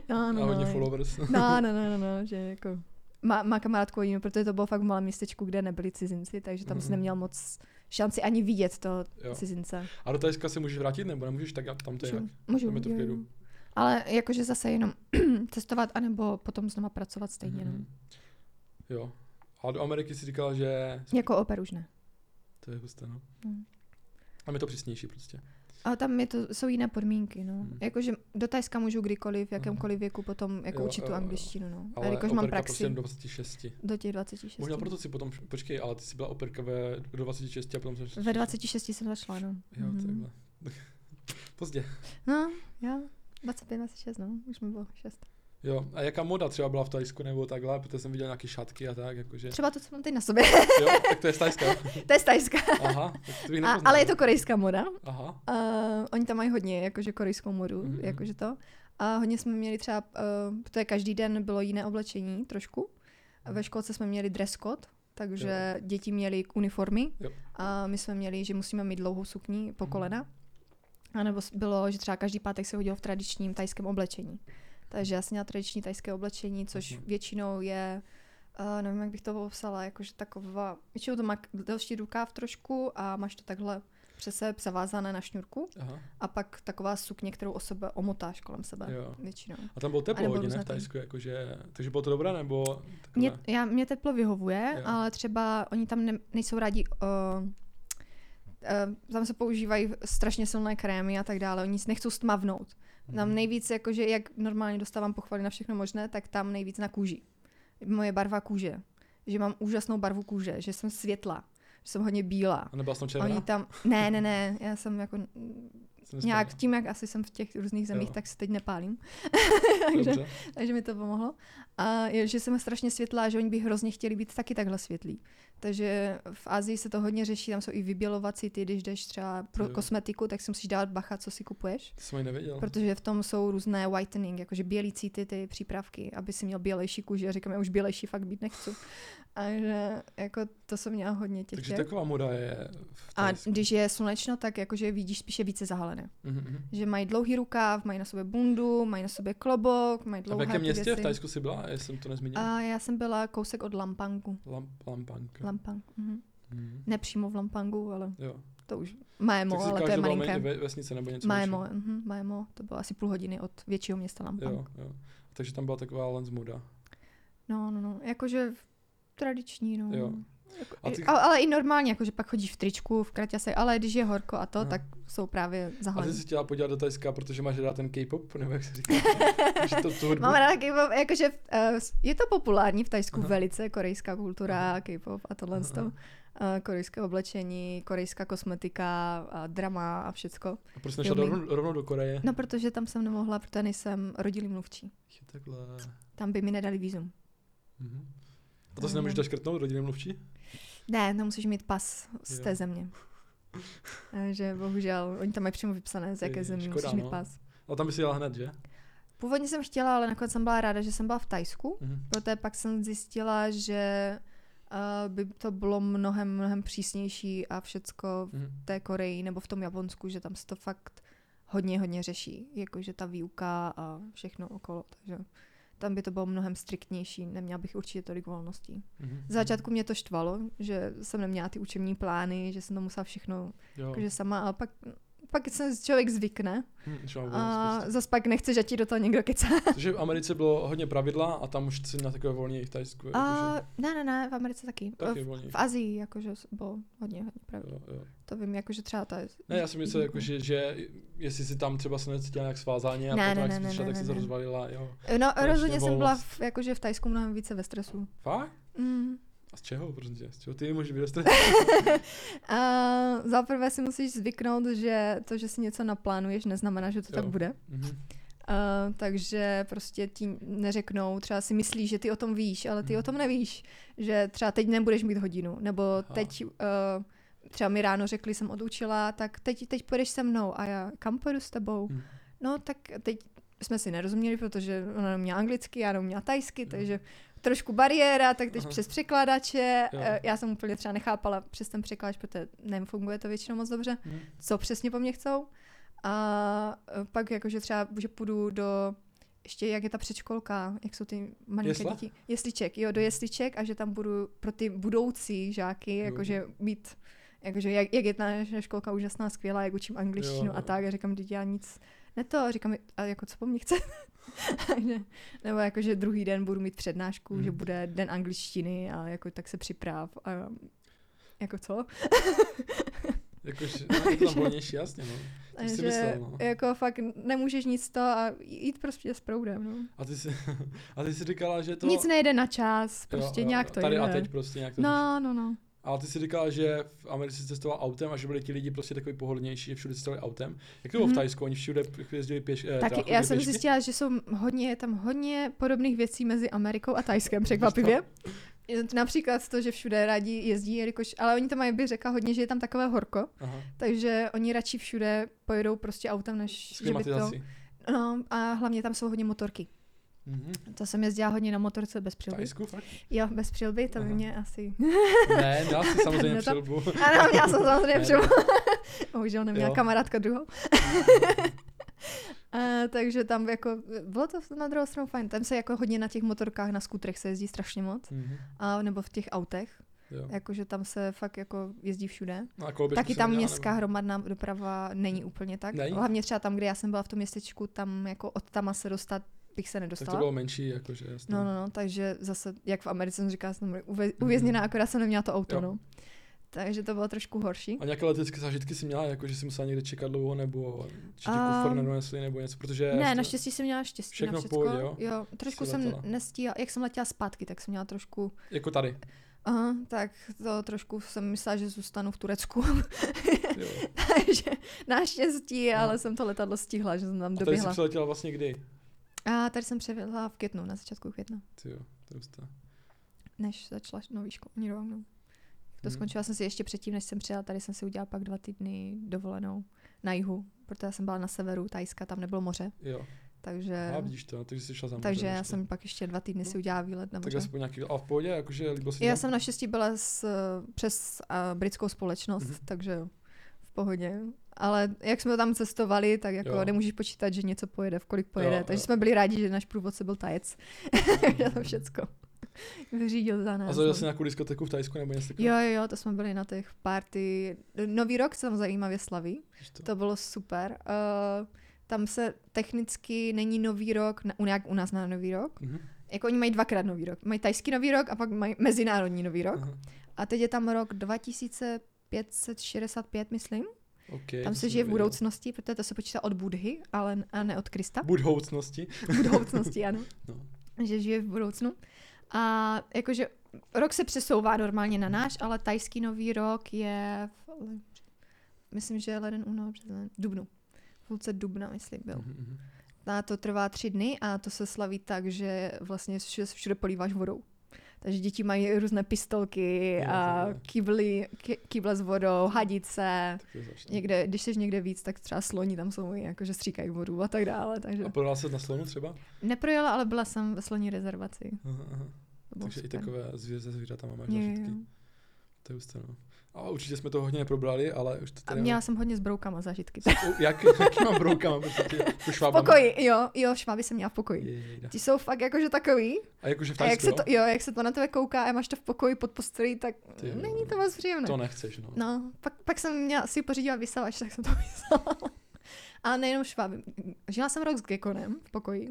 B: No,
A: A
B: no,
A: hodně
B: no,
A: followers.
B: No, no, no, no, no že jako... Má, má kamarádku jim, protože to bylo fakt v malém městečku, kde nebyli cizinci, takže tam jsi
A: Mhm.
B: neměl moc šanci ani vidět toho
A: Jo.
B: cizince.
A: A do Tajska se můžeš vrátit, nebo nemůžeš, tak tam to je Mhm. jak.
B: Můžu, můžu,
A: Tam je to v
B: jo,
A: klidu.
B: jo. Ale jakože zase jenom cestovat, anebo potom znova pracovat stejně. Mm-hmm.
A: Mhm. Jo. A do Ameriky si říkal, že
B: Jako oper už ne.
A: to je husté, no.
B: Mm.
A: Tam je to přísnější prostě.
B: A tam je to, jsou jiné podmínky, no.
A: Mhm.
B: Jakože do Tajska můžu kdykoliv, v
A: Aha.
B: jakémkoliv věku potom jako
A: Jo,
B: učit tu
A: jo, jo.
B: angličtinu, no.
A: Ale
B: a jakož mám
A: operka
B: praxi
A: Prostě do 26.
B: do těch 26.
A: Možná proto si potom, počkej, ale ty jsi byla operka ve, do 26 a potom jsem...
B: Ve 26 jsem začala, no.
A: Jo,
B: Mhm.
A: takhle. Pozdě.
B: No, já 25, 26, no, už mi bylo 6.
A: Jo, a jaká moda třeba byla v Tajsku nebo takhle, protože jsem viděl nějaké šatky a tak, jakože.
B: Třeba to, co mám teď na sobě,
A: Jo, tak to je z Tajska.
B: to je z Tajska.
A: Aha, tak to bych
B: A,
A: nepoznal.
B: ale je to korejská moda.
A: Aha,
B: Uh, oni tam mají hodně, jakože korejskou modu,
A: Mhm.
B: mm-hmm. jakože to. A hodně jsme měli třeba, uh, to je každý den bylo jiné oblečení trošku.
A: Mhm.
B: Ve školce jsme měli dress code, takže jo. děti měli uniformy.
A: Jo.
B: A my jsme měli, že musíme mít dlouhou sukni po
A: Mhm.
B: kolena. A nebo s- bylo, že třeba každý pátek se hodil v tradičním tajském oblečení. Takže já jsem měla tradiční tajské oblečení, což
A: Mhm.
B: většinou je, uh, nevím, jak bych to popsala, jakože taková, většinou to má k- delší rukáv trošku a máš to takhle přes sebe zavázané na šňůrku
A: aha,
B: a pak taková sukně, kterou o sebe omotáš kolem sebe
A: jo.
B: většinou.
A: A tam bylo
B: A
A: teplo
B: nebo
A: hodně, ne, v
B: různé ty-
A: Tajsku, jakože, takže bylo to dobré, nebo takhle?
B: Mě, já, mě teplo vyhovuje,
A: Jo.
B: jo. ale třeba oni tam ne, nejsou rádi, uh, uh, tam se používají strašně silné krémy a tak dále, oni nechcou stmavnout. Tam
A: Mhm.
B: nejvíc, jakože jak normálně dostávám pochvaly na všechno možné, tak tam nejvíc na kůži. Moje barva kůže. Že mám úžasnou barvu kůže, že jsem světla, že jsem hodně bílá.
A: A nebyla jsem černá?
B: Oni tam, ne, ne, ne, já jsem jako
A: Jsem
B: nějak
A: nespomenul.
B: tím, jak asi jsem v těch různých zemích,
A: Jo.
B: tak se teď nepálím. takže,
A: Dobře.
B: takže mi to pomohlo. A je, že jsem strašně světlá, že oni by hrozně chtěli být taky takhle světlí. Takže v Asii se to hodně řeší, tam jsou i vybělovací ty, když jdeš třeba pro
A: Jo.
B: kosmetiku, tak si musíš dát bacha, co si kupuješ.
A: To jsem ani nevěděl.
B: Protože v tom jsou různé whitening, jakože bělící ty, ty přípravky, aby si měl bělejší kůži. Já říkám, já už bělejší fakt být nechci. A že jako to jsem měla hodně těch.
A: Takže
B: těch.
A: taková moda je v
B: A
A: Tajsku.
B: když je slunečno, tak jakože vidíš spíše více zahalené
A: Mhm, mhm.
B: že mají dlouhý rukáv, mají na sobě bundu, mají na sobě klobok, mají
A: A v
B: dlouhé
A: jakém
B: ty
A: městě v
B: věci.
A: Tajsku jsi byla? Já jsem to nezmínil.
B: A já jsem byla kousek od Lampangu.
A: Lamp, Lampang. jo.
B: Lampang. Mhm.
A: Mhm.
B: Ne přímo v Lampangu, ale
A: Jo.
B: to už
A: Tak
B: Maemo,
A: si říkala,
B: ale to
A: že
B: je
A: byla
B: malinké.
A: ve- vesnice nebo něco
B: Maemo,
A: menšího.
B: mhm, Maemo, to bylo asi půl hodiny od většího města Lampang.
A: Jo, jo. Takže tam byla taková lens moda.
B: No, no, no, jakože v- tradiční, no.
A: Jo.
B: Jako,
A: A
B: a
A: ty-
B: ty... ale, ale i normálně, jakože pak chodíš v tričku, v kraťase, ale když je horko a to,
A: Jo.
B: tak jsou právě
A: No. A ty
B: zahalení.
A: jsi chtěla podívat do Tajska, protože máš rád ten K-pop, nebo jak se říká? Že to, tu hudbu.
B: Mám ráda K-pop, jakože eh, je to populární v Tajsku
A: Aha.
B: velice, korejská kultura,
A: Aha.
B: K-pop a tohle
A: Aha,
B: z toho. Eh, Korejské oblečení, korejská kosmetika, a drama a všecko.
A: A proč jsi nešla
B: filmy.
A: rovnou, rovnou do Koreje?
B: No protože tam jsem nemohla, protože nejsem rodilý mluvčí.
A: Je takhle.
B: Tam by mi nedali vízum.
A: Mhm. A to si nemůžeš dát škrtnout, rodiny mluvčí?
B: Ne, no musíš mít pas z
A: Jo.
B: té země. Takže bohužel, oni tam mají přímo vypsané, z
A: Ej,
B: jaké země
A: škoda,
B: musíš mít
A: no.
B: pas.
A: A tam by si jela hned, že?
B: Původně jsem chtěla, ale nakonec jsem byla ráda, že jsem byla v Tajsku,
A: Mhm.
B: Poté pak jsem zjistila, že uh, by to bylo mnohem, mnohem přísnější a všecko
A: Mhm.
B: v té Koreji nebo v tom Japonsku, že tam se to fakt hodně, hodně řeší. Jakože ta výuka a všechno okolo. Takže tam by to bylo mnohem striktnější, neměla bych určitě tolik volností.
A: Mhm.
B: Z začátku mě to štvalo, že jsem neměla ty učební plány, že jsem to musela všechno
A: Jo.
B: jakože sama, ale pak, pak se člověk zvykne
A: Mhm, že mám volnost
B: a
A: prostě.
B: zas pak nechce, že ti do toho někdo kecá.
A: Takže v Americe bylo hodně pravidla a tam už si na takové volně v Tajsku.
B: A,
A: jakože-
B: ne, ne, ne, v Americe taky.
A: Taky
B: v,
A: volně.
B: v Azii jakože s- bylo hodně, hodně pravda.
A: Jo, jo.
B: To vím, jakože třeba to je...
A: Ne, já jsem myslel, jako, že, že jestli si tam třeba se necítila nějak svázáně a
B: Ne,
A: potom,
B: ne,
A: jak
B: ne,
A: jsi
B: ne,
A: přišla,
B: ne,
A: tak jsi
B: ne,
A: se
B: ne.
A: rozvalila, jo.
B: No,
A: Konečně
B: rozhodně jsem byla
A: volnost.
B: v, jakože v Tajsku mnohem více ve stresu.
A: Fakt?
B: Mm.
A: A z čeho, prosím tě? Z čeho ty můžeš být stres?
B: A zaprvé si musíš zvyknout, že to, že si něco naplánuješ, neznamená, že to
A: Jo.
B: tak bude.
A: Mhm.
B: Uh, takže prostě ti neřeknou, třeba si myslíš, že ty o tom víš, ale ty
A: Mhm.
B: o tom nevíš, že třeba teď nebudeš mít hodinu, nebo
A: Aha.
B: teď uh, třeba mi ráno řekli, jsem odučila, tak teď, teď půjdeš se mnou a já kam půjdu s tebou?
A: Mhm.
B: No tak teď jsme si nerozuměli, protože ona neměla anglicky, já neměla tajsky,
A: Jo.
B: takže trošku bariéra, tak teď
A: Hmm. Aha.
B: přes překladače,
A: Jo.
B: eh, já jsem úplně třeba nechápala přes ten překladač, protože nefunguje to většinou moc dobře
A: Mhm.
B: co přesně po mně chcou. A eh, pak jakože třeba, že půjdu do ještě jak je ta předškolka, jak jsou ty malinké
A: Jesle?
B: děti. Jesliček, jo, do jesliček a že tam budu pro ty budoucí žáky,
A: Mhm. Jo.
B: jakože mít, jakože jak, jak je ta naše školka úžasná, skvělá, jak učím angličtinu
A: Jo, jo.
B: a tak. A říkám, teď já nic ne to, a říkám, a jako co po mně chce? Takže- Nebo jakože druhý den budu mít přednášku,
A: Mhm.
B: že bude den angličtiny a jako tak se připrav a jako co?
A: Jakože, ne, je to tam volnější, jasně, no. To jsi
B: Takže
A: myslel, no.
B: jako fakt nemůžeš nic to a jít prostě s proudem. No.
A: A ty jsi, a ty jsi říkala, že to...
B: Nic nejde na čas, prostě
A: jo,
B: nějak
A: jo,
B: to
A: Tady
B: jde.
A: a teď prostě nějak to řešíš.
B: No, no, no.
A: Ale ty si říkal, že v Americe cestoval autem a že byli ti lidi prostě takový pohodlnější, že všude cestovali autem. Jak to bylo
B: Mhm.
A: v Tajsku? Oni všude jezdili pěš, eh,
B: Tak
A: teda chodili
B: já jsem
A: pěšky?
B: zjistila, že jsou hodně, je tam hodně podobných věcí mezi Amerikou a Tajskem, překvapivě. Je to Například to, že všude rádi jezdí, jelikož, ale oni tam mají, bych řekla, hodně, že je tam takové horko,
A: Aha,
B: takže oni radši všude pojedou prostě autem, než
A: s
B: že by to...
A: klimatizací.
B: No a hlavně tam jsou hodně motorky.
A: Mhm.
B: To jsem jezdila hodně na motorce bez
A: V
B: přilby.
A: Tajsku fakt?
B: Jo, bez přilby, to by
A: Aha.
B: mě asi...
A: Ne, dal si samozřejmě
B: No to-
A: přilbu.
B: Ano, měla jsem samozřejmě
A: Ne,
B: přilbu. Bohužel neměla
A: Jo.
B: kamarádka druhou. A, takže tam jako, bylo to na druhou stranu fajn. Tam se jako hodně na těch motorkách, na skutrech se jezdí strašně moc.
A: Mhm,
B: A, nebo v těch autech,
A: jo.
B: jakože tam se fakt jako jezdí všude.
A: No a koloběžku
B: Taky
A: si
B: ta
A: neměla,
B: městská hromadná doprava není úplně tak.
A: Není?
B: Hlavně třeba tam, kde já jsem byla v tom městečku, tam jako od tama se dostat bych se
A: nebo- Tak
B: nedostala.
A: to bylo menší, jakože jasně.
B: No, no, no, takže zase, jak v Americe jsem říkala, jsem tam uve- uvězněná, akorát jsem neměla to auto,
A: Mhm. Jo.
B: no. Takže to bylo trošku horší.
A: A nějaké letecké zážitky jsi měla, jakože jsi musela někde čekat dlouho, nebo či ti
B: A-
A: kufr nedonesli, nebo něco, protože...
B: Ehm. Ne,
A: to-
B: naštěstí jsem měla štěstí
A: Všechno
B: na
A: v
B: všecko.
A: pohodě, jo?
B: jo, trošku
A: Jsi
B: jsem
A: letěla.
B: nestíhala, jak jsem letěla zpátky, tak jsem měla trošku,
A: Jako tady.
B: aha, tak to trošku jsem myslela, že zůstanu v Turecku,
A: Jo.
B: takže naštěstí,
A: Aha.
B: ale jsem to letadlo stihla, že jsem
A: No. A
B: tam
A: tady jsi
B: doběhla.
A: přiletěla vlastně kdy?
B: A tady jsem převedla v květnu, na začátku května,
A: Ty jo, to je hustá.
B: než začala nový školní rok. No. To
A: Mhm.
B: skončila jsem si ještě předtím, než jsem přijela, tady jsem si udělala pak dva týdny dovolenou na jihu, protože já jsem byla na severu Tajska, tam nebylo moře,
A: Jo.
B: takže...
A: A vidíš to, takže jsi šla za moře
B: Ehm, takže já
A: ještě.
B: jsem pak ještě dva týdny si udělala výlet na
A: Tak
B: moře.
A: aspoň nějaký, a v pohodě, jakože líbil se
B: Já jsem naštěstí byla s, eh, přes uh, britskou společnost,
A: Mhm.
B: mm-hmm. takže jo, v pohodě. Ale jak jsme tam cestovali, tak jako
A: Jo.
B: jo. nemůžeš počítat, že něco pojede, v kolik pojede.
A: Jo,
B: Jo, takže
A: jo.
B: jo. jsme byli rádi, že náš průvodce byl tajec. Takže to všecko vyřídil za nás.
A: A zažil
B: no.
A: jsi nějakou diskoteku v Tajsku nebo něco
B: Jo, jo, jo, to jsme byli na těch party. Nový rok se tam zajímavě slaví,
A: Víš to?
B: to bylo super. Uh, tam se technicky není nový rok, na, u- jak u nás na nový rok.
A: Mhm.
B: Jako oni mají dvakrát nový rok. Mají tajský nový rok a pak mají mezinárodní nový rok.
A: Aha.
B: A teď je tam rok 2565, myslím.
A: Okay,
B: Tam se žije v budoucnosti, protože to se počítá od Budhy, ale n- a ne od Krista.
A: Budoucnosti.
B: V budoucnosti, ano.
A: No.
B: Že žije v budoucnu. A jakože rok se přesouvá normálně na náš, ale tajský nový rok je v, le- myslím, že leden, únor, březen, dubnu. V půlce dubna, myslím, byl.
A: Mhm, mhm.
B: A to trvá tři dny a to se slaví tak, že vlastně všude, všude políváš vodou. Takže děti mají různé pistolky
A: Jo,
B: a
A: jo, jo.
B: kýbly, ky- kýble s vodou, hadice.
A: Tak to je začne.
B: Někde, když jsi někde víc, tak třeba sloni tam jsou, jako že stříkají vodu a tak dále. Takže.
A: A podala se na slonu třeba?
B: Neprojela, ale byla jsem ve sloní rezervaci.
A: Aha, aha.
B: To bylo
A: Takže i
B: super.
A: takové zvíře se zvířatama máš
B: Jo, jo,
A: zážitky.
B: jo.
A: To je hustá, no. A určitě jsme to hodně neprobrali, ale už to
B: A
A: tady...
B: měla jsem hodně s broukama zážitky.
A: U- Jak, jakýma broukama, prostě tu
B: V
A: švábama.
B: pokoji, jo, jo, šváby jsem měla v pokoji.
A: Jejda.
B: Ti jsou fakt jakože takový,
A: A jakože v
B: a jak
A: Tajsku,
B: se to,
A: jo?
B: jo, jak se to na tebe kouká a máš to v pokoji pod postelí, tak
A: Ty jo.
B: není to moc příjemné.
A: To nechceš, no.
B: No, pak, pak jsem měla, si pořídila vysavač, tak jsem to vysala. Ale nejenom šváby. Žila jsem rok s Gekonem v pokoji.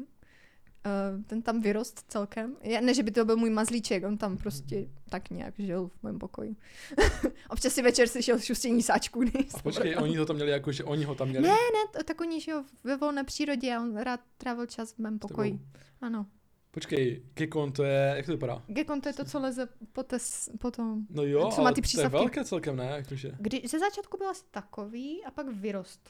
B: Eh, ten tam vyrost celkem. Je, ne, že by to byl můj mazlíček, on tam prostě tak nějak žil v mém pokoji. Občas si večer slyšel šustění sáčku. když
A: A
B: jsem
A: počkej,
B: brala.
A: oni to tam měli jako, že oni ho tam měli.
B: Ne, ne, tak oni žijou ve volné přírodě a on rád trávil čas v mém
A: s tebou.
B: pokoji. Ano.
A: Počkej, Kekon, to je, jak to vypadá?
B: Gekon to je to, co leze po, tes, po tom.
A: No jo,
B: Co má
A: ale
B: ty
A: to je
B: přísavky?
A: velké celkem, ne? Jakože.
B: Kdy, ze začátku byl asi takový a pak vyrost.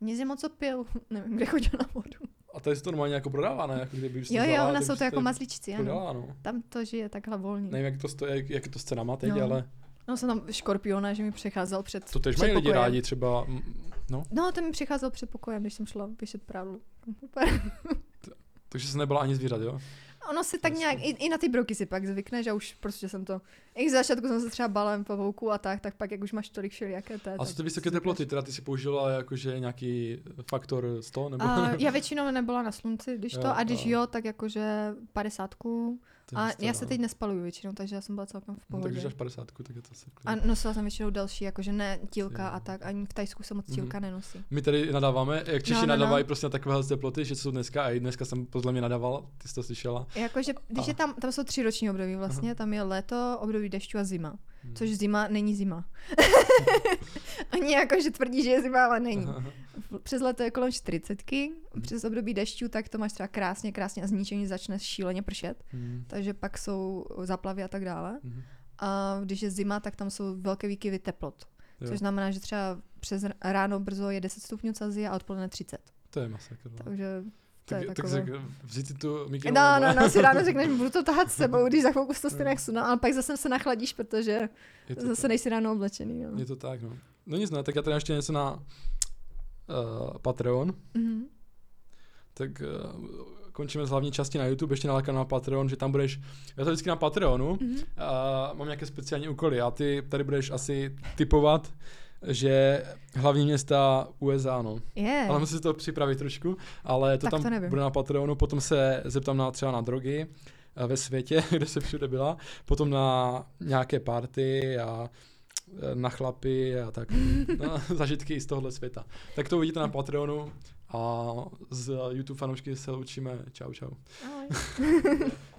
B: Mě moc co pil, nevím, kde chodil na vodu.
A: A tady se to normálně jako prodává, ne? Jako kdyby jsi
B: Jo, jo,
A: vzala,
B: u
A: tak
B: nás jsou
A: bys
B: to jako
A: tady
B: mazličci, ano.
A: prodala, no.
B: Tam to žije takhle volně.
A: Nevím, jak, to stojí, jak, jak je to s cenama teď,
B: No.
A: ale
B: No jsem tam škorpiona, že mi přecházel před
A: to tež
B: před
A: mají lidi
B: pokojem.
A: rádi třeba. mm, No,
B: No, ten mi přecházel před pokojem, když jsem šla vyšet prádlo.
A: takže se nebyla ani zvířat, jo?
B: Ono se tak nějak, i, i na ty broky si pak zvykne, že už prostě jsem to, i z začátku jsem se třeba balem pavouku a tak, tak pak jak už máš tolik všelijaké
A: A
B: té. tak prostě-
A: co ty vysoké
B: si zvykneš.
A: teploty, teda ty si použila jakože nějaký faktor 100 nebo...
B: A já většinou nebyla na slunci, když
A: Jo,
B: to, a když
A: jo.
B: jo, tak jakože padesátku.
A: To je
B: A
A: hustá,
B: já se
A: no.
B: teď nespaluju většinou, takže já jsem byla celkem v
A: No,
B: pohodě.
A: takže až 50, tak je to se
B: A nosila jsem většinou další, jakože ne tílka
A: Jo.
B: a tak. Ani v Tajsku se moc tílka
A: Mhm.
B: nenosí.
A: My tady nadáváme, jak Češi no,
B: No, no,
A: no,
B: no.
A: nadávají prostě na takové teploty, že jsou dneska, a i dneska jsem podle mě nadával, ty jsi to slyšela.
B: Jakože, když je tam, tam jsou tři roční období vlastně, tam je léto, období dešťu a zima.
A: Mhm.
B: Což zima není zima. Oni jakože tvrdí, že je zima, ale není.
A: Aha, Mhm. aha.
B: Přes léto je kolem 40, přes období dešťů, tak to máš třeba krásně, krásně a z ničeho nic začne šíleně pršet.
A: Mhm.
B: Takže pak jsou zaplavy a tak dále.
A: Mhm.
B: A když je zima, tak tam jsou velké výkyvy teplot.
A: Jo.
B: Což znamená, že třeba přes ráno brzo je 10 stupňů Celsia a odpoledne 30.
A: To je masakr. no.
B: Takže to
A: Tak,
B: je
A: tak
B: takové.
A: řek- vzít si tu
B: No,
A: mikinu.
B: no, no, si ráno řekneš, budu to tahat s sebou, když za chvilku se to
A: Jo.
B: stejně jak suna, ale pak zase se nachladíš, protože
A: Je to,
B: zase nejsi ráno oblečený. No.
A: je to tak, no. No nic, no, tak já tady ještě něco na uh, Patreon.
B: Mhm.
A: tak uh, končíme z hlavní části na YouTube, ještě nalákám na Patreon, že tam budeš, já to vždycky na Patreonu,
B: Mhm.
A: uh, mám nějaké speciální úkoly a ty tady budeš asi typovat, že hlavní města USA, no.
B: Je.
A: Ale musím si to připravit trošku, ale to
B: Tak
A: tam
B: to nevím.
A: bude na Patreonu, potom se zeptám na třeba na drogy eh, ve světě, kde se všude byla, potom na nějaké party a eh, na chlapy a tak, na zažitky i z tohohle světa. Tak to uvidíte na Patreonu a z YouTube fanoušky se loučíme. Čau, čau.
B: Ahoj.